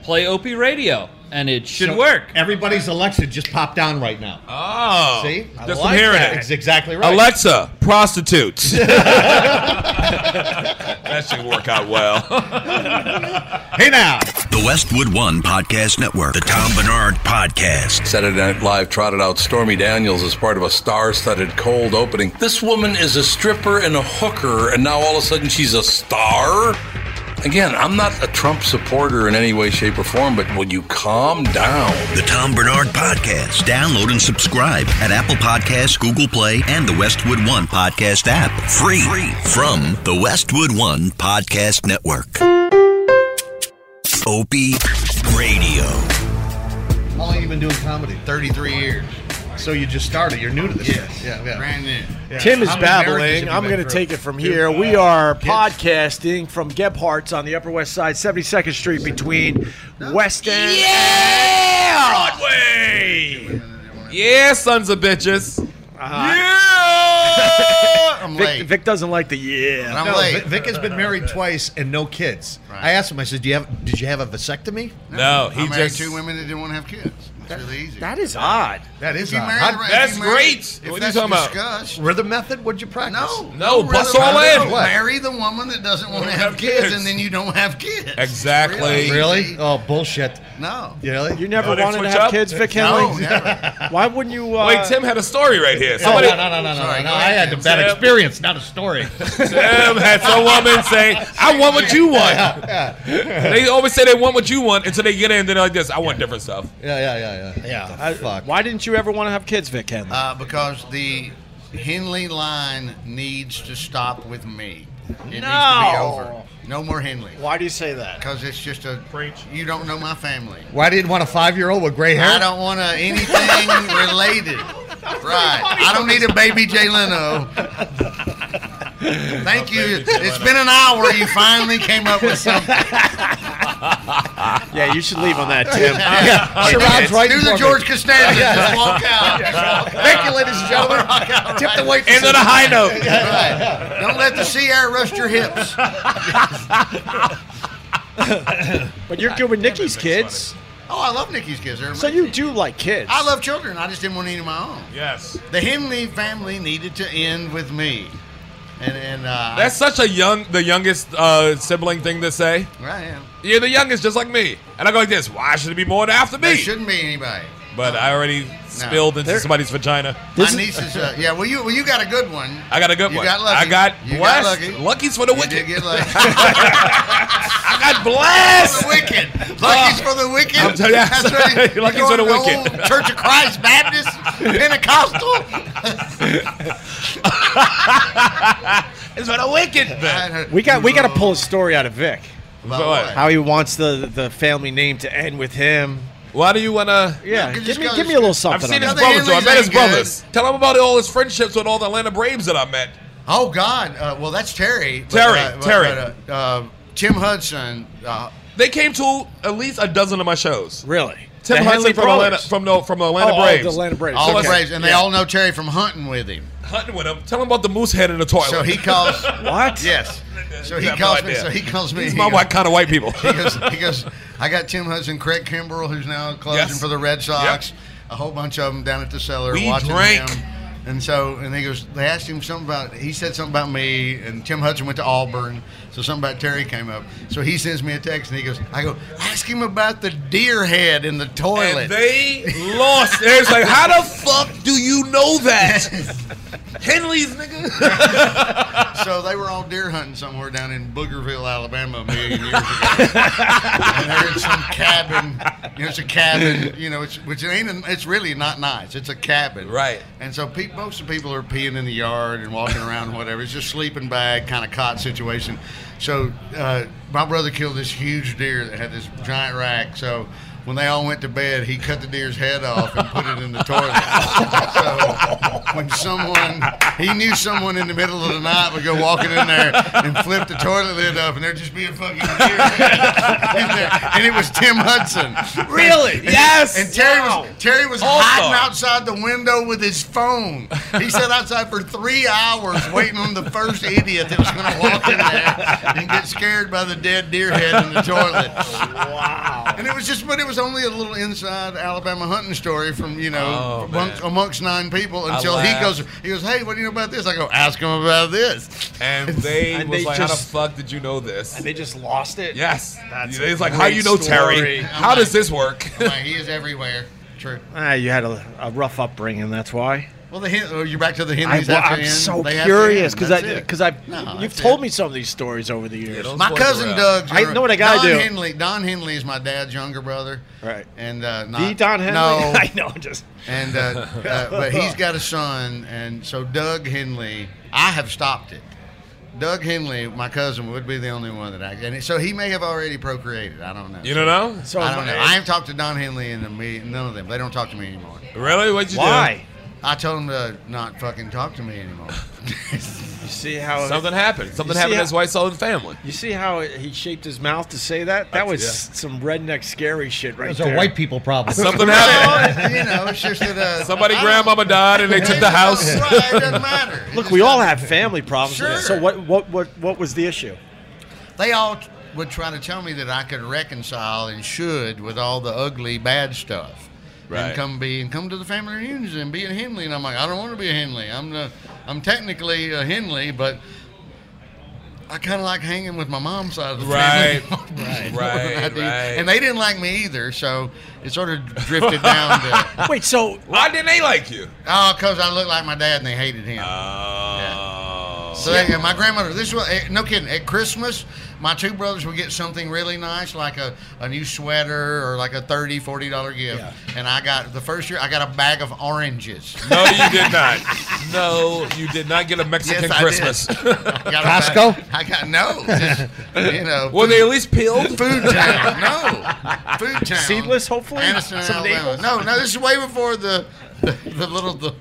K: play Opie Radio. And it should
J: So
K: work.
J: Everybody's Alexa just popped down right now.
F: Oh.
J: See? I
F: Just from
J: like
F: hearing
J: that.
F: it.
J: It's exactly right.
F: Alexa, prostitutes. that should work out well.
J: Hey now.
L: The Westwood One Podcast Network. The Tom Bernard Podcast.
M: Saturday Night Live trotted out Stormy Daniels as part of a star studded cold opening. This woman is a stripper and a hooker, and now all of a sudden she's a star? Again, I'm not a Trump supporter in any way, shape, or form, but will you calm down?
L: The Tom Bernard Podcast. Download and subscribe at Apple Podcasts, Google Play, and the Westwood One Podcast app. Free, Free. from the Westwood One Podcast Network. Opie Radio.
J: How long you been doing comedy?
E: 33 years.
J: So you just started. You're new to this.
E: Yes.
J: Yeah. yeah.
E: Brand new.
J: Yeah.
C: Tim is
J: How many marriages
C: babbling.
J: have
C: I'm
J: you
C: going
J: been
C: to
J: through?
C: take it from here.
F: uh,
C: We are podcasting from Gebhardt's on the Upper West Side, 72nd Street between West End. Yeah!
F: Broadway. Yeah, sons of bitches.
C: Uh-huh.
E: I'm
C: Vic,
E: late.
C: Vic doesn't like the yeah.
E: I'm
J: No,
E: late.
J: Vic, Vic has been married twice and no kids.
E: Right.
J: I asked him. I said, "Do you have? Did you have a vasectomy?"
F: No, he
E: I married
F: just-
E: two women that didn't want to have kids. It's really easy.
C: That is odd.
J: That
E: If
J: is
E: you
J: odd.
E: married
J: How-
E: the right- if
F: That's
E: you married-
F: great.
E: If
F: What are you
E: that's
F: talking about?
E: discussed,
J: rhythm method? Would you practice?
E: No,
F: No, bust
E: rhythm
F: all
E: method.
F: in.
J: What?
E: Marry the woman that doesn't want to
F: have
E: have kids,
F: kids.
E: and then you don't have kids.
F: Exactly.
J: Really? Oh, bullshit.
E: No.
J: Really?
C: You never
F: No, they
C: wanted to
F: switch
C: have
F: up?
C: kids, Vic
E: No,
C: Henley?
E: never.
C: Why wouldn't you? Uh,
F: Wait, Tim had a story right here.
J: Oh, no,
F: Somebody,
J: no, no, no, no,
E: Sorry,
J: no,
E: go
J: I
E: ahead,
J: had the
E: Tim.
J: bad
F: Tim.
J: experience, not a story.
F: Tim had some woman say, I want what you want. They always say they want what you want until they get in, then they're like this, I want different stuff.
J: Yeah, yeah, yeah, yeah. Yeah.
C: I-
J: fuck.
C: Why didn't you ever want to have kids, Vic Henley?
E: Uh, because the Henley line needs to stop with me. It
C: No.
E: needs to be over. No more Henley.
C: Why do you say that?
E: Because it's just a You don't know my family.
J: Why didn't want a five-year-old with gray hair?
E: I don't want to anything related. Right. I don't need a baby Jay Leno. Thank you. It's been an hour. You finally came up with something.
C: Yeah, you should leave on that, Tim.
J: Sherrod's right
E: Do
J: for
E: the
J: me.
E: George Costanza. Just walk out.
J: Thank you, ladies and gentlemen. Tip the waitress.
F: End of the high note.
E: Right. Don't let the sea air rust your hips.
C: But you're good with Nikki's kids,
E: Oh, I love Nikki's kids. They're
C: so
E: amazing.
C: you do like kids.
E: I love children. I just didn't want any of my own.
F: Yes.
E: The Henley family needed to end with me. And, and uh,
F: That's such a young, the youngest uh, sibling thing to say.
E: I, I am.
F: You're the youngest, just like me. And I go like this, why should it be more after
E: There
F: me?
E: shouldn't be anybody.
F: But I already spilled into somebody's vagina.
C: This is-
E: my niece is. Uh, yeah, well, you well, you got a good one.
F: I got a good
E: you
F: one.
E: Got lucky.
F: I got
E: you
F: blessed.
E: Got lucky.
F: Lucky's for the
E: You
F: wicked.
E: did get lucky. for
F: I got
E: the
F: blessed.
E: wicked. Lucky's for the wicked.
F: I'm telling you,
E: That's
F: sorry.
E: right. You
F: Lucky's for the
E: going to
F: wicked.
E: old Church of Christ Baptist Pentecostal.
F: It's for the wicked. man.
C: We got we got to pull a story out of Vic.
F: But
C: How he wants the the family name to end with him.
F: Why do you wanna?
C: Yeah,
E: No,
C: give
E: just
C: me
E: go-
C: give me a
E: just
C: little
F: I've
C: something.
F: seen
C: on
F: his
E: Other
C: that.
F: brothers. though. I
E: Henleys
F: met his
E: ain't
F: brothers. Tell him about all his friendships with all the Atlanta Braves that I met.
E: Oh God! Uh, well, that's Terry. But,
F: Terry,
E: uh, but,
F: Terry.
E: But, uh, uh, Tim Hudson. Uh,
F: They came to at least a dozen of my shows.
C: Really?
F: Tim
C: The
F: Hudson
C: Henley
F: from
C: brothers.
F: Atlanta, from the from the Atlanta
C: Oh, oh,
F: Braves.
C: the Atlanta Braves.
E: all
C: Okay.
E: the Braves, and they all know Terry from hunting with him.
F: Hunting with him. Tell him about the moose head in the toilet.
E: So he calls.
C: What?
E: yes. So he
F: You have no
E: calls me.
F: idea.
E: So he calls me.
F: He's
E: he
F: my
E: goes-
F: white kind of white people.
E: He goes, he goes, I got Tim Hudson, Craig Kimbrell, who's now closing
F: Yes.
E: for the Red Sox,
F: Yep.
E: a whole bunch of them down at the cellar
F: We
E: watching
F: drank.
E: him. And so, and he goes, they asked him something about, he said something about me, and Tim Hudson went to Auburn, so something about Terry came up. So he sends me a text, and he goes, I go, ask him about the deer head in the toilet.
F: and they lost. It's like, how the fuck do you know that? Henley's nigga.
E: so they were all deer hunting somewhere down in Boogerville, Alabama, a million years ago. and they're in some cabin. You know, it's a cabin. You know, it's which it ain't. an- It's really not nice. It's a cabin, right? And so pe- most of the people are peeing in the yard and walking around, and whatever. It's just sleeping bag kind of cot situation. So uh, my brother killed this huge deer that had this giant rack. So. When they all went to bed, he cut the deer's head off and put it in the toilet. So when someone, he knew someone in the middle of the night would go walking in there and flip the toilet lid up, and there'd just be a fucking deer in there. And it was Tim Hudson.
C: Really?
E: And-
C: Yes.
E: And Terry
C: Wow.
E: was Terry was
C: Awesome.
E: hiding outside the window with his phone. He sat outside for three hours waiting on the first idiot that was going to walk in there and get scared by the dead deer head in the toilet. Wow. And it was just, but it was only a little inside Alabama hunting story from you know
F: Oh,
E: amongst, amongst nine people
F: I
E: until he
F: laugh.
E: goes, he goes, hey, what do you know about this? I go, ask him about this.
F: And they
E: And
F: was
E: they
F: like,
E: just-
F: how the fuck did you know this? And
C: they just lost it.
F: Yes.
C: That's
F: They
C: a
F: was like, how do
C: great
F: you know
C: story.
F: Terry? How does this work?
E: I'm like, he is everywhere. True.
C: Ah, you had a, a rough upbringing. That's why.
E: Well, the Hen- oh, you're back to the
C: I,
E: Henrys. after
C: am
E: Hen-
C: so
E: they after
C: curious
E: Hen,
C: because
E: that's
C: I
E: it.
C: because I've
E: No,
C: you've
E: that's
C: told me some of these stories over the years.
E: My cousin Doug.
C: I know what I gotta
E: Don
C: do.
E: Henley. Don Henley is my dad's younger brother. Right. And uh, not
C: The Don Henley?
E: No,
C: I know, just-
E: And uh, uh, but he's got a son, and so Doug Henley. I have stopped it. Doug Henley, my cousin, would be the only one that I. And so he may have already procreated. I don't know.
F: You don't know?
E: So I don't know. I haven't talked to Don Henley and me. None of them. They don't talk to me anymore.
F: Really? What'd you do? Why?
E: I told them to not fucking talk to me anymore. you
C: see how
F: Something happened. Something happened. That's why it's all in family.
C: You see how it- he shaped his mouth to say that? That was some redneck scary shit right
J: Those
C: there.
J: are white people problems.
F: Something happened.
E: you know, it's just that uh,
F: Somebody grandmama died and they took the house.
C: Look, we all have family problems.
E: Sure.
C: So what what what what was the issue?
E: they all t- would try to tell me that I could reconcile and should with all the ugly bad stuff.
F: Right.
E: And come be and come to the family reunions and be a Henley and I'm like I don't want to be a Henley. I'm the I'm technically a Henley, but I kind of like hanging with my mom's side of the
F: Right.
E: family.
F: Right.
E: I
F: Right,
E: do.
F: right.
E: And they didn't like me either, so it sort of drifted down to.
C: Wait, so
F: why didn't they like you?
E: Oh, because I looked like my dad and they hated him. So there you go. my grandmother, this was eh, no kidding. At Christmas, my two brothers would get something really nice, like a, a new sweater or like a $30, $40 dollar gift. And I got the first year, I got a bag of oranges.
F: No, you did not. No, you did not get a Mexican
E: Yes, I did.
F: Christmas.
E: I got a bag- I got no. Just, you know,
F: Were they at least peeled?
E: Food town. No. Food town.
C: Seedless, hopefully?
E: Anniston,
C: Some
E: Alabama.
C: bagels?
E: No, no, this is way before the the, the little the,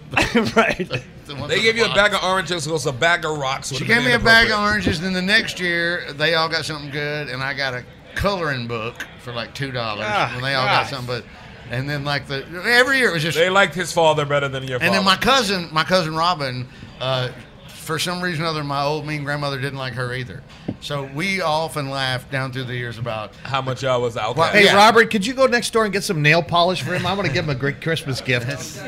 C: right.
F: They gave you a bag of oranges, so it's a bag of rocks.
E: She gave me a bag of oranges, and the next year they all got something good, and I got a coloring book for like two dollars,
F: Ah,
E: and they all got
F: nice.
E: something. But and then like the every year it was just.
F: They liked his father better than your
E: and
F: father.
E: then my cousin, my cousin Robin, uh, for some reason or other, my old mean grandmother didn't like her either. So we often laughed down through the years about
F: how much I was out.
J: Hey, Robert, could you go next door and get some nail polish for him? I'm going to give him a great Christmas gift.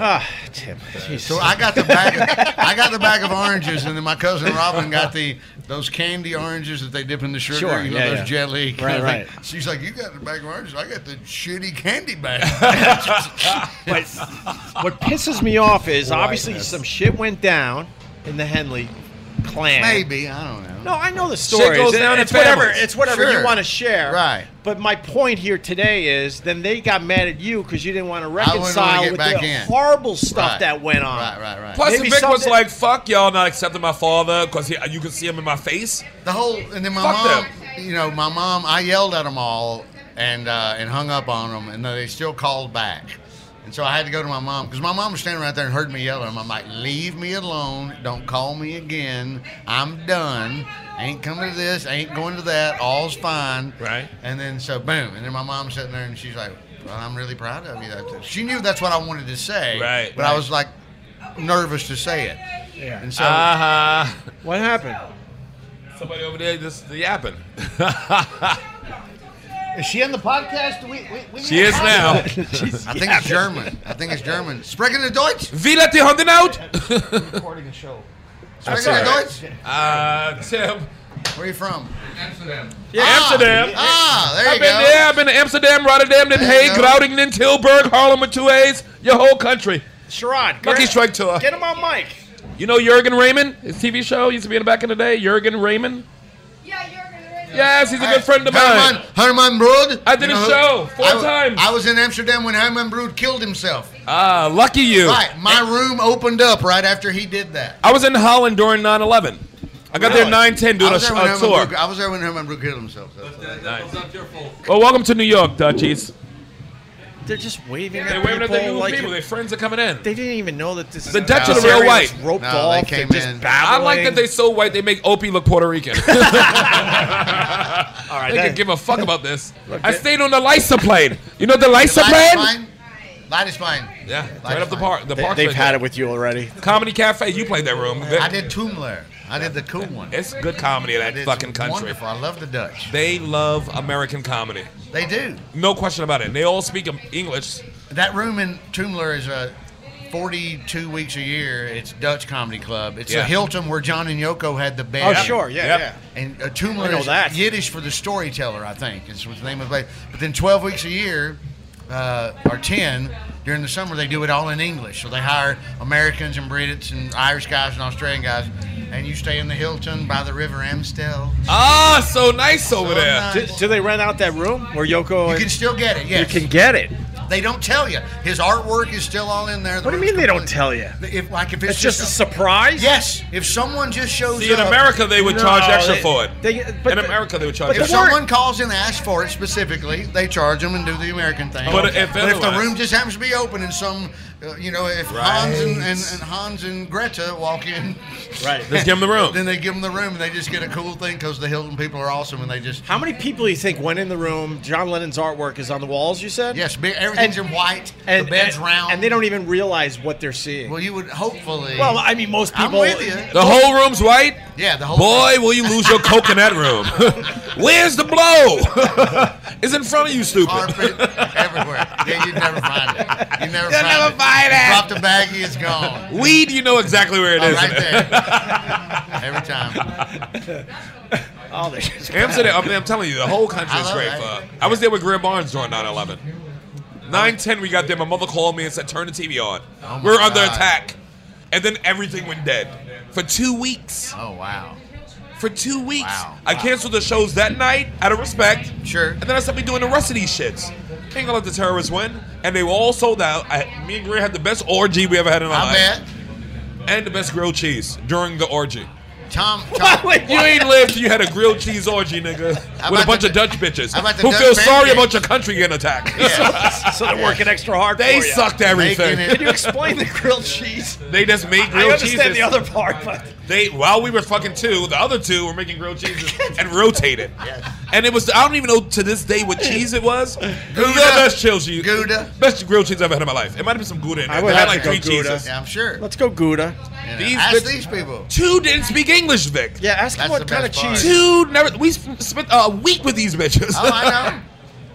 C: ah, Tim.
E: So I got the bag. Of, I got the bag of oranges, and then my cousin Robin got the those candy oranges that they dip in the sugar.
C: Sure,
E: you know,
C: yeah,
E: those
C: yeah.
E: jelly. kind
C: Right,
E: of thing.
C: right.
E: She's like, "You got the bag of oranges. I got the shitty candy bag."
C: But what pisses me off is obviously
E: Whiteness.
C: some shit went down in the Henley clan.
E: Maybe I don't know.
C: No, I know the
E: Shit
C: story.
E: goes down in
C: it's whatever.
E: families.
C: It's whatever
E: Sure.
C: you want to share.
E: Right.
C: But my point here today is, then they got mad at you because you didn't want to
E: wouldn't wanna
C: reconcile
E: get
C: with
E: back
C: the
E: in.
C: horrible stuff
E: Right.
C: that went on.
E: Right, right, right.
F: Plus,
C: Maybe
F: the Vic was
C: something-
F: like, "Fuck y'all, not accepting my father because you can see him in my face."
E: The whole and then my
F: Fuck
E: mom.
F: them.
E: You know, my mom. I yelled at them all and uh, and hung up on them, and they still called back. And so I had to go to my mom because my mom was standing right there and heard me yell at them. I'm like, "Leave me alone! Don't call me again. I'm done. Ain't coming to this. Ain't going to that. All's fine." Right. And then so boom, and then my mom's sitting there and she's like, well, "I'm really proud of you." That's- She knew that's what I wanted to say.
F: Right.
E: But I was like nervous to say it.
C: Yeah.
E: And so
F: Uh-huh.
C: What happened?
F: Somebody over there just yapping.
J: Is she on the podcast? We, we, we
F: She is now.
E: I think it's German. I think it's German. Sprechen Sie Deutsch?
F: Wie lädt die Hunde out?
J: Recording a show.
E: Sprechen
F: all
E: Sie
F: right.
E: Deutsch?
F: Uh, Tim.
E: Where are you from?
F: Amsterdam.
E: Yeah,
F: Amsterdam.
E: Ah, there you
F: I've been
E: go.
F: there. I've been to Amsterdam, Rotterdam, then Hague,
E: go.
F: Groningen, then Tilburg, Harlem with two A's. Your whole country.
C: Sherrod,
F: Lucky
C: grab-
F: Strike Tour.
C: Get him on mic.
F: You know Jurgen Raymond? His TV show used to be in the back in the day. Jurgen Raymond. Yes, he's a good friend of mine.
E: Herman, Herman Brood.
F: I did
E: You
F: a
E: know who-
F: show four
E: I w-
F: times.
E: I was in Amsterdam when Herman Brood killed himself.
F: Ah, lucky you.
E: Right, my room opened up right after he did that.
F: I was in Holland during 9/11. I got there 9/10 doing
E: I
F: a,
E: was
F: sh-
E: there when
F: a
E: Herman
F: tour.
E: Brood- I was there when Herman Brood killed himself. so-
F: Well, welcome to New York, Dutchies.
C: They're just waving
F: They're
C: at
F: waving at
C: people.
F: their new
C: like
F: people. Their friends are coming in.
C: They didn't even know that this is
F: The Dutch
C: this
F: are the real
C: area
F: white.
C: was Roped off. They just
F: I like that
C: babbling.
F: they so white they make Opie look Puerto Rican. All right, they
E: then.
F: can give a fuck about this.
E: Look,
F: I
E: that-
F: stayed on the Lysa plane. You know the Lysa
E: Light is
F: plane?
E: fine. Light is fine.
F: Yeah,
E: Light
F: right
E: is
F: up the
E: fine.
F: park. The
E: They-
F: park.
E: they've had
C: it with you already.
F: Comedy Cafe. You played that room.
E: I did Tomb Lair. I did the cool one.
F: It's good comedy in that
E: It's
F: fucking country.
E: Wonderful. I love the Dutch.
F: They love American comedy.
E: They do.
F: No question about it. They all speak um, English.
E: That room in Toomler is uh, 42 weeks a year. It's Dutch Comedy Club. It's
F: Yeah.
E: a Hilton where John and Yoko had the band.
C: Oh, sure. Yeah, Yep. yeah.
E: And uh,
C: I know
E: Toomler is
C: that.
E: Yiddish for the storyteller, I think, is what the name of the place. But then 12 weeks a year, uh, or 10, during the summer, they do it all in English. So they hire Americans and Brits and Irish guys and Australian guys. And you stay in the Hilton by the River Amstel.
F: Ah, so nice over there.
E: nice.
C: Do, do they rent out that room where Yoko?
E: You can still get it, yes.
C: You can get it.
E: They don't tell you. His artwork is still all in there. The
C: What do you
E: room's
C: mean they don't
E: completely-
C: tell you?
E: If like if it's,
C: It's just a surprise.
E: Yes, if someone just shows
F: See, in
E: up.
F: America, they would charge
C: No,
F: extra
C: they-
F: for it.
C: they- but
F: in
C: the-
F: America, they would charge
E: If
F: extra.
E: someone calls and asks for it specifically, they charge them and do the American thing.
F: But if
E: the
F: otherwise-
E: room just happens to be open and some, uh, you know, if Hans and, and, and Hans and Greta walk in,
C: Right.
F: Let's give 'em the room.
E: Then they give them the room and they just get a cool thing because the Hilton people are awesome and they just
C: How many people do you think went in the room? John Lennon's artwork is on the walls. You said
E: yes, be- everything's in white,
C: and,
E: the bed's
C: and-
E: round.
C: and they don't even realize what they're seeing.
E: well, you would hopefully.
C: Well, I mean, most
E: I'm
C: people.
E: with you.
F: The whole room's white.
E: Yeah, the whole
F: Boy,
E: room.
F: will you lose your coke in that room? Where's the blow? it's in front of you, stupid.
E: carpet everywhere. Yeah, you'd never find it. You never
F: You'll
E: find
F: never
E: it.
F: find it.
E: Drop the baggie, it's gone.
F: Weed, you know exactly where it
E: Oh,
F: is.
E: right there. Every time.
C: Oh, they're just
F: Amsterdam, I'm, I'm telling you, the whole country
E: I
F: is
E: love
F: great.
E: it.
F: For, I was there with Greer Barnes during 9 11. 9 10, we got there. My mother called me and said, Turn the TV on.
E: Oh my
F: We're under
E: God.
F: attack. And then everything went dead for two weeks.
E: Oh wow.
F: For two weeks.
E: Wow.
F: I canceled the shows that night out of respect.
E: Sure.
F: And then I said, we doing the rest of these shits. Ain't gonna let the terrorists win. And they were all sold out. I, me and Greer had the best orgy we ever had in our
E: I
F: life.
E: bet.
F: And the best grilled cheese during the orgy.
E: Tom, Tom
F: You ain't lived, you had a grilled cheese orgy, nigga. With a
E: about
F: bunch
E: the-
F: of Dutch bitches
E: how about the
F: who
E: Dutch
F: feel sorry
E: pancakes?
F: about your country getting attacked.
C: so they're working extra hard.
F: they
C: for you.
F: sucked
E: making
F: everything.
E: it.
C: Can you explain the grilled cheese?
F: They just made
C: I
F: grilled
C: understand
F: cheeses.
C: the other part, but
F: They while we were fucking two, the other two were making grilled cheeses and rotated. And it was I don't even know to this day what cheese it was. It was the
E: Gouda.
F: best grilled cheese.
E: Gouda.
F: Best grilled cheese I've ever had in my life. It might have been some Gouda in there.
C: I would
F: They
C: have
F: had like
C: to
F: three
C: go Gouda.
F: cheeses.
E: Yeah, I'm sure.
C: let's go Gouda.
E: You know,
F: These
E: ask
F: bits-
E: these people.
F: Two didn't speak English, Vic.
C: Yeah, ask
E: That's
C: them what
E: the
C: kind of
E: best part.
C: cheese.
F: Two never. We sp- spent a week with these bitches.
E: Oh, I know.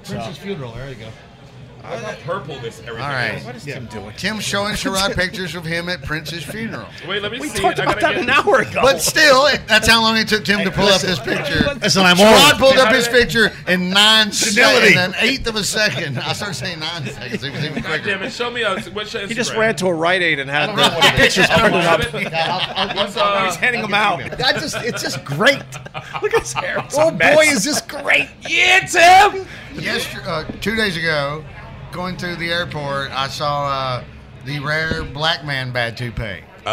J: Prince's funeral. There you go.
F: purple this everything.
E: All right.
C: What is Tim doing?
E: Tim's showing Sherrod pictures of him at Prince's funeral.
F: Wait, let me
C: We talked about that an hour ago.
E: But still, it, that's how long it took Tim to pull up this picture.
J: Listen, I'm
E: Sherrod
J: old.
E: pulled up his picture in nine
J: Senility.
E: seconds, an eighth of a second. I started saying nine seconds. It was even quicker.
F: Damn it! Show me a, what's your
C: he just
F: Instagram?
C: ran to a Rite Aid and had the pictures
E: I don't
C: printed
E: know
C: up.
E: what it is.
F: What's, uh,
C: He's handing them out.
J: I just, it's just great.
C: Look at his hair. It's a
J: Oh
C: mess.
J: boy, is this great!
F: yeah, Tim.
E: Yesterday, uh, two days ago, going through the airport, I saw uh, the rare black man bad toupee.
F: Oh.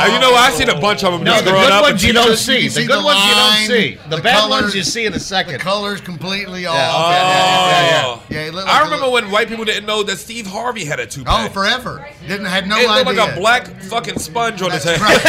J: Oh,
F: you know, I've seen a bunch of them
J: no,
F: just
J: the
F: growing
J: good
F: up.
J: ones you don't
E: you
J: see.
E: can
J: The
E: see
J: good
E: the
J: ones you don't
E: line,
J: see. The
E: the
J: bad
E: colors.
J: ones you see in a
E: The
J: second.
E: colors completely off.
F: Oh.
E: Yeah, yeah, yeah, yeah. Yeah, he looked like
F: I
E: a
F: remember
E: little-
F: when white people didn't know that Steve Harvey had a toupee.
E: Oh, forever. Didn't had no
F: it
E: idea.
F: looked like a black fucking sponge on his
E: That's
F: head.
E: right.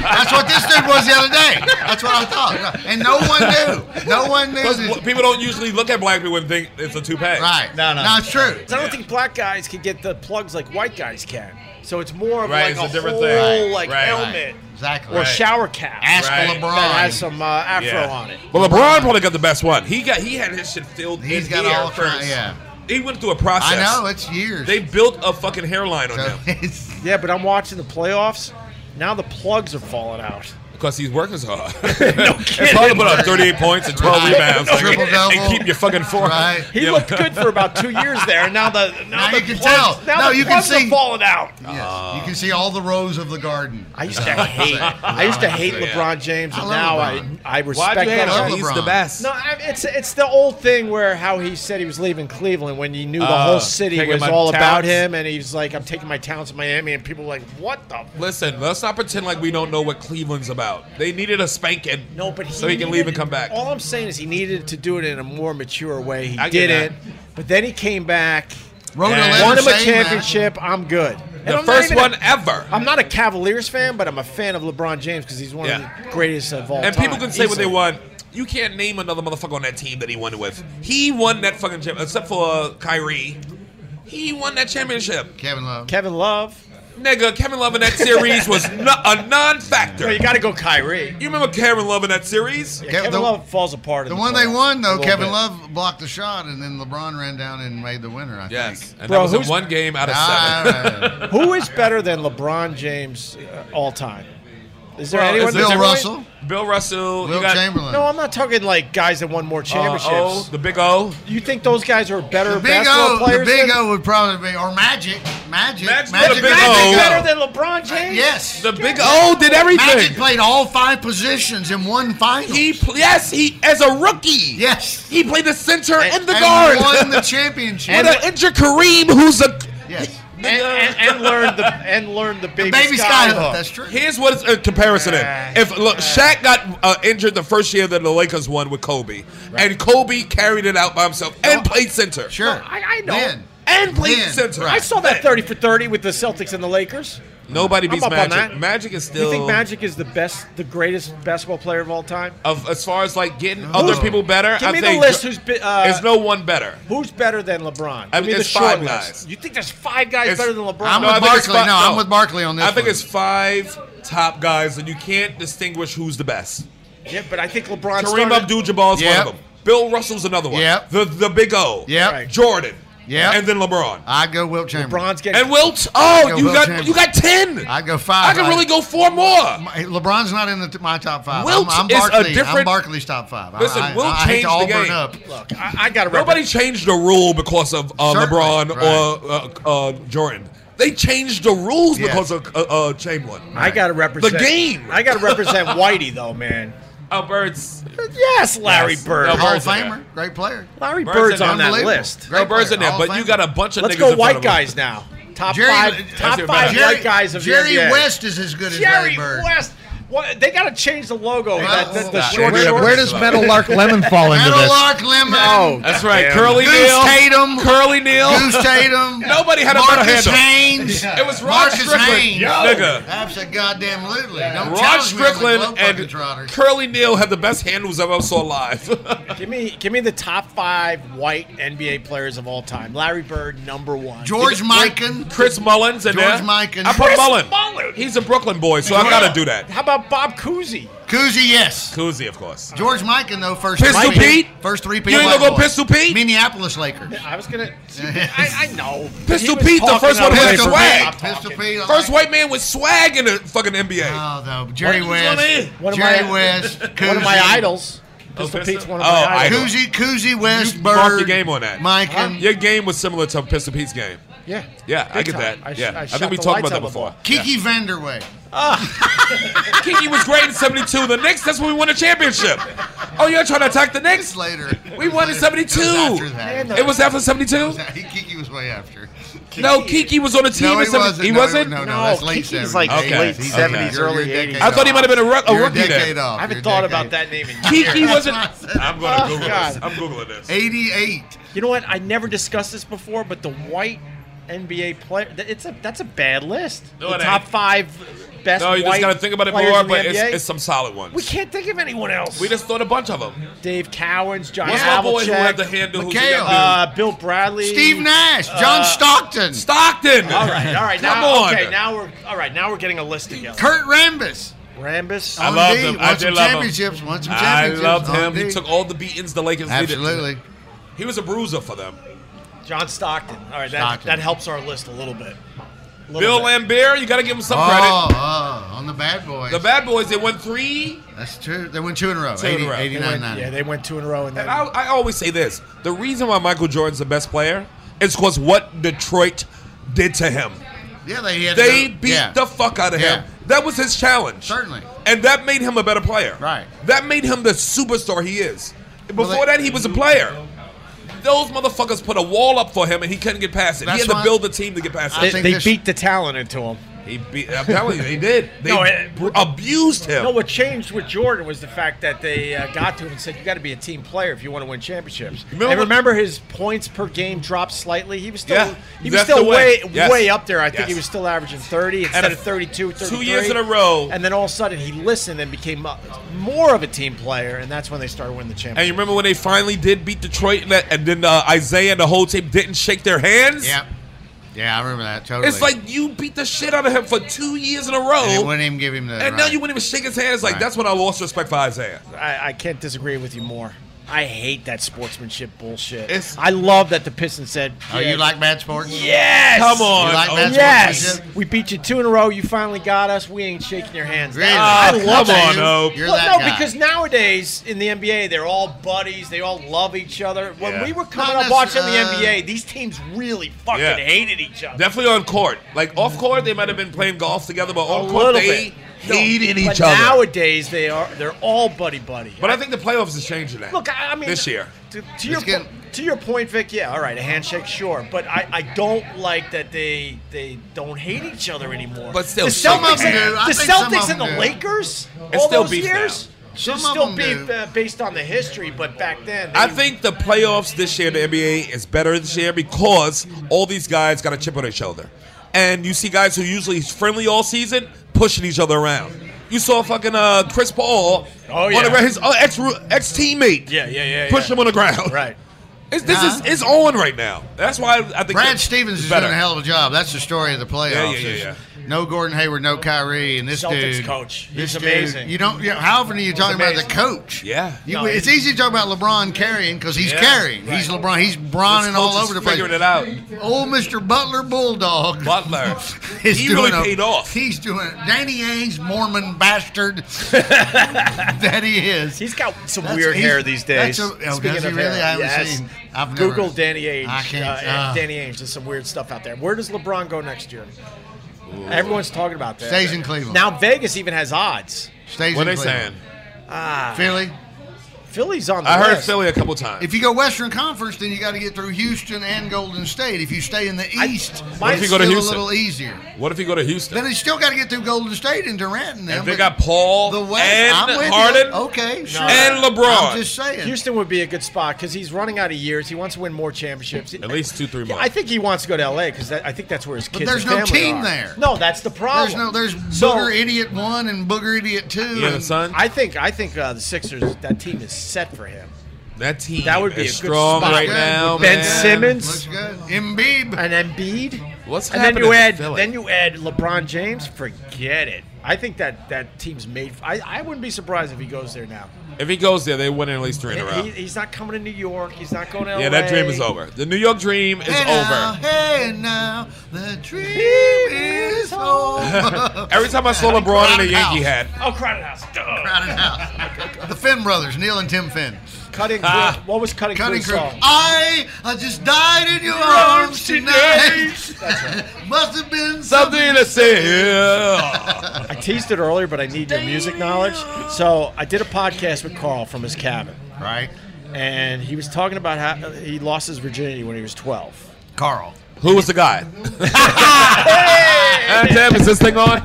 E: That's what this dude was the other day. That's what I thought. And no one knew. No one knew.
F: Because
E: this-
F: wh- people don't usually look at black people and think it's a toupee.
E: Right.
C: No, no.
E: No, it's true.
C: 'Cause I don't think black guys can get the plugs like white guys can. So it's more of
F: Right,
C: like a,
F: it's a different
C: whole
F: thing. Right,
C: like
F: right,
C: helmet
E: Exactly.
C: or shower cap
E: Ask
F: Right.
E: LeBron.
C: that has some uh, afro
F: Yeah.
C: on it.
F: But LeBron probably got the best one. He got he had his shit filled.
E: He's
F: in
E: got
F: here
E: all
F: first.
E: kind. Yeah.
F: He went through a process.
E: I know. It's years.
F: They built a fucking hairline on
E: So
F: him.
E: it's-
C: Yeah, but I'm watching the playoffs. Now the plugs are falling out.
F: Because he's working so hard. no kidding. Probably put up 38 points and 12
E: Right.
F: rebounds. like,
E: Triple double.
F: And keep your fucking four.
E: Right.
C: He looked good for about two years there, and now the now,
E: Now
C: the
E: you can
C: plugs-
E: tell.
C: Now
E: No,
C: the
E: you can
C: plugs are
E: see.
C: falling out.
E: Yes, you can see all the rows of the garden.
C: I used to hate. I used to hate LeBron James, and now I I respect
E: Why'd you hate
C: that
E: him?
C: guy.
E: He's the best.
C: No, I, it's it's the old thing where how he said he was leaving Cleveland when he knew the
F: Uh,
C: whole city
F: taking
C: was
F: my
C: all about
F: talents.
C: him, and he was like, "I'm taking my talents to Miami," and people were like, "What the?" F-?
F: Listen, let's not pretend like we don't know what Cleveland's about. They needed a spanking. No, but so he can leave and come back.
C: All I'm saying is he needed to do it in a more mature way. He
F: I get
C: didn't, but then he came back,
F: Wrote a letter
C: won him a
F: saying that.
C: championship. I'm good. And
F: The
C: I'm not
F: first
C: even a-
F: one ever.
C: I'm not a Cavaliers fan, but I'm a fan of LeBron James because he's one
F: Yeah.
C: of the greatest of all
F: And
C: time.
F: people can say what they
C: easily.
F: want. You can't name another motherfucker on that team that he won with. He won that fucking championship, except for uh, Kyrie. He won that championship.
E: Kevin Love.
C: Kevin Love.
F: Nigga, Kevin Love in that series was no- a non-factor.
C: Well, you got to go Kyrie.
F: You remember Kevin Love in that series?
E: Kev- Kevin the- Love
C: falls apart.
E: The one they won though, Kevin Love blocked the shot, and then LeBron ran down and made the winner. I
F: Yes,
E: think.
F: and that was in one game out of
E: Ah,
F: seven.
C: Who is better than LeBron James uh, all time? Is there
F: Well,
C: anyone?
F: is there
C: that's
F: anyone?
C: ever-
F: Bill Russell. you
E: Wilt
F: got-
E: Chamberlain.
C: No, I'm not talking like guys that won more championships.
F: oh, the Big O.
C: You think those guys are better
E: The Big
C: basketball
E: O, the
C: players?
E: Big
C: than-
E: O would probably be, or Magic, Magic, Magic,
F: what a Big O.
C: better than LeBron James?
E: Yes,
F: The Big O did everything.
E: Magic played all five positions in one final.
F: He pl- yes, he as a rookie.
E: Yes,
F: he played the center and, the
E: and
F: guard.
E: won the championship.
F: and an injured Kareem, who's a
E: yes,
C: and, and, and learned the and learned the big
E: baby
C: sky.
E: skyhook. That's true.
F: Here's what's a comparison in. If look, Shaq got uh, injured the first year that the Lakers won with Kobe, and Kobe carried it out by himself and played center.
E: Sure,
C: I, I know.
E: Then.
C: and
F: played center.
C: I saw that 30 for 30 with the Celtics and the Lakers.
F: Nobody
C: I'm
F: beats
C: up on
F: Magic.
C: that.
F: Magic is
C: You
F: still
C: think Magic is the best, the greatest basketball player of all time?
F: of as far as like getting other people better.
C: Give
F: I
C: me the
F: think
C: list
F: Dr-
C: who's bi- uh,
F: there's no one better.
C: Who's better than LeBron? Give
F: I
C: me
F: mean,
C: the
F: it's five
C: short list.
F: guys.
C: You think there's five guys
F: It's-
C: better than LeBron?
E: I'm
F: No,
E: with
F: I think it's
E: Barkley.
F: fi-
E: No, I'm
F: no.
E: with Barkley on this.
F: I think
E: one.
F: it's five top guys, and you can't distinguish who's the best.
C: yeah, but I think LeBron.
F: Kareem
C: started-
F: Abdul-Jabbar is
E: Yep.
F: one of them. Bill Russell's another one.
E: Yep.
F: The the Big O.
E: Yep. Right.
F: Jordan.
E: Yep.
F: And then LeBron.
E: I'd go Wilt Chamberlain.
C: LeBron's getting.
F: And Wilt.
E: I'd
F: Oh,
E: go
F: you
E: Wilt
F: got
E: Chamberlain.
F: you got ten.
E: I'd go five.
F: I can really
E: I'd-
F: go four more.
E: My- LeBron's not in the t- my top five.
F: Wilt
E: I'm, I'm
F: is a
E: Barkley. I'm
F: different-
E: Barkley's top five. I-
F: Listen,
E: I,
F: Wilt
E: I, hate
F: changed
E: to
F: the
E: all burn
F: game.
E: up.
C: Look, I, I got to.
F: Nobody changed the rule because of uh,
E: Certainly,
F: LeBron
E: right.
F: or uh, uh, Jordan. They changed the rules
E: Yes.
F: because of uh, uh, Chamberlain.
C: I got to represent
F: The game.
C: I got to represent Whitey though, man.
F: Albert's
C: Yes, Larry
F: Yes.
C: Bird.
F: No,
E: Hall of
F: Bird's in
E: Famer, great player.
C: Larry
F: Bird's
C: Bird's
F: in
C: on that
E: Unbelievable.
C: list.
E: Great
F: no birds
E: player,
F: in there,
E: Hall of
F: but you
E: Famer.
F: got a bunch of
C: Let's
F: niggas
C: go
F: in front
C: white
F: of him.
C: guys now. Top
E: Jerry-
C: five.
E: that's
C: Top
F: even
C: five
F: better.
C: white guys of
E: Jerry
C: the NBA.
E: West is as good as
C: Jerry
E: Larry Bird.
C: West. What, they got to change the logo. that, that, the
E: stop.
C: short
J: Where,
C: shorts.
J: where does Metal Lark Lemon fall into
E: Metal
J: this?
E: Lark Lemon.
C: No.
F: That's right.
C: Damn.
F: Curly
E: Goose
F: Neal.
E: Tatum.
F: Curly Neal.
E: Goose Tatum.
F: Nobody had a better
E: Marcus
F: handle.
E: Haynes.
F: It was Rod
E: Marcus
F: Strickland.
E: Haynes.
F: Yo. Nigga.
E: Absolutely, goddamn literally. Don't
F: Rod
E: challenge me on the
F: Strickland and
E: Globetrotters.
F: Curly Neal had the best handles I've ever saw live.
C: Give me, give me the top five white NBA players of all time. Larry Bird, number one.
E: George Mikan.
F: Chris Mullins and
E: George
F: there.
E: Mikan.
F: I put
E: Chris
F: Mullen.
C: Mullin.
F: He's a Brooklyn boy, so I gotta do that.
C: How about Bob Cousy?
E: Kuzi, yes.
F: Kuzi, of course.
E: George Mikan though first
F: Pistol
E: three
F: Pete?
E: First three
F: You ain't gonna go Pistol Pete?
E: Minneapolis Lakers.
C: I was gonna. I, I know. He
F: Pistol
C: was
F: Pete, the
C: talking
F: first
C: up
F: one with
C: Larry
F: swag.
C: Bird.
E: Pistol Pete. I
F: First
E: like-
F: white man with swag in the fucking NBA.
E: Oh, though. Jerry
F: What-
E: West.
C: One of
E: Jerry
C: my-
E: West.
C: One of my
E: Kuzi.
C: idols. Pistol
F: Pistol?
C: Pete's one of
F: Oh,
C: my idols.
F: idol.
E: Koozie, Koozie West,
F: You
E: Bird.
F: marked the game on that.
E: Mikan.
F: Your game was similar to Pistol Pete's game.
C: Yeah.
F: Yeah, I
C: Big
F: get that.
C: time. sh-
F: yeah, I,
C: shot
F: think we
C: the
F: talked
C: lights
F: about
C: out
F: that
C: of the
F: before.
C: ball.
E: Kiki Vanderway.
F: Kiki was great in '72. The Knicks. That's when we won a championship. Oh, you're trying to attack the Knicks?
E: It's later.
F: We won in
E: It was
F: '72.
E: after that.
F: It was after '72.
E: Kiki was way after.
F: No, Kiki was on the team.
E: No,
F: in
E: he
F: 70
E: wasn't.
F: He
E: No,
F: wasn't.
E: No, no,
C: No,
E: that's late
C: Kiki's
E: 70s.
C: like
F: Okay. late Okay. 70s,
E: early
F: I thought he might have been a, ru- a
E: You're a
F: rookie
E: decade
F: then.
C: I
E: off. You're
C: haven't
E: a
C: thought
E: decade.
C: about that name in
F: Kiki
C: years.
F: wasn't.
E: That's what I said.
F: I'm gonna
C: Oh,
F: Google
C: God.
F: this. I'm googling this.
E: 88.
C: You know what? I never discussed this before, but the white NBA player. th- It's a that's a bad list.
F: No,
C: the
F: it
C: top
F: ain't.
C: five best.
F: No, you just
C: white
F: gotta think about it
C: players
F: more,
C: in the
F: but it's,
C: NBA.
F: it's some solid ones.
C: we can't think of anyone else.
F: We just thought a bunch of them.
C: Dave Cowens, John
F: What's my boy who had the
C: Havlicek,
F: handle? who's
E: Mikhail.
F: the young dude?
C: uh, Bill Bradley,
E: Steve Nash.
F: Uh,
E: John Stockton.
F: Stockton.
C: All right, all right.
F: Come
C: now,
F: on.
C: okay, now we're all right. Now we're getting a list together.
E: Kurt Rambis.
C: Rambus.
F: I
E: On
F: loved
E: D.
F: him.
E: Won
F: I
E: some
F: did love him.
E: championships. Won some
F: I
E: championships.
F: loved
E: on
F: him. He
E: D.
F: took all the beatings the Lakers needed.
E: Absolutely.
F: He was a bruiser for them.
C: John Stockton. All right, that,
E: Stockton.
C: that helps our list a little bit.
F: Bill Lambert, you got to give him some
E: oh,
F: credit.
E: oh, on the bad boys.
F: The Bad Boys, they won three.
E: That's true. They won two in a row.
F: Two
E: 80,
F: in a row.
E: eighty-nine,
F: They went-
E: ninety.
F: yeah,
C: they went two in a row. And,
F: I, I always say this: the reason why Michael Jordan's the best player is because what Detroit did to him.
E: Yeah, they had
F: They
E: to-
F: beat
E: yeah.
F: the fuck out of
E: Yeah.
F: him. That was his challenge, certainly, and that made him a better player. Right. That made him the superstar he is. Before that, he was a player. Those motherfuckers put a wall up for him, and he couldn't get past it.
C: That's
F: he had
C: why-
F: to build a team to get past
C: They,
F: it.
C: they beat the talent into him.
F: He beat. I'm telling you, they did. They br- abused him.
C: No, what changed with Jordan was the fact that they uh, got to him and said, "You got to be a team player if you want to win championships."
F: Remember
C: and
F: what-
C: remember, his points per game dropped slightly. He was still,
F: Yeah,
C: he was
F: that's
C: still
F: the
C: way,
F: way.
C: way,
F: Yes.
C: up there. I think he
F: Yes.
C: was still averaging thirty instead
F: a-
C: of 32, 33.
F: two years in a row.
C: And then all of a sudden, he listened and became uh, more of a team player, and that's when they started winning the
F: And you
C: championship.
F: remember when they finally did beat Detroit, and, that, and then uh, Isaiah and the whole team didn't shake their hands?
E: Yeah. Yeah, I remember that totally.
F: It's like you beat the shit out of him for two years in a row,
E: And
F: and,
E: they wouldn't even give him the.
F: now
E: right.
F: you wouldn't even shake his hand. It's like
E: Right.
F: that's when I lost respect for Isaiah.
C: I, I can't disagree with you more. I hate that sportsmanship bullshit. I love that the Pistons said.
E: Oh, you like bad sports?
C: Yes.
E: Come on. You like
C: Oh,
E: bad
C: yes.
E: sportsmanship?
C: We beat you two in a row. You finally got us. We ain't shaking your hands.
E: Really?
C: That-
E: Oh,
C: I love
E: come
C: that.
E: on, Hope. You're
C: well, no,
E: that guy.
C: because nowadays in the NBA, they're all buddies. They all love each other. When
F: Yeah.
C: we were coming
F: Not
C: up watching the
F: necess- uh,
C: NBA, these teams really fucking
F: Yeah.
C: hated each other.
F: Definitely on court. Like off court, they might have been playing golf together, but
C: A
F: on
C: little
F: court they
C: bit. No,
F: hated
C: but
F: each other.
C: Nowadays, they are they're all buddy buddy.
F: but I think the playoffs is changing that.
C: Look, I I mean,
F: this year.
C: To, to your po- to your point, Vic. Yeah, all right, a handshake, sure, but I, I don't like that they they don't hate each other anymore.
F: But still,
C: the
F: some
C: Celtics,
F: of 'em do. I
C: the
F: think some
C: Celtics
F: of
C: and
F: 'em
C: the
F: do.
C: Lakers,
F: It's
C: all
F: still
C: those
F: beef
C: years, should
E: Some of
C: still
E: 'em
C: beef uh, based on the history, but back then,
F: I think the playoffs this year, in the NBA is better this year because all these guys got a chip on their shoulder, and you see guys who usually friendly all season pushing each other around. You saw fucking uh, Chris Paul on the,
C: Oh, yeah.
F: his uh, ex ex teammate.
C: Yeah, yeah, yeah,
F: Push
C: yeah.
F: him on the ground.
C: Right.
F: It's, this is it's on right now. That's why I think
E: Brad
F: that-
E: Stevens
F: it's
E: is
F: better.
E: doing a hell of a job. That's the story of the playoffs.
F: Yeah, yeah, yeah,
E: is
F: yeah.
E: No Gordon Hayward, no Kyrie, and this
C: Celtics
E: dude,
C: coach. He's
E: this dude,
C: amazing.
E: You don't. You know, how often are you
C: He's
E: talking about the
C: amazing.
E: coach?
F: Yeah.
E: You,
C: No,
E: it's easy to talk about LeBron carrying because he's
F: Yeah,
E: carrying.
F: right.
E: He's LeBron. He's
F: This
E: brawning all
F: coach is
E: over the place.
F: figuring it out.
E: Old Mr. Butler Bulldog.
F: Butler.
E: is
F: he
E: doing
F: really
E: a-
F: paid off.
E: He's doing Danny Ainge's Mormon bastard that he is.
C: He's got some
E: That's-
C: weird
E: he's-
C: hair these days.
E: that's a- oh, does
C: Speaking
E: he
C: of
E: really?
C: hair,
E: I haven't
C: yes.
E: seen- I've never-
C: Google Danny Ainge.
E: I can't-
C: uh,
E: ah.
C: Danny Ainge. There's some weird stuff out there. Where does LeBron go next year? Everyone's talking about that.
E: Stays in Cleveland.
C: Now Vegas even has odds.
E: Stays What in they Cleveland.
C: Ah,
E: Philly.
C: Philly's on. The
F: I heard
C: list.
F: Philly a couple times.
E: If you go Western Conference, then you got to get through Houston and Golden State. If you stay in the East,
F: What if
E: it's
F: you go to
E: still
F: Houston?
E: a little easier.
F: What if you go to Houston?
E: Then you still got to get through Golden State and Durant and them.
F: if they
E: but
F: got Paul
E: the West, I'm
F: and
E: with you.
F: Harden,
E: Okay, sure.
F: and LeBron,
E: I'm just saying.
C: Houston would be a good spot because he's running out of years. He wants to win more championships.
F: at least two three
C: Yeah,
F: months.
C: I think he wants to go to L.A. because I think that's where his kids.
E: there's
C: and
E: no
C: family
E: team
C: are.
E: there.
C: No, that's the problem.
E: There's no, there's
C: So-
E: Booger Idiot one and Booger Idiot two. and
C: I think I think uh, the Sixers that team is set for him.
F: that team
C: That would be
F: is
C: a good
F: strong
C: spot.
F: right
C: Good.
F: now.
C: Ben
F: man.
C: Simmons,
E: Embiid,
C: and Embiid.
F: What's
C: and then
F: happening
C: you
F: to
C: add
F: Philly?
C: then you add LeBron James. Forget it. I think that that team's made. I, I wouldn't be surprised if he goes there now.
F: If he goes there, they win at least three in a row.
C: He, he's not coming to New York. He's not going to.
F: Yeah, that
C: LA.
F: dream is over. The New York dream is
E: now,
F: over.
E: hey now, the dream is
C: uh,
E: over.
F: Every time I saw LeBron in a Yankee hat,
C: Oh, Crowded House.
E: Crowded House. the Finn brothers, Neil and Tim Finn.
C: Cutting.
E: Ah.
C: what was cutting?
E: Cutting
C: Crew's
E: crew.
C: song?
E: I I just died in your
C: Your
E: arms
C: arms
E: tonight. Must have been something
F: to say.
C: I teased it earlier, but I need your music knowledge. So I did a podcast with Carl from his cabin.
E: Right.
C: And he was talking about how uh, he lost his virginity when he was 12.
E: Carl.
F: Who was the guy? Ah, Tim, is this thing on?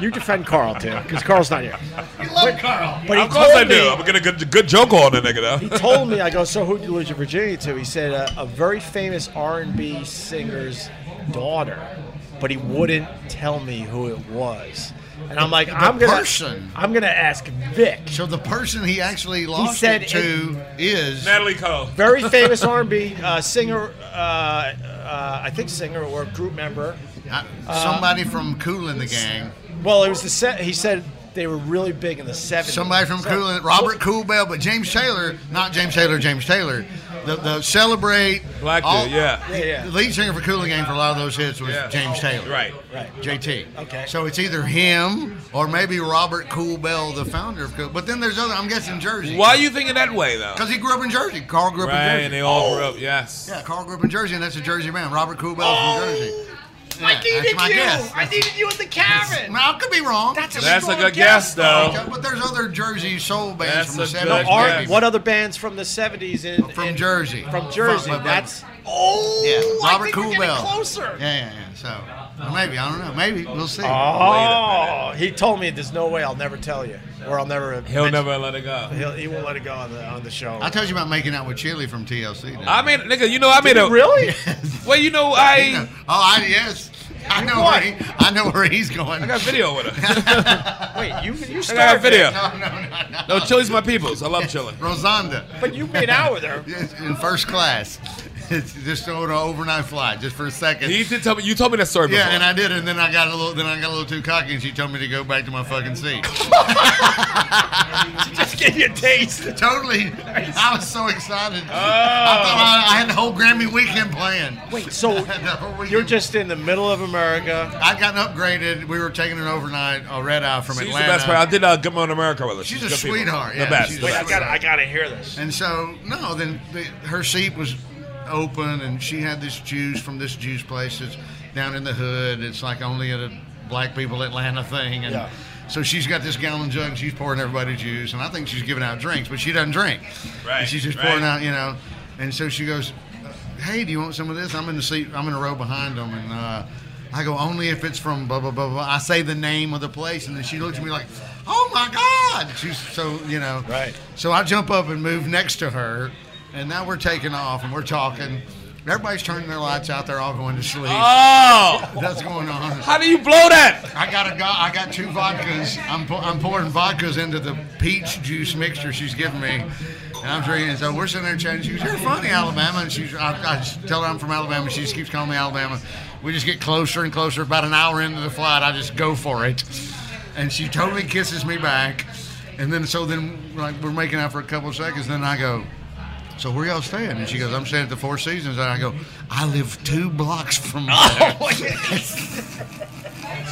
C: you defend Carl, Tim, because Carl's not here.
E: You love Carl.
C: But he
F: of course I
C: told me-
F: do. I'm gonna get a good, good joke on the nigga
C: He
F: though.
C: told me, I go, so who'd you lose your virginity to? He said, uh, a very famous R&B singer's daughter, but he wouldn't tell me who it was. And I'm like,
E: The
C: I'm gonna,
E: person.
C: I'm gonna ask Vic.
E: So the person he actually lost
C: said
E: it to is
F: Natalie Cole.
C: very famous R&B uh, singer, uh, uh, I think singer or group member. Uh,
E: somebody from Cool in the Gang.
C: Well, it was the set. He said they were really big in the '70s.
E: Somebody from
C: So-
E: Cool, Robert Coolbell, but James Taylor, not James Taylor, James Taylor. the, the celebrate
F: Black dude, yeah. Yeah, yeah.
E: The lead singer for Cooling Gang for a lot of those hits was James Taylor.
F: Right.
E: Right. JT. Okay. So it's either him or maybe Robert Cool Bell, the founder of Cool. But then there's other. I'm guessing Jersey.
F: Why are you thinking that way though?
E: Because he grew up in Jersey. Carl grew up in
F: Right,
E: Jersey.
F: and they all grew
C: Oh.
F: up. Yes.
E: Yeah, Carl grew up in Jersey, and that's a Jersey man. Robert Cool Bell
F: Oh,
E: from Jersey.
N: I
E: Yeah,
N: needed
E: that's my
N: you.
E: guess.
N: I needed you at the cabin.
E: Now, I could be wrong.
N: That's a
F: That's a
N: strong
F: good guess, though.
E: But there's other Jersey soul bands
F: Oh. That's
E: from the
F: a good
E: 70s.
F: No, Art-
C: What other bands from the '70s in
E: from Jersey?
C: From Jersey.
E: Fuck, but-
C: That's
N: oh,
E: yeah,
N: I
E: Robert
N: think we're
E: Cool
N: getting
E: Bell.
N: closer.
E: Yeah, yeah, yeah. So well, maybe I don't know. Maybe we'll see.
C: Oh, he told me there's no way I'll never tell you, or I'll never.
E: He'll never
F: let it go.
C: He'll, he won't let it go on the on the show.
E: I told you about making out with Chili from TLC. didn't
F: I mean, nigga, you know I made
E: Did
F: a
E: you really?
F: Well, you know I.
E: Oh, I yes. I know where he, I know where he's going. I
F: got video with her.
C: Wait, you you
F: I got
C: started
F: video.
C: it.
F: No, Chili's my peoples. I love Chili.
E: Rosanda.
C: But you made out with her.
E: in first class. It's just on an overnight flight, just for a second.
F: You did tell me. You told me that story before.
E: Yeah, and I did, and then I got a little, then I got a little too cocky, and she told me to go back to my fucking seat. she just
C: gave you a taste.
E: Totally. I was so excited. I
F: Oh.
E: thought I, I had the whole Grammy weekend planned.
C: Wait, so you're just in the middle of America.
E: I got upgraded. We were taking an overnight uh, red eye from
F: She's
E: Atlanta.
F: the best part. I did uh, Good Morning America with her.
E: She's, a
F: good people.
E: sweetheart.
F: The
E: yeah,
F: best.
E: she's
F: the
E: a
F: best.
E: sweetheart.
C: gotta hear this.
E: And so no, then the, her seat was open, and she had this juice from this juice place that's down in the hood. It's like only at a black people Atlanta thing, and.
C: Yeah.
E: So she's got this gallon jug and she's pouring everybody juice, and I think she's giving out drinks, but she doesn't drink.
F: Right,
E: And she's just
F: right.
E: pouring out, you know. And so she goes, "Hey, do you want some of this?" I'm in the seat. I'm in a row behind them, and uh, I go, "Only if it's from blah blah blah blah." I say the name of the place, and then she looks at me like, "Oh my God!" She's so you know. Right. So I jump up and move next to her, and now we're taking off and we're talking. Everybody's turning their lights out. They're all going to sleep.
F: Oh!
E: that's going on.
F: How do you blow that?
E: I got a go- I got two vodkas. I'm pou- I'm pouring vodkas into the peach juice mixture she's giving me, and I'm drinking. So we're sitting there chatting. She goes, "You're funny, Alabama," and she's I, I just tell her I'm from Alabama. She just keeps calling me Alabama. We just get closer and closer. About an hour into the flight, I just go for it, and she totally kisses me back. And then so then like we're making out for a couple of seconds. Then I go. So where y'all staying? And she goes, I'm staying at the Four Seasons. And I go, I live two blocks from there.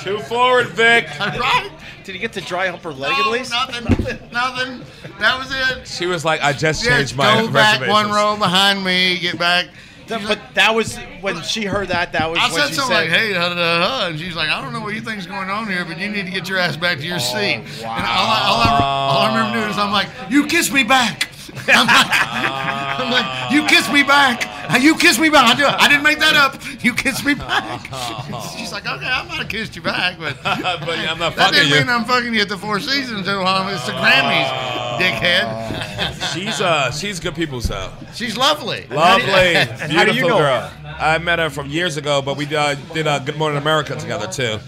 F: Two forward, Vic.
C: Did he get to dry hump her leg
E: No,
C: at least?
E: Nothing, nothing, nothing. That was it.
F: She was like, I just changed
E: Just
F: my
E: go back
F: reservations.
E: one row behind me. Get back.
C: but that was when she heard that. That was
E: I
C: when
E: said
C: she
E: something
C: said,
E: like, "Hey, da, da, da, da," and she's like, "I don't know what you think's going on here, but you need to get your ass back to
F: Oh,
E: your seat." And all I, all, I, all I remember doing is I'm like, "You kiss me back." I'm like, I'm like, "You kiss me back." You kiss me back. I, do, I didn't make that up. You kiss me back. She's like, okay, I might have kissed you back, but,
F: but I'm not
E: that
F: fucking
E: didn't
F: you.
E: mean I'm fucking you at the Four Seasons. Oklahoma. It's the Grammys, dickhead.
F: she's uh, she's good people, so.
E: She's lovely.
F: Lovely, beautiful
E: How do you know
F: girl. I met her from years ago, but we uh, did uh, Good Morning America together too.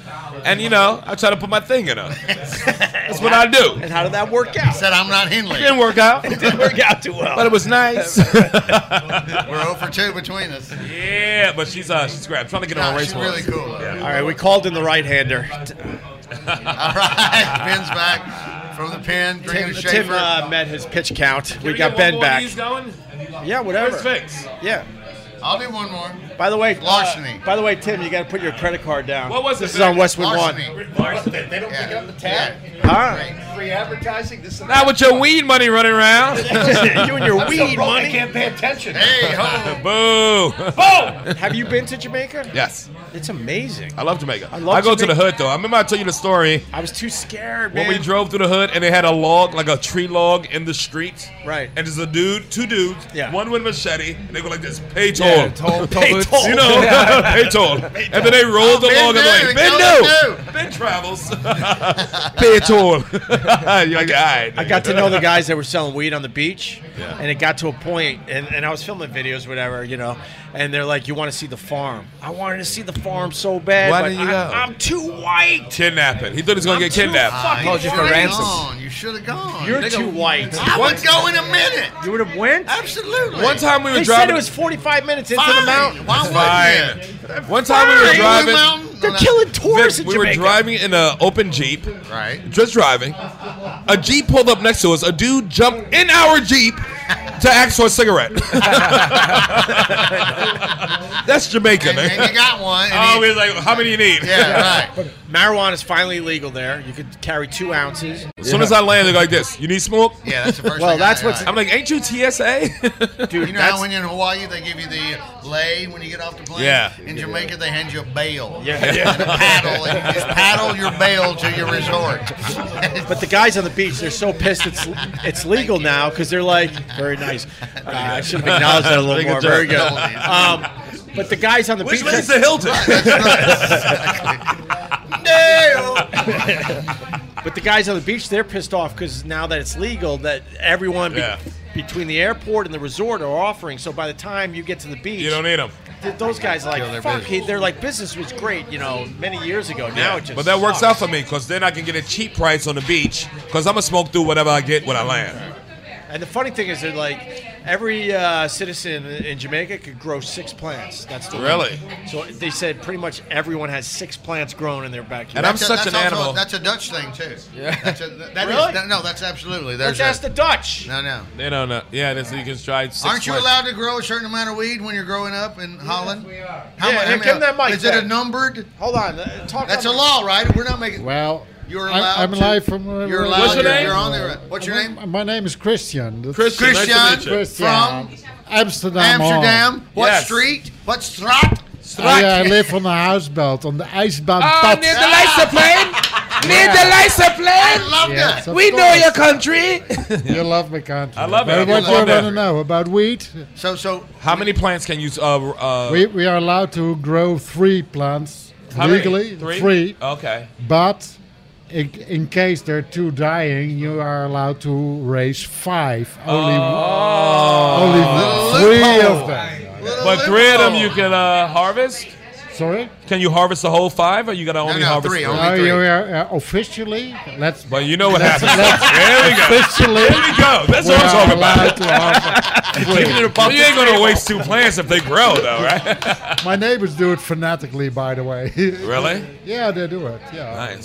F: And you know, I try to put my thing in her. That's what I do.
C: And how did that work out?
E: said I'm not
F: It
E: Henley.
F: didn't work out,
C: didn't work out too well.
F: but it was nice.
E: We're over two between us.
F: yeah, but she's uh, she's great. I'm trying to get her on
E: Nah,
F: race
E: she's
F: horse.
E: really cool.
C: All right, we called in the right hander.
E: All right, Ben's back from the pen.
C: Tim,
E: Drinking a
C: Tim
E: Schaefer.
C: uh, met his pitch count. We
E: we
C: got
E: get one
C: Ben
E: more
C: back.
E: of these
F: going?
C: Yeah, whatever.
E: Where's Vic's?
C: Yeah.
E: I'll do one more.
C: By the way, uh,
E: Larceny.
C: by the way, Tim, you got to put your credit card down.
E: What was
C: this?
E: it,
C: is on
E: Vic?
C: Westwood
E: Larceny.
C: One.
N: They don't pick up the tab.
C: All right.
N: Free advertising. This and
F: Not with your weed money running around.
C: you and your
N: I'm so
C: weed
N: broke, I
C: money.
N: can't pay attention.
E: Hey, ho.
F: Boo.
C: Boom. Have you been to Jamaica?
F: Yes.
C: It's amazing.
F: I love Jamaica. I,
C: love
F: go to
C: Jamaica.
F: the hood though. I remember I tell you the story
C: I was too scared,
F: when
C: man.
F: we drove through the hood and they had a log, like a tree log, in the street.
C: Right.
F: And there's a dude, two dudes,
C: Yeah.
F: one with a machete, and they go like this, pay toll,
C: Yeah, toll- toll
F: pay
C: booths.
F: toll, you know,
C: Yeah.
F: pay toll.
C: Pay
F: And then they
C: toll.
F: rolled the
C: Oh, Ben
F: log and they're
C: knew,
F: like, Ben
C: Ben
F: knew, Ben travels, pay toll. You're like, all right.
C: I got to know the guys that were selling weed on the beach, and it got to a point, and, and I was filming videos, whatever, you know, and they're like, "You want to see the farm? I wanted to see the farm so bad.
F: Why
C: but
F: didn't you
C: I,
F: go?
C: I'm too white.
F: Kidnapping. He thought he was gonna
C: I'm
F: get
C: too
F: kidnapped.
C: fucking Called you for
E: Should've
C: ransom.
E: gone. You should have gone.
C: You're
E: Nigga,
C: too white.
E: I would go in a minute.
C: You would have went.
E: Absolutely.
F: One time we were
C: they said
F: driving-
C: it was 45 minutes into the
E: Fine.
C: mountain.
E: Why
F: It's fine. One time we were
C: Fine.
F: driving.
C: They're killing tourists
F: Vic,
C: in
F: we were
C: Jamaica.
F: driving in an open jeep. Right. Just driving. A jeep pulled up next to us. A dude jumped in our jeep to ask for a cigarette. That's Jamaica, man.
E: and you got one. and
F: Oh,
E: you-
F: he's like, how many you need?
C: right. Marijuana is finally legal there. You could carry two ounces.
F: As soon as I land, they're like this. You need smoke?
E: Yeah, that's the first
C: Well, thing I- that's what's-
F: I'm like, ain't you TSA?
E: you know how when you're in Hawaii they give you the lay when you get off the plane?
F: Yeah.
E: In Jamaica they hand you a bail.
C: Yeah,
F: yeah.
E: And a paddle and you just paddle your bail to your resort.
C: But the guys on the beach, they're so pissed it's it's legal now because they're like, very nice. Uh, I should have acknowledged that a little
E: Very
C: more.
E: good
C: Very good.
E: job.
C: Um, but the guys on the
E: Which
C: beach,
E: way is the Hilton?
C: but the guys on the beach, they're pissed off because now that it's legal, that everyone be-
F: Yeah.
C: between the airport and the resort are offering. So by the time you get to the beach,
F: You don't need 'em.
C: th- Those guys are
F: Kill their
C: like fuck.
F: business.
C: He, they're like business was great, you know, many years ago. Now it just
F: but that works out for me because then I can get a cheap price on the beach because I'm going to smoke through whatever I get when I land.
C: And the funny thing is, they're like every uh, citizen in Jamaica could grow six plants. That's the
F: Really?
C: So they said pretty much everyone has six plants grown in their backyard.
E: That's a- that's also- that's a Dutch thing too. Yeah. That's a, that is-
C: Really?
E: no, no, that's absolutely.
C: Let's
E: There's
C: ask the Dutch.
E: No, no.
F: They don't know. Yeah, this, you can try. Six
E: Aren't you
F: months.
E: allowed to grow a certain amount of weed when you're growing up in Holland? we are.
C: Yeah, here, give him that mic
E: Is it a
C: back.
E: numbered?
C: Hold on. uh, Talk
E: That's a
C: on the-
E: law, right? We're not making.
O: Well,
E: You're
O: I,
E: allowed
O: I'm
E: to-
O: live from.
C: uh,
E: You're allowed.
O: What's
E: you're,
O: your name?
E: You're on there. What's your name?
O: My, my name is Christian. That's-
E: Christian, nice to Christian meet you.
O: Christian. Amsterdam.
E: Amsterdam.
O: Hall.
E: What street? What straat?
O: I, uh, live on the houseboat on the ijsbaan
J: Oh,
O: pad.
E: plane.
O: Near the Leicester
E: plane. I love
O: Yes,
E: that.
O: of We know course. your
F: country.
O: you love my country.
F: I love it.
O: But
F: I
O: What do you want
F: love
O: to
F: it.
O: know about weed?
E: So, so
F: How many plants can you? Uh, uh,
O: we, we are allowed to grow three plants
F: How many?
O: legally.
F: Three? Okay.
O: But in, in case there are two dying, you are allowed to raise five. Only, only three of them.
F: Oh. but three of them you can uh, harvest.
O: Sorry.
F: Can you harvest the whole five, or you gotta only harvest
O: No, you are uh, officially. Let's.
F: But you know what
O: let's- let's
F: happens. There we go.
O: Officially,
F: There we go. That's what
O: we're
F: I'm talking
O: allowed to
F: about.
O: harvest
F: Keeping it
O: three.
F: above you ain't gonna waste two plants if they grow, though, right?
O: My neighbors do it fanatically, by the way.
F: Really?
O: yeah, they do it. Yeah.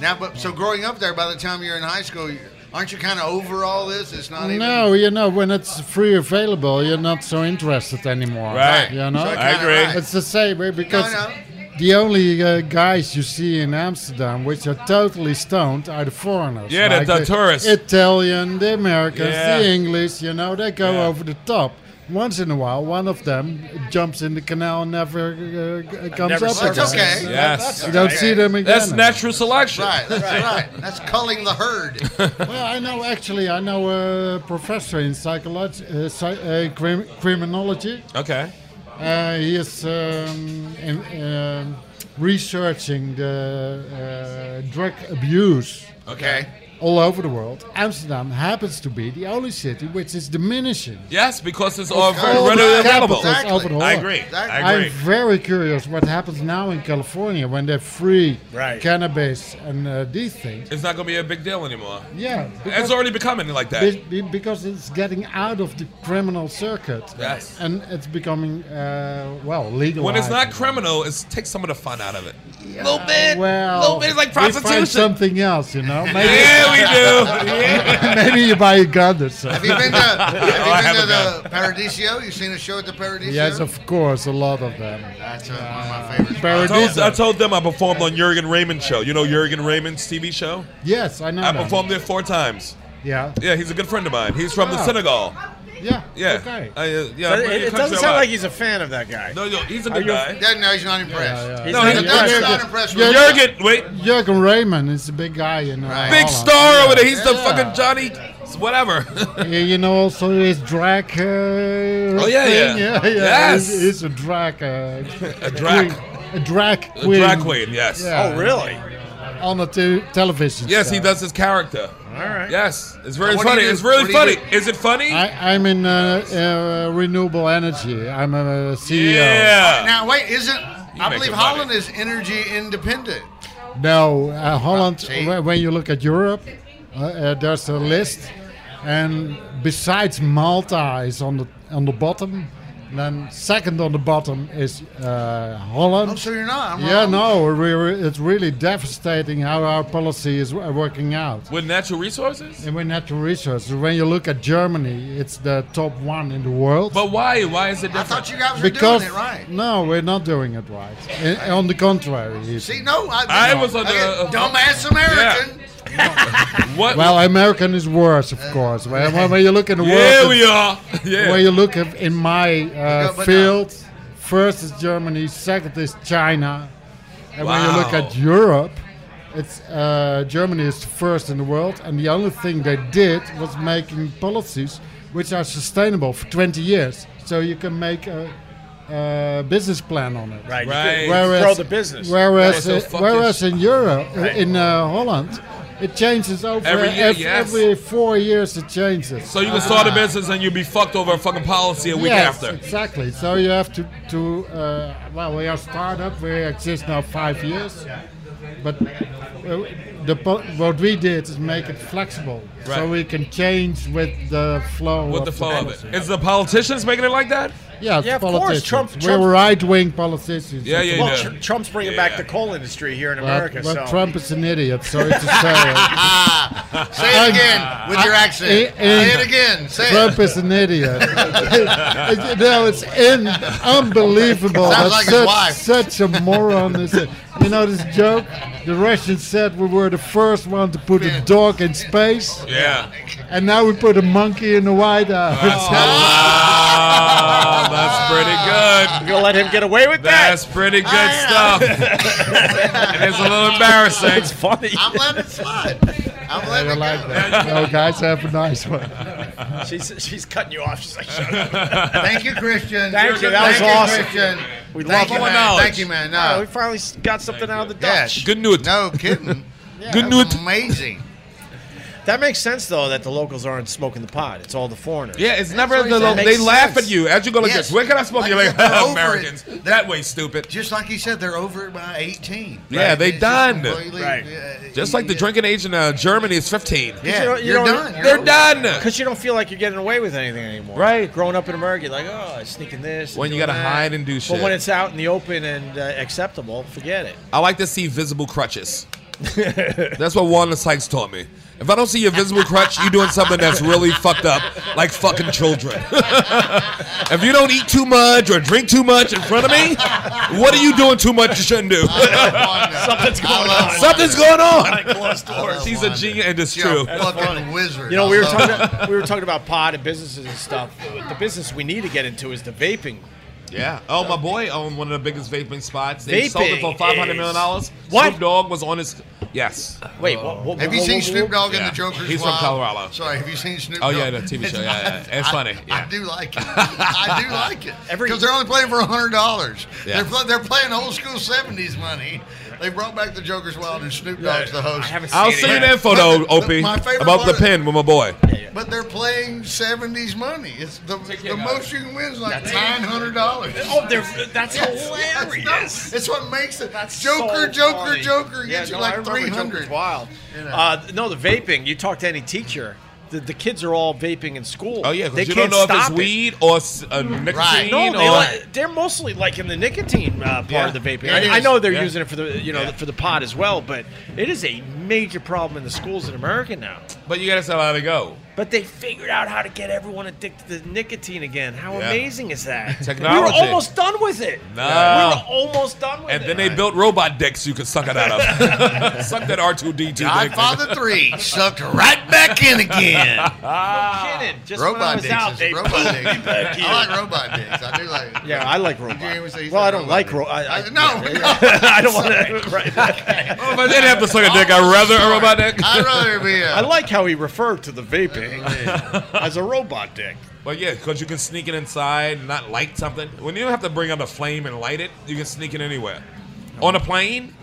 E: Now, but so growing up there, by the time you're in high school, you- aren't you kind of over all this? It's not even.
O: No, you know, when it's free available, you're not so interested anymore.
F: Right.
O: You know,
F: So I kinda I agree. right.
O: It's the same eh, because the only uh, guys you see in Amsterdam, which are totally stoned, are the foreigners.
F: Yeah, the-
O: like
F: the tourists.
O: Italian, the Americans,
F: Yeah.
O: the English. You know, they go
F: Yeah.
O: over the top. Once in a while, one of them jumps in the canal and never uh, g- comes
E: never
O: up.
E: surfaced. That's
O: again.
E: okay.
F: Yes.
O: You don't see them again.
F: That's natural selection.
E: Right, that's right. That's culling the herd.
O: well, I know actually, I know a professor in psychology, uh, psy- uh, crim- criminology.
F: Okay.
O: Uh, he is um, in, um, researching the uh, drug abuse.
E: Okay.
O: All over the world, Amsterdam happens to be the only city which is diminishing.
F: Yes, because it's all
O: Of
F: very
O: all
F: readily
O: the
F: available.
O: capitals over the
F: I
O: world.
F: agree. I
O: I'm
F: agree.
O: very curious what happens now in California when they free
F: Right.
O: cannabis and uh, these things.
F: It's not gonna be a big deal anymore.
O: Yeah,
F: It's already becoming like that.
O: Be- be- because it's getting out of the criminal circuit.
F: Yes.
O: And it's becoming, uh, well, legal.
F: When it's not criminal, it's take some of the fun out of it.
O: little bit, well,
F: little bit, it's like
O: we find
F: prostitution.
O: something else, you know. Maybe,
F: Yeah, we do.
O: maybe you buy a gun or something.
E: Have you been to, have
O: I
E: you been
O: have
E: to
O: a
E: the Paradiso? You seen a show at the Paradiso?
O: Yes, of course, a lot of them.
E: That's uh, one of my favorites.
F: I told,
O: Paradiso.
F: I told them I performed on Jurgen Raymond's show. You know Jurgen Raymond's TV show?
O: Yes, I know.
F: I
O: them.
F: performed there four times.
O: Yeah.
F: Yeah, he's a good friend of mine. He's from the
O: Ah.
F: Senegal.
O: Yeah.
F: Yeah.
O: Okay.
F: I, uh, yeah,
C: But
F: I'm
C: it,
F: really
C: it doesn't
F: countrywide.
C: sound like he's a fan of that guy.
F: No, no, he's a
C: Are
F: good
C: you-
F: guy.
E: Yeah, no, he's not impressed.
O: He's
F: No,
O: not
F: he's a
O: impressed.
F: good
O: He's
F: guy.
O: not
E: impressed
O: with
F: Jurgen, wait.
O: Jurgen Raymond is a big guy, you know.
F: Big
O: Holland.
F: star over there. He's the
O: Yeah.
F: fucking Johnny, whatever.
O: Yeah, you know, also his drag. Uh, oh
F: yeah,
O: thing.
F: yeah.
O: yeah, yeah.
F: Yes.
O: he's, he's a drag. Uh,
F: A
O: queen.
F: drag.
O: A drag
F: A
O: queen.
F: drag queen, yes. Oh, really?
O: On the te- television.
F: yes,
O: show.
F: he does his character. All right. Yes, it's very funny. It's really funny. Is it funny?
O: I, I'm in uh, uh, renewable energy. I'm a E CEO.
E: Now wait, isn't I
O: make
E: believe
O: it funny.
E: Holland is energy independent.
O: No, uh,
E: Ah,
O: Holland. wh- when you look at Europe, uh, uh, there's a list, and besides Malta is on the on the bottom, And then second on the bottom is uh, Holland.
E: Oh, so you're not. I'm
O: yeah,
E: wrong.
O: no, we were, it's really devastating how our policy is wo- working out.
F: With natural resources?
O: And with natural resources, when you look at Germany, it's the top one in the world.
F: But why? Why is it different? I thought
E: you guys
O: because no, we're not doing it right. I- on the contrary, even.
E: See, no,
F: I was on the- uh,
E: Again, dumbass American.
F: What?
O: Well, American is worse,
E: Uh,
O: of course. When, when- when you look in the
F: Yeah,
O: world,
F: we
O: it's-
F: are. Yeah.
O: When you look at, in my uh,
F: but no.
O: field, first is Germany, second is China, and when you look
F: Wow.
O: at Europe, it's uh, Germany is first in the world, and the only thing they did was making policies which are sustainable for 20 years, so you can make a. Uh, business plan on it,
C: Right.
F: Right.
O: Whereas,
C: Grow the business.
O: Whereas,
C: That
O: uh,
C: is so fucking
O: whereas in Europe, in uh, Holland, it changes over
F: Every year,
O: ev-
F: yes.
O: every four years it changes.
F: So you can start a business and you'll be fucked over a fucking policy a week
O: uh, yes,
F: after.
O: exactly. So you have to to uh, well, we are startup. We exist now five years, but uh, the po- what we did is make it flexible, so
F: Right.
O: we can change with the flow.
F: With
O: of
F: the flow of
O: policy.
F: it. Is the politicians making it like that?
O: Yeah, it's
C: Yeah, of course,
O: politicians.
C: Trump-
O: we
C: Trump-
O: were right-wing politicians.
C: well, Tr- Trump's bringing back the coal industry here in
O: But-
C: America.
O: but
C: so.
O: Trump is an idiot. Sorry to say.
E: Say it again with your accent. Say it again. Say it.
O: Trump is an idiot. It- no, it's in, unbelievable.
E: Sounds
O: that
E: like his
O: such,
E: wife.
O: such a moron. Is You know this joke? The Russians said we were the first one to put a dog in space.
F: Yeah.
O: And now we put a monkey in the White House.
E: Oh,
C: Oh.
F: Wow, that's pretty good.
C: You're gonna let him get away with
F: that? That's pretty good stuff. it is a little embarrassing.
C: It's funny.
E: I'm letting it slide. I'm letting
O: I
E: it
O: like
E: go.
O: that. No, guys, have a nice one.
C: she's, she's cutting you off. She's like,
E: Uh-huh.
C: shut up.
E: Thank you, Christian.
C: Thank you.
E: Thank
C: That was
E: you,
C: awesome.
E: Christian.
C: We
E: Thank
C: love
E: you,
C: it.
E: man. Knowledge. Thank you, man. No.
C: All right, we finally s- got something out of the Dutch.
E: Yes.
F: Good news.
E: No kidding.
C: Yeah,
E: Good news. Amazing.
C: That makes sense, though, that the locals aren't smoking the pot. It's all the foreigners.
F: Yeah, it's never the
C: That
F: lo-
C: makes
F: they laugh
C: sense.
F: at you as you go like
C: Yes.
F: this. Where can I smoke?
C: Like
F: You're like
C: they're over it.
F: Americans that way, stupid.
E: Just like you said, they're over it by 18.
F: Yeah,
E: Right?
F: they
E: It's just
F: done.
E: completely- uh,
F: Just like the drinking age in uh, Germany is 15. They're done.
C: Because you don't feel like you're getting away with anything anymore. Right. Growing up in America, you're like, oh, I'm sneaking this.
F: When
C: and
F: you
C: doing
F: gotta
C: that."
F: hide and do shit.
C: But when it's out in the open and uh, acceptable, forget it.
F: I like to see visible crutches. that's what Wanda Sykes taught me. If I don't see your visible crutch, you're doing something that's really fucked up, like fucking children. if you don't eat too much or drink too much in front of me, what are you doing too much you shouldn't do?
C: Something's going on.
F: Something's going on.
C: Closed doors.
F: She's a genius, and it's true.
E: fucking wizard.
C: You know, we were
E: I love
C: talking.
F: Uh-huh.
E: it.
C: we were talking about pot and businesses and stuff. The business we need to get into is the vaping.
F: Yeah. Oh, my boy owned one of the biggest vaping spots. They sold it for
C: Vaping
F: five hundred million dollars.
C: is- What?
F: Snoop Dogg was on his. Yes.
C: Wait, what- what-
E: Have you seen Snoop Dogg in
F: Yeah.
E: the Joker's
F: He's
E: Wild?
F: from Colorado.
E: Sorry, have you seen Snoop
F: Oh,
E: Dogg?
F: yeah, the TV show, yeah, yeah, yeah. It's
E: I-
F: funny,
E: I,
F: yeah.
E: do like it. I do like it. Because they're only playing for $100.
F: Yeah.
E: They're, pl- they're playing old school 70s money. They brought back the Joker's Wild and Snoop Dogg's the host.
F: I'll send you the info though,
E: But the-
F: Opie,
E: my favorite
F: about the
E: part-
F: pen with my boy.
E: But they're playing 70s money. It's the, the most you can win is like $900.
C: Oh, they're, that's hilarious.
E: That's, it's what makes it. Joker,
C: So
E: Joker,
C: funny.
E: Joker
C: Yeah,
E: gets
C: no,
E: you
C: I
E: like
C: remember Joker's
E: 300
C: Wild.
E: You know.
C: Uh, no, the vaping. You talk to any teacher. The, the kids are all vaping in school.
F: Oh yeah,
C: they
F: because you don't
C: can't
F: know if
C: stop
F: it's
C: it.
F: weed or s- uh, nicotine
C: No,
F: or.
C: they li- they're mostly like in the nicotine uh, part
F: Yeah.
C: of the vaping.
F: Yeah, it
C: I, I
F: is.
C: know they're
F: Yeah.
C: using it for the you know for the pot as well, but it is a major problem in the schools in America now.
F: but you gotta sell how to go.
C: But they figured out how to get everyone addicted to nicotine again. How
F: Yeah.
C: amazing is that? We were
F: Technology.
C: almost done with it.
F: No.
C: We were almost done with
F: And
C: it.
F: then they built robot dicks you could suck it out of. suck that R two D two.
E: Godfather 3 sucked right back in again.
C: No kidding. Just when I
E: robot
C: was
E: dicks.
C: out,
E: is-
C: they
E: robot
C: pulled me
E: dicks.
C: back in.
E: I like robot dicks. I do like it.
C: Yeah, I like robot.
E: Did you even say you
C: Well,
E: said
C: I don't
E: robot
C: like
E: dicks?
C: ro- I, I,
E: no,
C: yeah,
E: no.
C: yeah. I don't want to. Right.
F: If I didn't have to suck a dick, I'd rather a robot dick.
E: I'd rather be
C: I like how he referred to the vaping as a robot dick.
F: But yeah, because you can sneak it inside and not light something. When you don't have to bring out a flame and light it, you can sneak it anywhere. On a plane,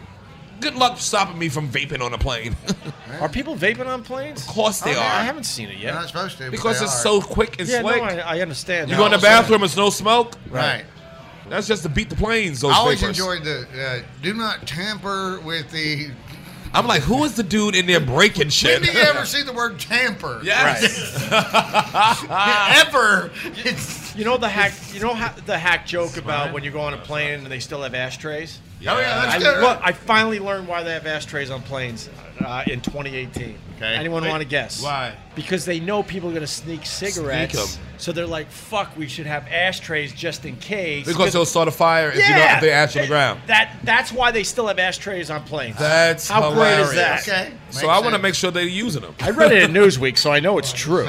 F: good luck stopping me from vaping on a plane.
C: Are people vaping on planes? Of
F: course they
C: I,
F: are.
C: I haven't seen it yet.
E: You're not supposed to. but
F: because
E: they
F: it's
E: are.
F: so quick and
C: yeah,
F: slick.
C: no, I, I understand.
F: you
C: that.
F: go in the bathroom, it's no smoke.
E: Right.
F: That's just to beat the planes. Those
E: I always
F: vapors.
E: enjoyed the uh, do not tamper with the
F: I'm like, who is the dude in there breaking shit?
E: When do you ever see the word tamper?
F: Yes.
E: ever.
C: you know the hack. You know how, the hack joke about when you go on a plane and they still have ashtrays.
E: Oh, yeah, that's
C: I,
E: good.
C: look, I finally learned why they have ashtrays on planes uh, in 2018.
E: Okay.
C: Anyone
E: Wait,
C: want to guess?
E: why?
C: Because they know people are going to sneak cigarettes.
F: 'em.
C: so they're like, "Fuck, we should have ashtrays just in case."
F: because they'll start a fire if you
C: Yeah.
F: don't if they ash on the ground.
C: That that's why they still have ashtrays on planes.
F: That's
C: how
F: hilarious.
C: great is that?
F: So I want to make sure they're using them.
C: I read it in Newsweek, so I know it's true.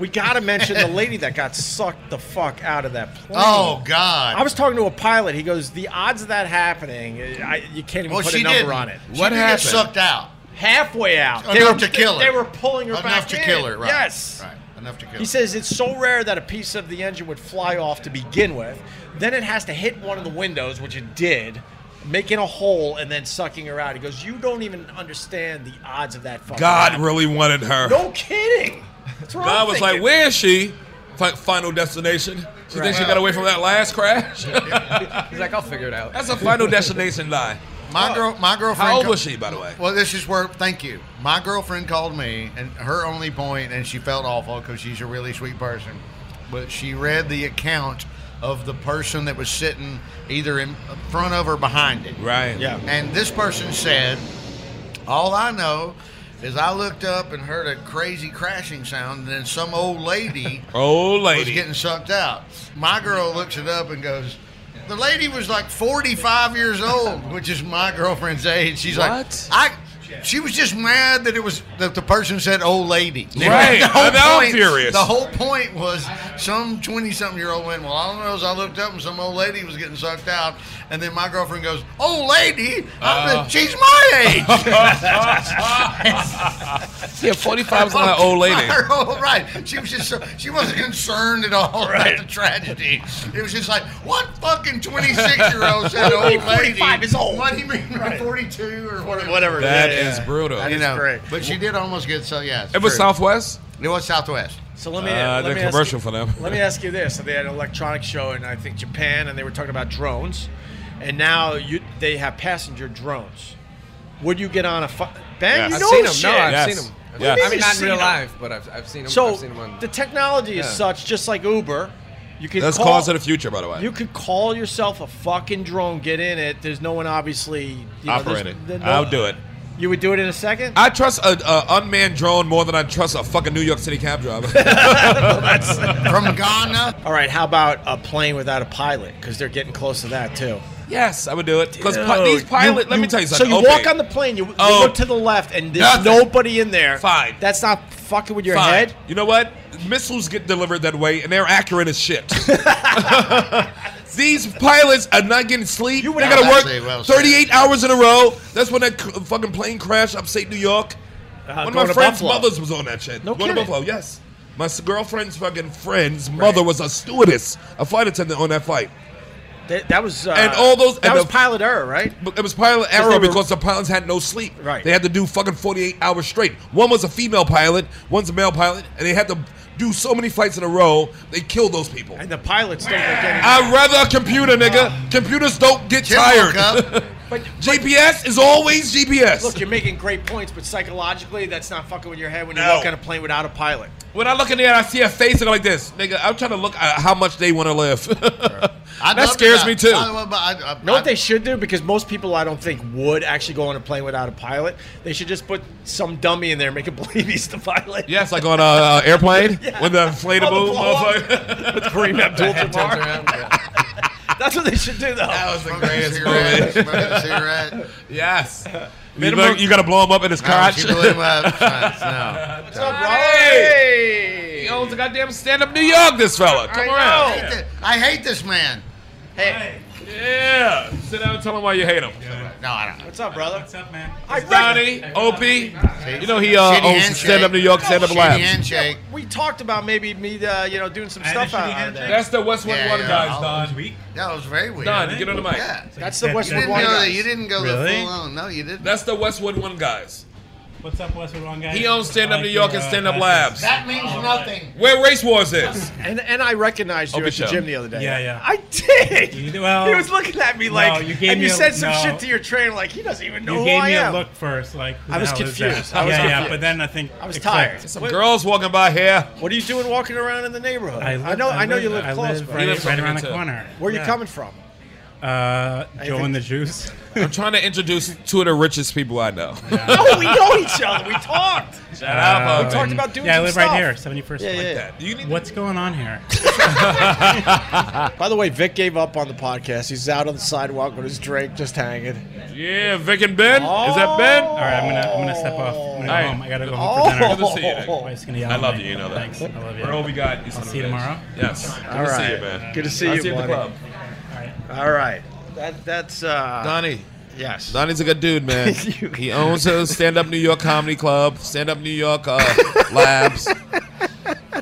C: we got to mention the lady that got sucked the fuck out of that plane.
E: Oh, God.
C: I was talking to a pilot. He goes, "The odds of that happening, I, you can't even
E: Well,
C: put
E: she
C: a number
E: didn't.
C: on it."
E: She What didn't get happened? sucked out?
C: Halfway out.
E: Enough to kill her.
C: They were pulling her
E: Enough
C: back
E: to
C: in.
E: kill her, right.
C: Yes.
E: Right. Enough to kill
C: He
E: her.
C: says it's so rare that a piece of the engine would fly off to begin with. Then it has to hit one of the windows, which it did, making a hole and then sucking her out. He goes, "You don't even understand the odds of that." Fucking
F: God
C: happening."
F: really wanted her.
C: No kidding. That's what
F: God
C: I'm
F: was
C: thinking.
F: like, where is she? Fi- Final destination. She thinks she
C: Right.
F: got away from that last crash.
H: He's like, I'll figure it out.
F: That's a final destination lie.
E: My girl, my girlfriend.
F: How old
E: ca-
F: was she, by the way?
E: Well, this is where. Thank you. My girlfriend called me, and her only point, and she felt awful because she's a really sweet person, but she read the account of the person that was sitting either in uh, front of or behind it.
F: Right.
E: Yeah. And this person said, "All I know." Is I looked up and heard a crazy crashing sound, and then some old lady
F: Old
E: was
F: lady.
E: getting sucked out. My girl looks it up and goes, the lady was like 45 years old, which is my girlfriend's age. She's
F: What?
E: like, I. She was just mad that it was that the person said old lady.
F: Right.
E: The whole
F: Now I'm
E: point-
F: furious.
E: The whole point was some 20 something year old went, Well, all I don't know is I looked up and some old lady was getting sucked out. And then my girlfriend goes, Old lady? I
F: Uh.
E: said, She's my age.
F: yeah, 45 is not an old lady.
E: Oh, right. She was just so, she wasn't concerned at all
F: Right.
E: about the tragedy. It was just like, what fucking 26 year old said
C: Old
E: old
C: lady,
E: lady?
C: 45 is old.
E: What do you mean, 42 or whatever?
C: Whatever.
F: That is brutal.
E: you know, But she did almost get so, yeah. it's
F: It was
E: true.
F: Southwest?
E: It was Southwest.
C: So let me.
F: Uh,
C: let
F: the
C: me
F: commercial
C: ask
F: for
C: you,
F: them.
C: Let me ask you this: so they had an electronic show in I think Japan, and they were talking about drones, and now you they have passenger drones. Would you get on a fu- Ben?
H: I've
C: You know
H: seen them.
C: shit.
H: No, I've seen them.
C: What do you mean
H: I mean,
C: you've
H: not in
C: seen
H: real
C: 'em?
H: life, but I've, I've seen them.
C: So
H: I've seen them on.
C: the technology is
H: Yeah.
C: such, just like Uber. You can
F: That's
C: call,
F: cause of the future, by the way.
C: You could call yourself a fucking drone, get in it. There's no one obviously you know, there's-
F: Operate it.
C: there- no-
F: I'll do it.
C: You would do it in a second.
F: I trust a, a unmanned drone more than I trust a fucking New York City cab driver.
E: From Ghana.
C: All right, how about a plane without a pilot? Because they're getting close to that too.
F: yes, I would do it. Because these
C: Dude,
F: pilot, let me tell you something.
C: So you
F: Okay.
C: walk on the plane, you, you
F: Oh.
C: look to the left, and there's
F: Nothing.
C: nobody in there.
F: Fine.
C: That's not fucking with your
F: Fine.
C: head.
F: You know what? Missiles get delivered that way, and they're accurate as shit. These pilots are not getting sleep. You they
E: have
F: gotta
E: to
F: work
E: say, well said.
F: 38 hours in a row. That's when that c- fucking plane crashed upstate New York. One of
C: Uh-huh, going
F: my
C: to
F: friend's
C: Buffalo.
F: mothers was on that shit.
C: No
F: going to
C: kidding.
F: Buffalo, yes. My s- girlfriend's fucking friend's mother was a stewardess, a flight attendant on that flight.
C: That, that was uh,
F: And all those-
C: That
F: and
C: was
F: the-
C: pilot error, right?
F: But it was pilot
C: they
F: error
C: were-
F: because the pilots had no sleep.
C: Right.
F: They had to do fucking 48 hours straight. One was a female pilot, one's a male pilot, and they had to do so many flights in a row, they killed those people.
C: And the pilots don't get
F: I'd rather a computer, nigga. Computers don't get
E: Jim
F: tired.
E: woke up.
F: GPS is always GPS.
C: Look, you're making great points, but psychologically, that's not fucking with your head when you
F: No.
C: walk on a plane without a pilot.
F: when I look in there, I see a face and I'm like this, nigga. I'm trying to look at how much they want to live.
E: I'd
F: that
E: love to
F: scares
E: not-
F: me too.
E: I- well, but I- I-
C: Know what they should do? Because most people, I don't think, would actually go on a plane without a pilot. They should just put some dummy in there, and make it believe he's the pilot.
F: Yes, like on an airplane
C: Yeah.
F: with the inflatable
C: Oh, the
F: motherfucker.
C: with Kareem Abdul-Jabbar. That's what they should do, though.
F: That was the
E: Smoking
F: greatest
E: cigarette,
F: movie.
E: smoking a cigarette.
F: Yes. You,
E: Minimum-
F: look- you gotta blow him up in his
E: No,
F: crotch.
E: she blew him up. No.
F: What's up, Hey! He owns a goddamn stand-up New York. This fella. Come
E: I
F: around.
E: hate thi- I hate this man.
C: Hey,
F: Yeah. Sit down and tell him why you hate him.
E: no, I don't.
C: what's up, brother? What's
P: up, man?
C: I
F: Donnie, Opie. You know he uh,
E: Shitty
F: owns
E: handshake.
F: Stand Up New York, Stand Up
E: Shitty
F: Labs.
E: handshake.
C: We talked about maybe me, uh, you know, doing some stuff out, out of there.
F: That's the Westwood
E: Yeah,
F: One
E: yeah,
F: guys,
E: I'll-
F: Don.
E: That was very weird.
F: Don, get on the mic.
E: Yeah.
C: That's the
E: You
C: Westwood
E: didn't
C: One
E: go,
C: guys.
E: you didn't go the
F: Really?
E: full on. No, you didn't.
F: That's the Westwood One guys.
P: What's up, Westwood One guy?
F: He owns Stand Up
P: I
F: New
P: like
F: York
P: your,
F: and
P: uh,
F: Stand Up
P: glasses.
F: Labs. Where Race Wars is.
C: And and I recognized you
F: Okay,
C: at the
F: show.
C: gym the other day.
P: Oh, Yeah, yeah.
C: I did.
P: well,
C: he was looking at me
P: no,
C: like,
P: you gave
C: and you
P: me a-
C: said some
P: no.
C: shit to your trainer like he doesn't even know
P: You
C: who
P: gave
C: I
P: me
C: am.
P: a look first, like who
C: I
P: the
C: was
P: hell is that?
C: confused. I was
P: yeah, yeah,
C: confused.
P: but then I think
C: I was
P: it
C: tired.
P: clicked.
C: Some
P: What-
F: girls walking by here.
C: What are you doing walking around in the neighborhood? I,
P: live-
C: know. I, know you
P: live-
C: live
P: I
C: close.
P: live
C: but-
P: right, right around the corner.
C: Where you
P: Yeah.
C: coming from?
P: Uh,
C: I
P: Joe
C: think-
P: and the Juice.
F: I'm trying to introduce two of the richest people I know.
C: oh, we know each other. We talked.
F: Shut up,
P: Um,
F: Owen.
P: Yeah, I live right here, 71st.
C: Yeah,
P: like
C: yeah.
P: that. What's going on here?
C: By the way, Vic gave up on the podcast. He's out on the sidewalk with his drink, just hanging.
F: Yeah, Vic and Ben. Is that Ben?
C: Oh.
F: All
P: right, I'm gonna I'm gonna step off. I'm gonna go
F: Hey.
P: home. I gotta go home for dinner.
F: Good to see you.
P: My wife's gonna yell
F: I
P: at
F: love
P: me.
F: you. You know that.
P: Thanks. I love you.
F: We're all we got.
P: I'll see you tomorrow.
F: Yes. Good to see you, man.
C: Oh. Good to see
F: I'll
C: you,
F: See you at
C: buddy.
F: the club.
C: All right. That that's uh,
F: Donnie.
C: Yes.
F: Donnie's a good dude, man. he owns his stand up New York comedy club, stand up New York uh, labs.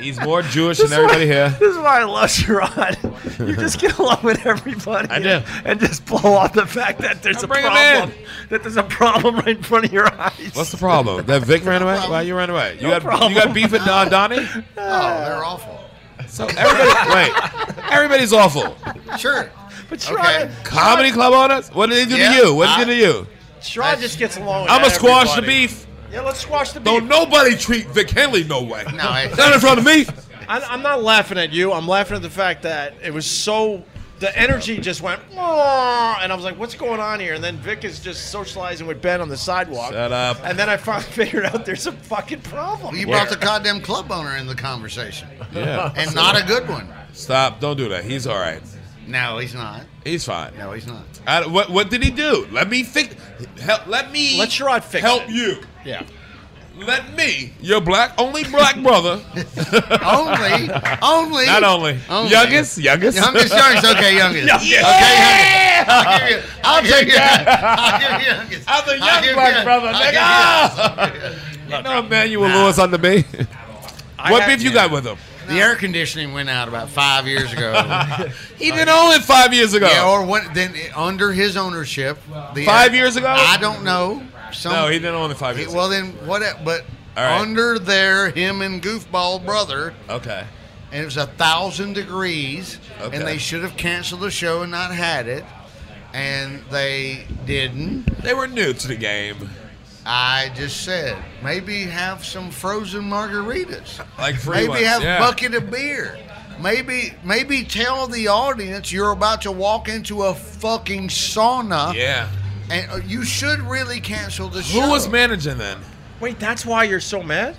F: He's more Jewish than everybody here.
C: This is why I love you, Ron. You just get along with everybody. I do. And just blow off the fact that there's a
F: bring 'em
C: problem. That there's a problem right in front of your eyes.
F: What's the problem? That Vic ran away? Why you ran away? You
C: No
F: got
C: problem.
F: you got beef with Don Donnie?
E: Oh, they're awful.
F: So everybody wait. Everybody's awful.
E: Sure.
C: But
E: Shrine,
F: Comedy club owners? What did they do to you? What did they do to you?
C: Shrine just gets along with
F: I'ma squash the
C: everybody.
F: beef.
C: Yeah, let's squash the beef.
F: Don't nobody treat Vic Henley no way.
E: No, I-
F: Not in front of me.
C: I'm, I'm not laughing at you. I'm laughing at the fact that it was so. The energy just went, "Aw," and I was like, "What's going on here?" And then Vic is just socializing with Ben on the sidewalk.
F: Shut up.
C: And then I finally figured out there's a fucking problem.
E: You
C: here.
E: brought the goddamn club owner in the conversation.
F: Yeah.
E: And not a good one.
F: Stop! Don't do that. He's all right.
E: No, he's not.
F: He's fine.
E: No, he's not.
F: I, what What did he do? Let me fix. Help. Let me.
C: Let Sherrod fix
F: Help
C: it.
F: you.
C: Yeah.
F: Let me, your black only black brother.
E: Only, only,
F: Not only. Youngest, youngest.
E: youngest, youngest. Okay, youngest.
F: Youngest.
E: Okay, youngest. I'll give you. I'll, give you. I'll give you youngest.
F: I'm the
E: I'll
F: young
E: give you-
F: black brother, Ah.
E: I'll give you
F: nigga. you know Emmanuel Lewis under me.
E: I
F: what
E: got-
F: beef you got with him?
E: The air conditioning went out about five years ago.
F: He didn't own it five years ago.
E: Yeah, or when, then it- under his ownership. the
F: Five years ago?
E: I don't know. Some,
F: no, he didn't own it five years.
E: Well, then what? But
F: All right.
E: under there, him and Goofball brother,
F: okay.
E: and it was a thousand degrees,
F: Okay.
E: and they should have canceled the show and not had it, and they didn't.
F: They were new to the game,
E: I just said maybe have some frozen margaritas.
F: like free
E: Maybe
F: ones,
E: have
F: yeah.
E: a bucket of beer. Maybe maybe tell the audience you're about to walk into a fucking sauna.
F: Yeah.
E: And uh, you should really cancel the
F: Who
E: show.
F: was managing then?
C: Wait, that's why you're so mad?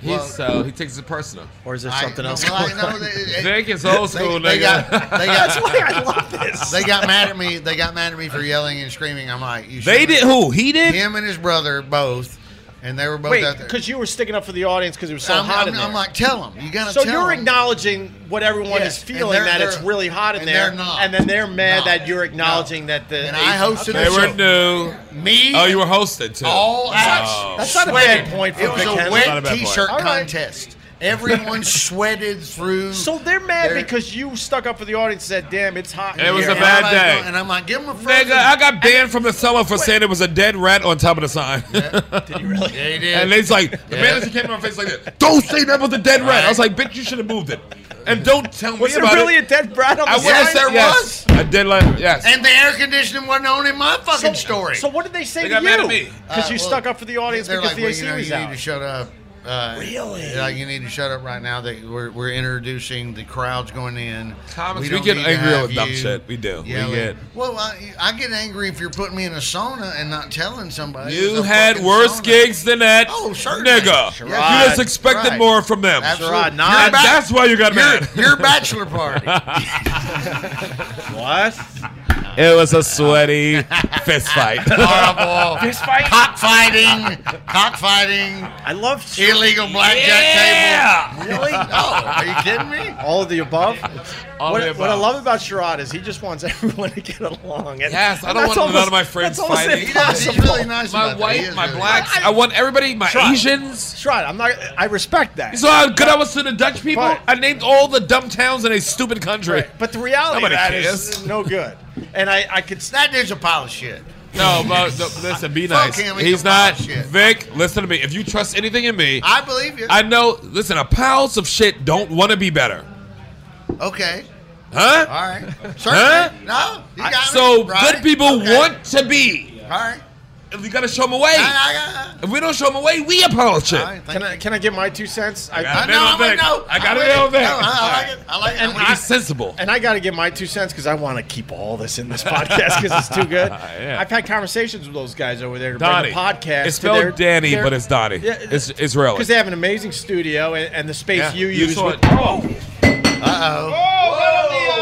F: He's
E: Well-
F: so he takes it personal.
C: Or is there
E: I-
C: something
E: no,
C: else?
E: well, I
C: going
E: know
C: on?
E: they-
F: Vic is old
E: they-
F: school,
E: they
F: nigga.
E: got- they got-
C: That's why I love this.
E: They got mad at me. They got mad at me for yelling and screaming. I'm like, you
F: They
E: shouldn't-
F: did who? He did?
E: Him and his brother both, and they were both
C: Wait,
E: out there.
C: because you were sticking up for the audience because it was so
E: I'm,
C: hot
E: I'm-
C: in there.
E: I'm like, tell them. You gotta
C: so
E: tell
C: you're
E: 'em.
C: acknowledging what everyone
E: Yes,
C: is
E: and
C: feeling
E: they're-
C: that it's
E: they're-
C: really hot in
E: and
C: there,
E: they're not.
C: and then they're mad
E: No.
C: that you're acknowledging that the
E: And I hosted
F: They
E: the
F: were
E: show.
F: new.
E: Me
F: Oh, you were hosted too.
E: all out.
F: Oh.
C: That's not a
E: sweated.
C: bad point for
E: It was
C: Vic
E: a
C: Henley.
F: Not a bad
E: wet
F: point.
E: t-shirt
C: All right.
E: contest. Everyone sweated through.
C: So they're mad
E: They're-
C: because you stuck up for the audience. and Said, "Damn, it's hot." in
F: It was
C: here."
F: a bad
E: Everybody's
F: day.
E: going- And I'm like, give them a frozen.
F: Nigga, I got banned from the cellar for saying it was a dead rat on top of the sign.
E: Yeah, he did.
F: and they's like, the
E: Yeah.
F: manager came in my face like this. Don't say that was a dead rat. I was like, bitch, you should have moved it. And don't tell me
C: Was there
F: about
C: really
F: it.
C: a dead brat on the
F: I
C: side?
F: would've said yes. A dead rat. Yes.
E: And the air conditioning wasn't on in my fucking
C: So-
E: story.
C: So what did they say
F: They
C: to
F: got
C: you?
F: mad at me.
C: Because
E: Uh,
C: you
E: well,
C: stuck up for the audience
E: They're
C: because
E: like,
C: the
E: well,
C: AC
E: you know,
C: was
E: you
C: out.
E: need to shut up. Uh,
C: Really?
E: Like you need to shut up right now. That we're, we're introducing the crowds going in.
F: Comics, we
E: don't
F: get
E: need to
F: angry
E: have
F: with dumb
E: you
F: shit. We do. We
E: yelling."
F: get-
E: Well, I, I get angry if you're putting me in a sauna and not telling somebody. it's
F: You
E: a
F: had
E: fucking
F: worse
E: sauna.
F: gigs than that,
E: Oh, certainly.
F: nigga.
E: Sure.
F: You just expected
E: Right.
F: more from them.
E: Absolutely.
C: Sherrod,
E: Your
C: not-
F: And that's why you got
E: your,
F: mad.
E: your bachelor party.
C: What?
F: It was a sweaty fist fight.
E: Horrible.
C: Fist fight?
E: Cockfighting. Cockfighting.
C: I love
E: Illegal blackjack
F: Yeah.
E: table. Really? Oh, are you kidding me?
C: all of the above.
F: All
C: what,
F: the above.
C: what I love about Sherrod is he just wants everyone to get along. And
F: Yes, I
C: and
F: don't
C: that's
F: want none of my friends
C: that's almost
F: fighting.
E: He does. He's
C: impossible.
E: really nice.
F: my
E: about that. He
F: white,
E: is
F: my
E: really
F: blacks. I want everybody. My
C: Try.
F: Asians.
C: Sherrod, I'm not. I respect that.
F: You saw how good I was to the Dutch people?
C: Right.
F: I named all the dumb towns in a stupid country.
C: Right, But the reality of
F: Nobody
C: that is
F: cares.
C: no good. And I, I could.
E: That dude's a pile of shit.
F: No, but the, listen, be
E: Fuck
F: nice.
E: him, he's
F: He's
E: a pile
F: not
E: of shit.
F: Vic. Listen to me. If you trust anything in me,
E: I believe you.
F: I know. Listen, a piles of shit don't want to be better,
E: Okay.
F: huh?
E: All right. Certainly.
F: Huh?
E: No, you got
F: So
E: me. Right?
F: good people want to be.
E: All right.
F: If you gotta show them away. If we don't show them away, we apologize.
C: Can I can I get my two cents? I,
F: got a bit on Vic. I got a bit on Vic.
E: I like
C: And
F: He's sensible.
C: And I got to give my two cents because I want to keep all this in this podcast because it's too good.
F: Yeah.
C: I've had conversations with those guys over there to
F: Donnie.
C: bring the podcast.
F: It's
C: to their-
F: spelled Danny,
C: their-
F: but it's Donnie.
C: Yeah,
F: It's Israeli.
C: because they have an amazing studio and, and the space
F: Yeah,
C: you,
F: you
C: use.
F: saw
C: With,
F: it.
E: Uh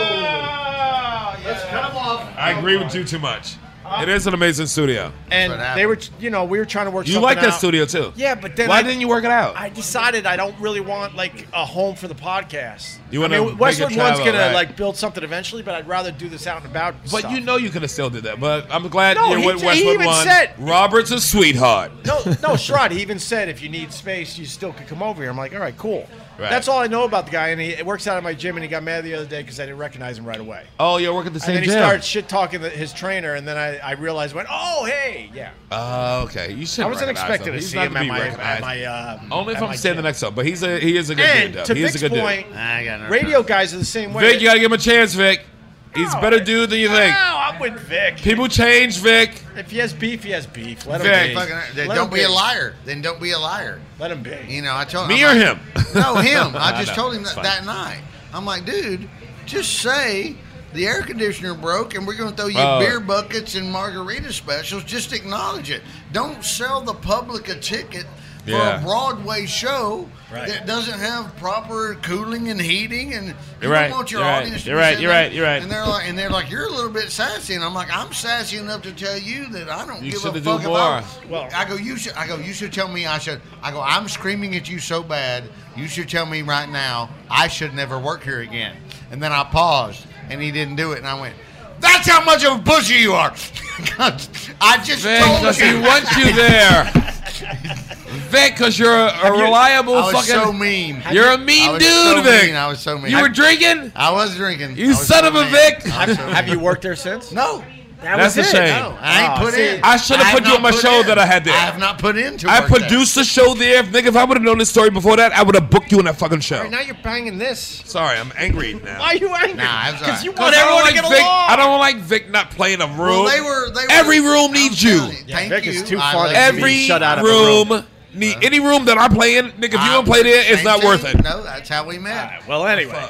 N: Let's come off.
F: I agree with you too much.
C: Uh-huh.
F: It is an amazing studio.
C: And they were, you know, we were trying to work.
F: You
C: something
F: like that
C: out.
F: studio, too.
C: Yeah, but then
F: Why
C: I-
F: didn't you work it out?
C: I decided I don't really want like a home for the podcast.
F: You
C: I
F: wanna
C: mean,
F: make
C: Westwood
F: it
C: One's
F: travel,
C: gonna
F: right.
C: like build something eventually, but I'd rather do this out and about.
F: But
C: stuff.
F: you know you could have still did that. But I'm glad
C: No,
F: you
C: he-
F: went
C: he
F: Westwood
C: even
F: one.
C: said-
F: Robert's a sweetheart.
C: No, no, Sherrod, he even said if you need space, you still could come over here. I'm like, all right, cool.
F: Right.
C: That's all I know about the guy, and he it works out at my gym, and he got mad the other day because I didn't recognize him right away.
F: Oh, you're working the
C: and
F: same
C: then he
F: gym.
C: started shit talking his trainer, and then I, I realized, went, oh hey, yeah.
F: Oh, okay. You should.
C: I wasn't expecting to see him at my- at my, uh,
F: Only if
C: at
F: I'm
C: my
F: standing next to him, but he's a he is a good
C: And
F: dude. Though.
C: to
F: He is a
C: Vic's
F: good
C: point,
F: dude.
C: radio guys are the same way.
F: Vic, you gotta give him a chance, Vic. He's a better dude than you think.
C: No, I'm with Vic.
F: People change, Vic.
C: If he has beef, he has beef. Let
F: Vic.
C: him be.
F: Fucking-
E: Then
C: Let
E: uh, don't
C: him
E: be, a liar. Then don't be a liar.
C: Let him be.
E: You know, I told
F: Me
E: I'm
F: or
E: like-
F: him?
E: No, him.
F: I
E: I just
F: know.
E: told him
F: It's
E: that,
F: fine.
E: that night. I'm like, dude, just say the air conditioner broke and we're going to throw you
F: Oh.
E: beer buckets and margarita specials. Just acknowledge it. Don't sell the public a ticket for
F: Yeah.
E: a Broadway show
F: Right.
E: that doesn't have proper cooling and heating and you
F: You're right.
E: don't want your
F: You're right.
E: audience to
F: You're
E: be
F: right.
E: sitting
F: You're
E: there-
F: right. You're right.
E: And they're like and they're like, You're a little bit sassy and I'm like, I'm sassy enough to tell you that I don't
F: You
E: give a
F: shoulda do
E: fuck
F: more.
E: about well, I go, you should. I go, you should tell me. I should. I go, I'm screaming at you so bad. You should tell me right now. I should never work here again. And then I paused, and he didn't do it. And I went, "That's how much of a pussy you are." 'Cause I just
F: Vic,
E: told
F: because
E: you.
F: he wants you there. Vic, because you're a, a
E: Have you-
F: reliable
E: I was
F: fucking.
E: so mean.
F: You're a
E: Have you- I
F: mean
E: was
F: dude,
E: so
F: Vic.
E: mean. I was so mean.
F: You
E: I-
F: were drinking.
E: I was drinking. I
F: You
E: was
F: son
E: so
F: of a
E: mean.
F: Vic.
E: I was so
C: Have you worked there since?
E: No.
C: That
F: That's
C: was
F: a
C: it.
F: shame.
C: No,
E: I ain't put in.
F: I should have
E: have
F: put you on
E: not
F: my show
E: in.
F: that I had there.
E: I have not put into.
F: I produced a show there. If nigga, if I would have known this story before that, I would have booked you in that fucking show.
C: Now you're banging this.
F: Sorry, I'm angry now.
C: Why are you angry?
F: Nah, I'm
C: Because
F: sorry.
C: you
F: 'Cause
C: want
F: I don't
C: everyone to
F: like
C: get
F: Vic,
C: along.
F: I don't like Vic not playing a room.
E: Well, they were- they were-
F: Every room needs you.
E: Thank
C: Vic
E: you.
C: is too
E: I
C: funny to
E: love you.
C: be
F: Every
C: shut out of a
F: room, need any room that I play in, nigga. If you
E: I-
F: don't play there, it's
E: same
F: not worth
E: thing.
F: it.
E: No, that's how we met.
C: Well, anyway,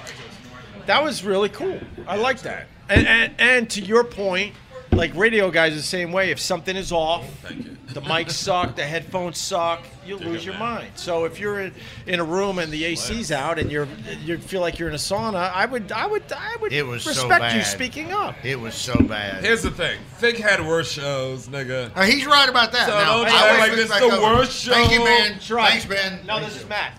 C: that was really cool. I like that. And, and and to your point, like radio guys the same way. If something is off, the mics suck, the headphones suck, you lose your mind. So if you're in, in a room and the AC's out and you're you feel like you're in a sauna, I would I would I would
E: It was so
C: respect you
E: bad.
C: speaking up.
E: It was so bad.
F: Here's the thing. Vic had worse shows, nigga.
E: Uh, he's right about that.
F: So
E: no,
F: don't
E: I
F: act
E: always
F: like
E: look
F: this
E: back
F: the
E: over.
F: worst
E: Thank you,
F: show.
E: Ben.
F: That's right.
E: Thanks, Ben.
C: No, this is Matt.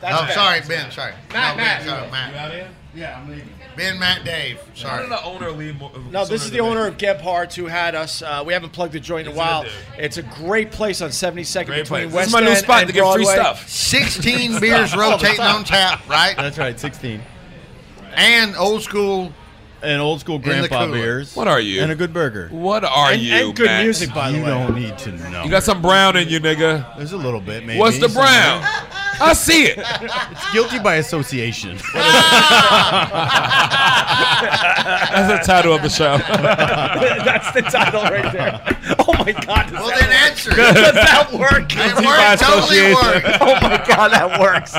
C: That's
E: Oh,
C: Ben.
E: sorry, Ben. Sorry.
C: Matt,
E: no,
C: Matt.
E: Ben, sorry, Matt.
O: Yeah, I'm leaving.
E: Ben, Matt, Dave. Sorry.
F: How did the owner leave? mo-
C: No,
F: sooner
C: this is
F: than
C: the owner of Gebhardt's who had us. Uh, we haven't plugged the joint in a
F: Isn't it,
C: while.
F: dude?
C: It's a great place on 72nd
F: Great
C: between
F: place. This
C: West
F: is my new
C: End
F: spot
C: and
F: to get free
C: Broadway.
F: stuff.
E: 16 beers rotating on tap, right?
D: That's right, 16.
E: And old school.
D: And old school
E: the
D: grandpa
E: cooler.
D: beers.
F: What are you?
D: And a good burger.
F: What are
D: And-
F: you?
D: and good
F: Max?
D: music, by the You way. don't need to know.
F: You got some brown in you, nigga.
D: There's a little bit, maybe.
F: What's the brown?
D: somewhere.
F: I see it.
D: It's guilty by association.
F: That's the title of the show.
C: That's the title right there. Oh my God.
E: Well, then answer.
C: Does that work?
E: It worked. Totally worked.
C: Oh my God, that works.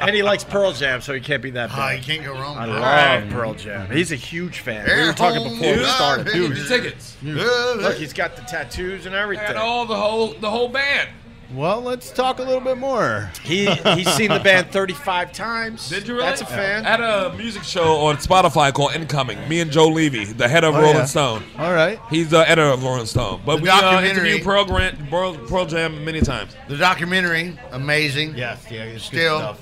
C: And he likes Pearl Jam, so he can't be that
E: Oh, you
C: bad.
E: can't go wrong.
C: I
E: with
C: love
E: that.
C: Pearl Jam. He's a huge fan.
E: Air
C: we were talking
E: home
C: before we
E: run,
C: started.
E: baby.
F: Tickets.
C: Look, he's got the tattoos and everything.
F: And all the whole the whole band.
D: well, let's talk a little bit more.
C: He he's seen the band 35 times.
F: Did you really?
C: That's a fan.
F: At a music show on Spotify called Incoming, me and Joe Levy, the head of
D: Oh,
F: Rolling
D: yeah.
F: Stone.
D: All right.
F: He's the editor of Rolling Stone. But
E: The
F: we uh,
E: documentary-
F: interviewed Pearl, Grant, Pearl, Pearl Jam many times.
E: The documentary, amazing.
D: Yes, yeah, it's good
E: Still,
D: stuff.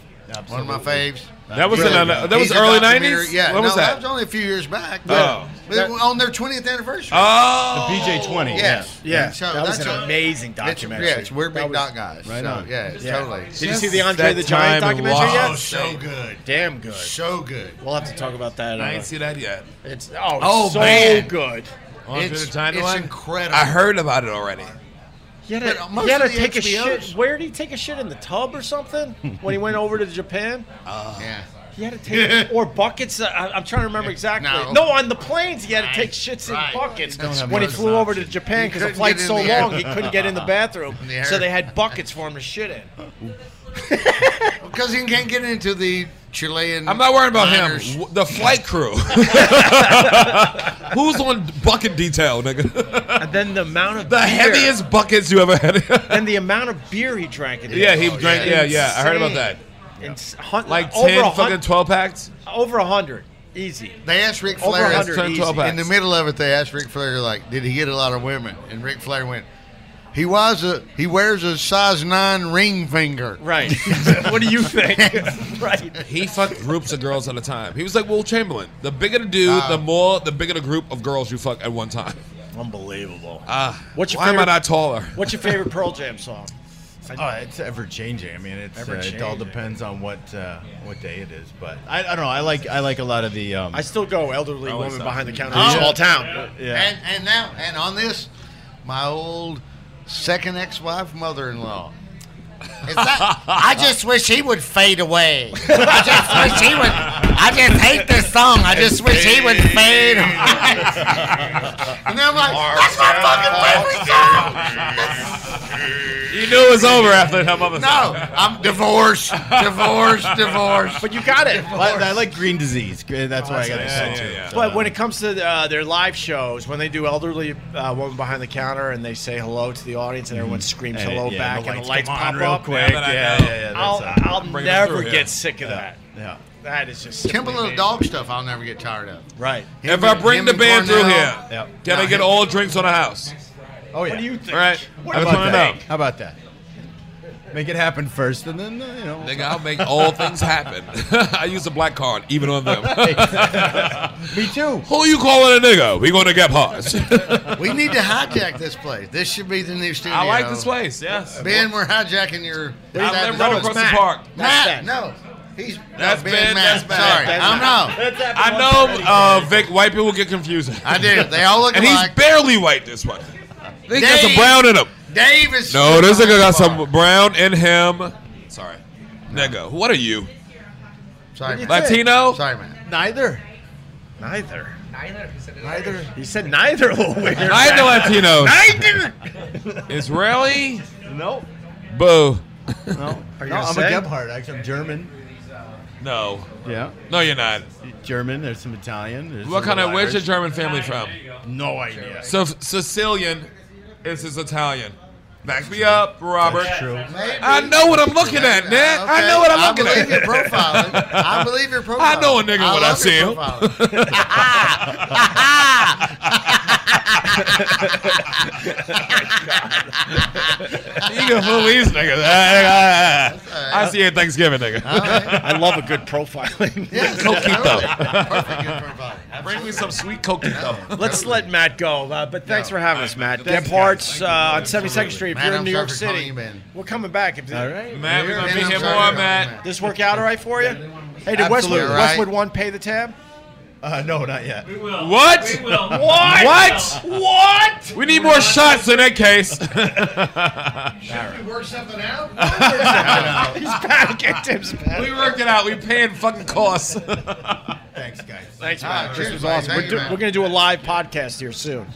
E: one of my
D: Absolutely.
E: faves.
F: That was in
E: Really
F: a-
E: good.
F: that was
E: He's a
F: early
E: documentary-
F: 90s?
E: Yeah,
F: When
E: no,
F: was that?
E: was only a few years back.
F: Oh.
E: But it was on their 20th anniversary.
F: Oh.
D: The BJ20,
E: Yes.
C: yeah.
E: And so
C: That was
E: that's
C: an
E: a-
C: amazing
E: it's-
C: documentary.
E: Yeah, it's, we're
C: That
E: big
C: was-
E: dot guys.
D: Right
E: so,
D: on.
E: Yeah, it's
C: Yeah.
E: totally.
C: Did you see the
F: Just
C: Andre the
F: that
C: Giant
F: time and
C: documentary
F: wow.
E: Oh,
C: yet?
E: so good.
C: Damn good.
E: So good.
C: We'll have to talk about that.
F: I
C: uh,
F: ain't see that yet.
C: It's oh,
E: Oh,
C: so
E: man.
C: good.
F: On
E: It's-
F: to the timeline.
E: it's incredible.
F: I heard about it already.
C: You
E: But, uh,
C: gotta,
E: most
C: you gotta
E: of the
C: take a
E: XBOs
C: shit. Where did he take a shit in the tub or something when he went over to Japan? Uh,
E: yeah.
C: He had to take or buckets. Uh, I- I'm trying to remember exactly.
E: No.
C: No, on the planes he had to take shits
E: Right.
C: in buckets
E: Don't have
C: when he
E: much
C: flew over to
E: option.
C: Japan
E: He
C: because the
E: couldn't
C: flight's
E: get
C: so
E: in the air.
C: long he couldn't get in the bathroom.
E: In the air.
C: so they had buckets for him to shit in.
E: Because he can't get into the Chilean.
F: I'm not worried about him.
E: miners.
F: W- The flight crew. Who's on bucket detail, nigga?
C: And then the amount of
F: The
C: beer,
F: heaviest buckets you ever had.
C: and the amount of beer he drank in. the
F: Yeah,
C: day.
F: he drank- yeah, yeah, I heard about that.
C: Ins- hun-
F: Like
C: over
F: 10
C: a hun-
F: fucking 12 packs?
C: Over a hundred, easy.
E: They asked Ric
C: Over
E: Flair
C: 100 easy.
E: in the middle of it. They asked Ric Flair like, "Did he get a lot of women?" And Ric Flair went, "He was a he wears a size nine ring finger."
C: Right. what do you think? right.
F: He fucked groups of girls at a time. He was like Will Chamberlain. The bigger the dude, the more, the bigger the group of girls you fuck at one time.
C: Unbelievable.
F: Ah,
C: What's your
F: why am I
C: favorite-
F: not taller?
C: What's your favorite Pearl Jam song?
D: Oh, it's ever changing. I mean, it's, uh, it all
C: Ever-changing.
D: depends on what uh, what day it is. But I, I don't know. I like I like a lot of the. Um,
C: I still go elderly
D: Rolling
C: woman
D: Stones.
C: behind the counter
D: Oh.
C: in a small town.
D: Yeah.
E: And and now and on this, my old second ex-wife, mother-in-law. It's not- I just wish he would fade away. I just wish he would. I just hate this song. I just wish he would fade. away. and then I'm like, that's my fucking favorite song.
F: You knew it was over after that mother
E: No, I'm divorced, divorced, divorced.
C: But you got it.
D: I, I like green disease. That's why I got
C: Yeah,
D: to
C: yeah,
D: to.
C: yeah. But
D: Um,
C: when it comes to uh, their live shows, when they do elderly uh, woman behind the counter and they say hello to the audience and everyone screams
D: And it-
C: hello
D: Mm-hmm. yeah,
C: back and the lights,
D: come on
C: pop
D: real
C: up,
D: quick. Yeah, yeah, yeah. that's
C: I'll,
D: it.
C: I'll
D: Bring 'em
C: never
D: through, yeah.
C: get sick of that.
D: Yeah.
C: That is just
E: Temple of the Dog stuff. I'll never get tired of.
C: Right.
F: If I bring the band through here, can I
E: No,
F: get
E: him-
F: all drinks on the house?
D: Oh yeah. What
C: do you
D: think?
F: All right.
D: What
F: I just
D: about
F: wanna
D: that?
F: know.
D: How about that? Make it happen first, and then uh, you know.
F: Nigga, I'll make all things happen. I use a black card, even on them.
D: Me too.
F: Who you calling a nigga? We going to get pause.
E: We need to hijack this place. This should be the new studio.
F: I like this place. Yes.
E: Ben, we're hijacking your.
F: I
E: that-
F: live
E: no,
F: right
E: it's
F: across
E: Matt.
F: the park.
E: Matt, no, he's
F: That's
E: no,
F: Ben.
E: Matt.
F: That's Matt.
E: Sorry, I'm not.
F: I know, uh, Vic. White people get confusing.
E: I do. They all look
F: and
E: alike.
F: he's barely white. This one. They got some
E: Dave-
F: brown in him.
E: Dave is
F: No, this nigga got some brown in him. Sorry, nigga. What are you?
E: Sorry,
F: man.
E: man.
F: Latino?
E: Sorry, man.
D: Neither.
C: Neither.
N: Neither. He said it
C: Neither. He said neither. Weird.
F: Neither Latinos.
C: Neither.
F: Israeli?
D: Nope.
F: Boo.
D: No.
C: Are you
D: no,
C: gonna
D: I'm
C: say?
D: a Gebhardt. Actually, I'm German.
F: No.
D: Yeah.
F: No, you're not.
D: German. There's some Italian. There's
F: What
D: some
F: kind of?
D: little
F: Where's your
D: Irish.
F: German family from?
D: No idea.
F: So Sicilian is his Italian. Back me up, Robert.
D: That's true.
F: I know what I'm looking at, man. I know what I'm looking
E: I believe
F: at.
E: your profile. I believe your profile.
F: I know a nigga when I
E: love
F: see
E: your
F: him.
E: profile.
F: you can fool these niggas. I see you at Thanksgiving, nigga.
C: I love a good profiling.
F: Coquito. Bring me some sweet coquito.
C: Let's let Matt go. Uh, but thanks for having us, Matt. Get parts uh, on 72nd Street. If
E: Matt,
C: you're
E: I'm
C: in New York
E: sorry for calling
C: City,
E: you, man.
C: we're coming back. If all
D: right,
F: Matt, we're gonna
E: be here more, Matt.
C: This work out all right for you? Hey, did
D: Absolutely.
C: Westwood,
D: All right.
C: Westwood One pay the tab?
D: Uh, no, not yet.
F: What?
C: What?
F: What?
C: What?
F: We need more shots in that case.
E: Should we work something out?
C: He's panicking. Tim's panicking.
F: we worked it out. We paying fucking costs.
D: Thanks, guys.
C: Thanks,
E: Ah,
C: Matt.
E: cheers,
C: this was
E: buddy.
C: awesome.
E: Thank
C: We're,
E: you,
C: do-
E: man.
C: we're going to do a live podcast here soon.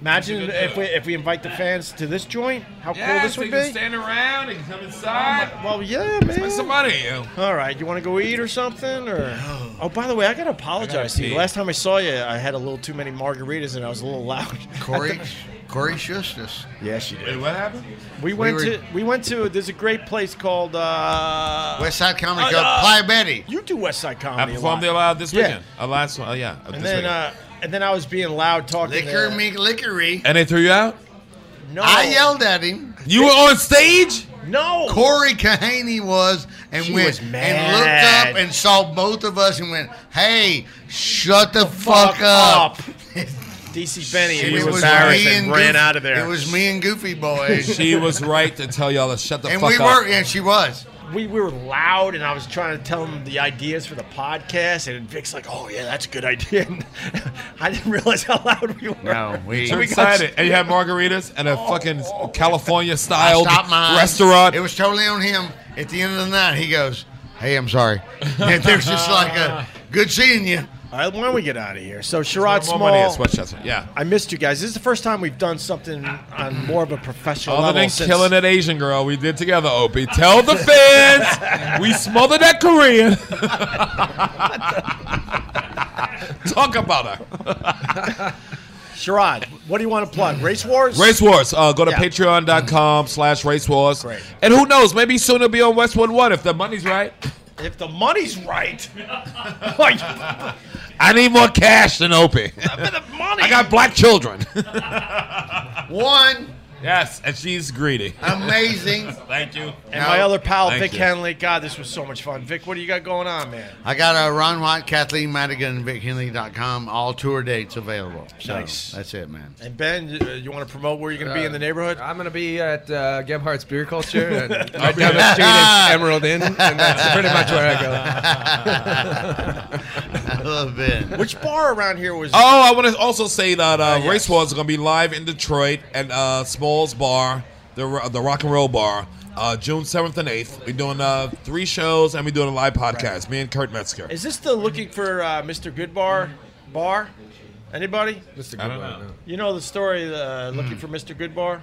C: Imagine if we if we invite the fans to this joint, how cool this would be.
F: stand around and come inside.
C: Well, yeah, man.
F: Spend some money. You know.
C: All right, you want to go eat or something? Or oh, by the way, I gotta apologize to you.
F: pee.
C: Last time I saw you, I had a little too many margaritas and I was a little loud.
E: Corey, Corey Shustis.
C: Yes, you
F: Wait, what happened?
C: We went
E: were-
C: to we went to there's a great place called uh,
E: West Side Comedy
C: uh,
E: Club,
C: uh,
E: Playa Betty.
C: You do West Side
F: I
C: comedy. a
F: performed
C: lot.
F: there loud this
C: Yeah.
F: weekend. Uh, last one. Uh, yeah. uh,
C: And
F: this
C: then
F: weekend.
C: uh, and then I was being loud talking.
E: Liquor,
C: to-
E: me, lickery.
F: and they threw you out.
C: No,
F: Oh.
E: I yelled at him.
F: You were on stage.
C: No,
E: Corey Kahaney was and
C: She
E: went
C: was
E: and looked
C: mad.
E: up and saw both of us and went, "Hey, shut the, fuck,
C: fuck up.
E: up!"
C: DC Benny
E: It
C: was embarrassed
E: me
C: and, ran
E: Goof-
C: out of there.
E: It was me and Goofy Boy.
F: She was right to tell y'all to shut the
E: and
F: fuck
E: we
F: up.
E: were, and she was.
C: we, we were loud, and I was trying to tell him the ideas for the podcast, and Vic's like, "Oh yeah, that's a good idea." And I didn't realize how loud we were.
F: No, we.
C: So
F: So
C: got-
F: excited, and you had margaritas and a fucking California style
E: I stopped mine.
F: restaurant.
E: It was totally on him. At the end of the night, he goes, "Hey, I'm sorry." And there's just like a good seeing you.
C: All right, why don't we get out of here? So Sherrod
E: There's no
C: Small,
E: more money at
F: Westchester, yeah.
C: I missed you guys. This is the first time we've done something on more of a professional
F: Other
C: level
F: than
C: since
F: killing that Asian girl, we did together, Opie. Tell the fans we smothered that Korean. Talk about her.
C: Sherrod, what do you want to plug? Race Wars?
F: Race Wars. Uh, go to
C: Yeah.
F: patreon.com slash race wars. And who knows, maybe soon it'll be on Westwood One if the money's right.
C: If the money's right.
F: I need more cash than Opie. I got black children.
E: One.
F: Yes, and she's greedy.
E: Amazing.
F: Thank you.
C: And my other pal,
E: Thank
C: Vic
E: you.
C: Henley. God, this was so much fun. Vic, what do you got going on, man?
E: I got a Ron White, Kathleen Madigan, VicHenley.com. All tour dates available. So
C: Nice.
E: That's it, man.
C: And Ben, you, uh, you want to promote where you're going to be in the neighborhood?
H: I'm going to be at uh, Gebhardt's Beer Culture. And right down the street is Emerald Inn, and that's pretty much where I
E: go. I love Ben.
C: Which bar around here was?
F: Oh, I want to also say that uh, Race Wars is going to be live in Detroit at uh, Smalls Bar, the ro- the Rock and Roll Bar, uh, June seventh and eighth. We're doing uh, three shows and we're doing a live podcast. Me and Kurt Metzger.
C: Is this the looking for uh, Mr. Goodbar bar? Anybody? Mr.
F: I don't Goodbar, know. no.
C: You know the story, uh, looking
E: Hmm.
C: for Mr. Goodbar.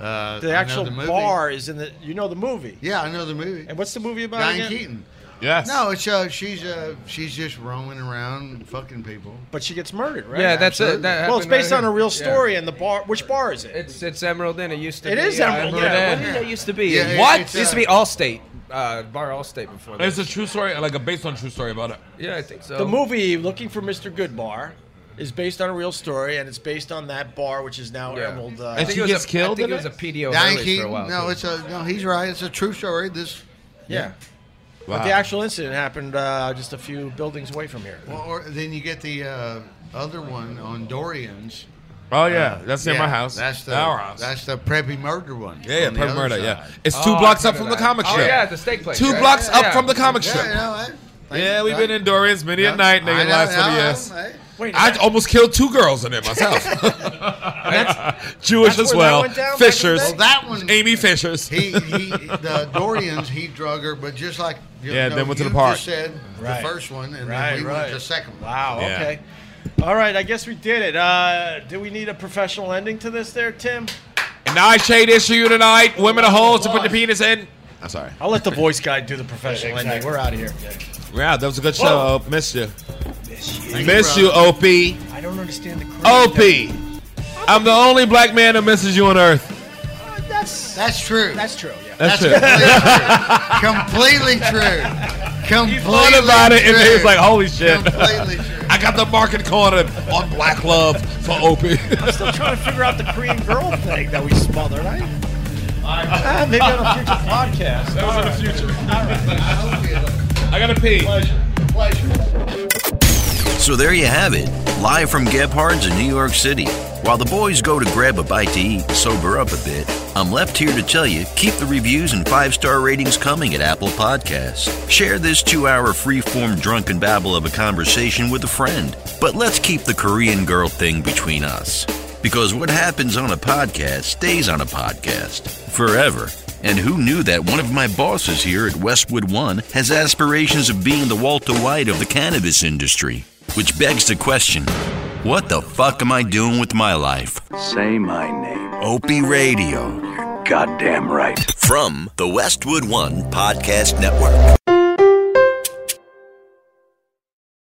E: Uh,
C: The
E: I know
C: actual
E: the movie.
C: bar is in the. You know the movie.
E: Yeah, I know the movie.
C: And what's the movie about?
E: Diane
C: again?
E: Keaton.
F: Yes.
E: No, it's uh, she's uh, she's just roaming around fucking people.
C: But she gets murdered, right?
H: Yeah, that's it.
E: Absolutely.
H: That
C: well, it's
H: happened
C: based
H: right
C: on a real
H: here.
C: story, and the bar. Which bar is it?
H: It's it's Emerald Inn. It used to
C: It
H: be.
C: is
H: uh,
C: Emerald Inn. Yeah,
H: Inn.
C: what did it used to
F: be? Yeah, it-
H: what?
F: it's,
H: used to
F: uh,
H: be Allstate. Uh, bar Allstate before that.
F: It's a true story, like a based on true story about it.
H: Yeah, I think so.
C: The movie Looking for Mr. Goodbar is based on a real story, and it's based on that bar, which is now Emerald. Uh,
H: I think it was a- I think it was a PDO Hurley
E: Diane
H: for a
E: Keaton.
H: while.
E: no, it's a no. He's right. It's a true story. This.
C: Yeah. But
E: Wow.
C: the actual incident happened uh, just a few buildings away from here.
E: Well, or then you get the uh, other one on Dorian's.
F: Oh yeah, that's in
E: yeah,
F: my house.
E: That's the
F: our house.
E: that's the preppy murder one.
F: yeah, yeah,
E: on the
F: Purple
E: other
F: Murder.
E: side.
F: Yeah, it's two blocks up from the comic
E: Oh,
F: strip.
E: yeah, the steak place,
F: Two
E: right?
F: blocks
E: Yeah,
F: up
E: yeah.
F: from the comic
E: Yeah,
F: strip.
E: you know, I-
F: Yeah, we've
E: I-
F: been in Dorian's many
E: Yeah,
F: at night, nigga.
E: I know,
F: last
E: I know,
F: twenty years.
C: Wait a
F: I
C: minute.
F: almost killed two girls in it myself. Jewish
E: that's
F: as
E: where that
F: well.
E: went down back in the
F: Fishers.
E: day? Well, that one-
F: Amy Fishers.
E: he, he the Dorians he drug her, but just like you
F: Yeah,
E: know,
F: then went to the
E: you
F: park.
E: Just said
C: Right.
E: the first one, and
C: Right,
E: then we
C: right.
E: went to the second one.
C: Wow. Okay. All right. I guess we did it. Uh, do we need a professional ending to this, there, Tim?
F: And now I shade issue you tonight. Women are holes to put the penis in. I'm sorry.
C: I'll let the voice guy do the professional ending. We're out of here.
F: Yeah, that was a good show.
C: Whoa.
F: Op. Missed you.
C: you,
F: Miss
C: bro.
F: you, OP.
C: I don't understand the.
H: Oh.
F: OP. I'm the only black man that misses you on earth.
C: That's
E: that's true.
C: That's true. Yeah.
F: That's true.
E: completely true.
F: He
E: Completely
F: thought about it and he was
E: true.
F: like, holy shit.
E: Completely
F: I got the market corner on black love for OP.
C: I'm still trying to figure out the Korean girl thing that we smothered. I, Ah, maybe on a future podcast. That was in the future.
F: I gotta pee.
L: So there you have it, live from Gebhard's in New York City. While the boys go to grab a bite to eat, and sober up a bit, I'm left here to tell you keep the reviews and five star ratings coming at Apple Podcasts. Share this two hour freeform drunken babble of a conversation with a friend. But let's keep the Korean girl thing between us. Because what happens on a podcast stays on a podcast forever. And who knew that one of my bosses here at Westwood One has aspirations of being the Walter White of the cannabis industry? Which begs the question what the fuck am I doing with my life? Say my name. Opie Radio. You're goddamn right. From the Westwood One Podcast Network.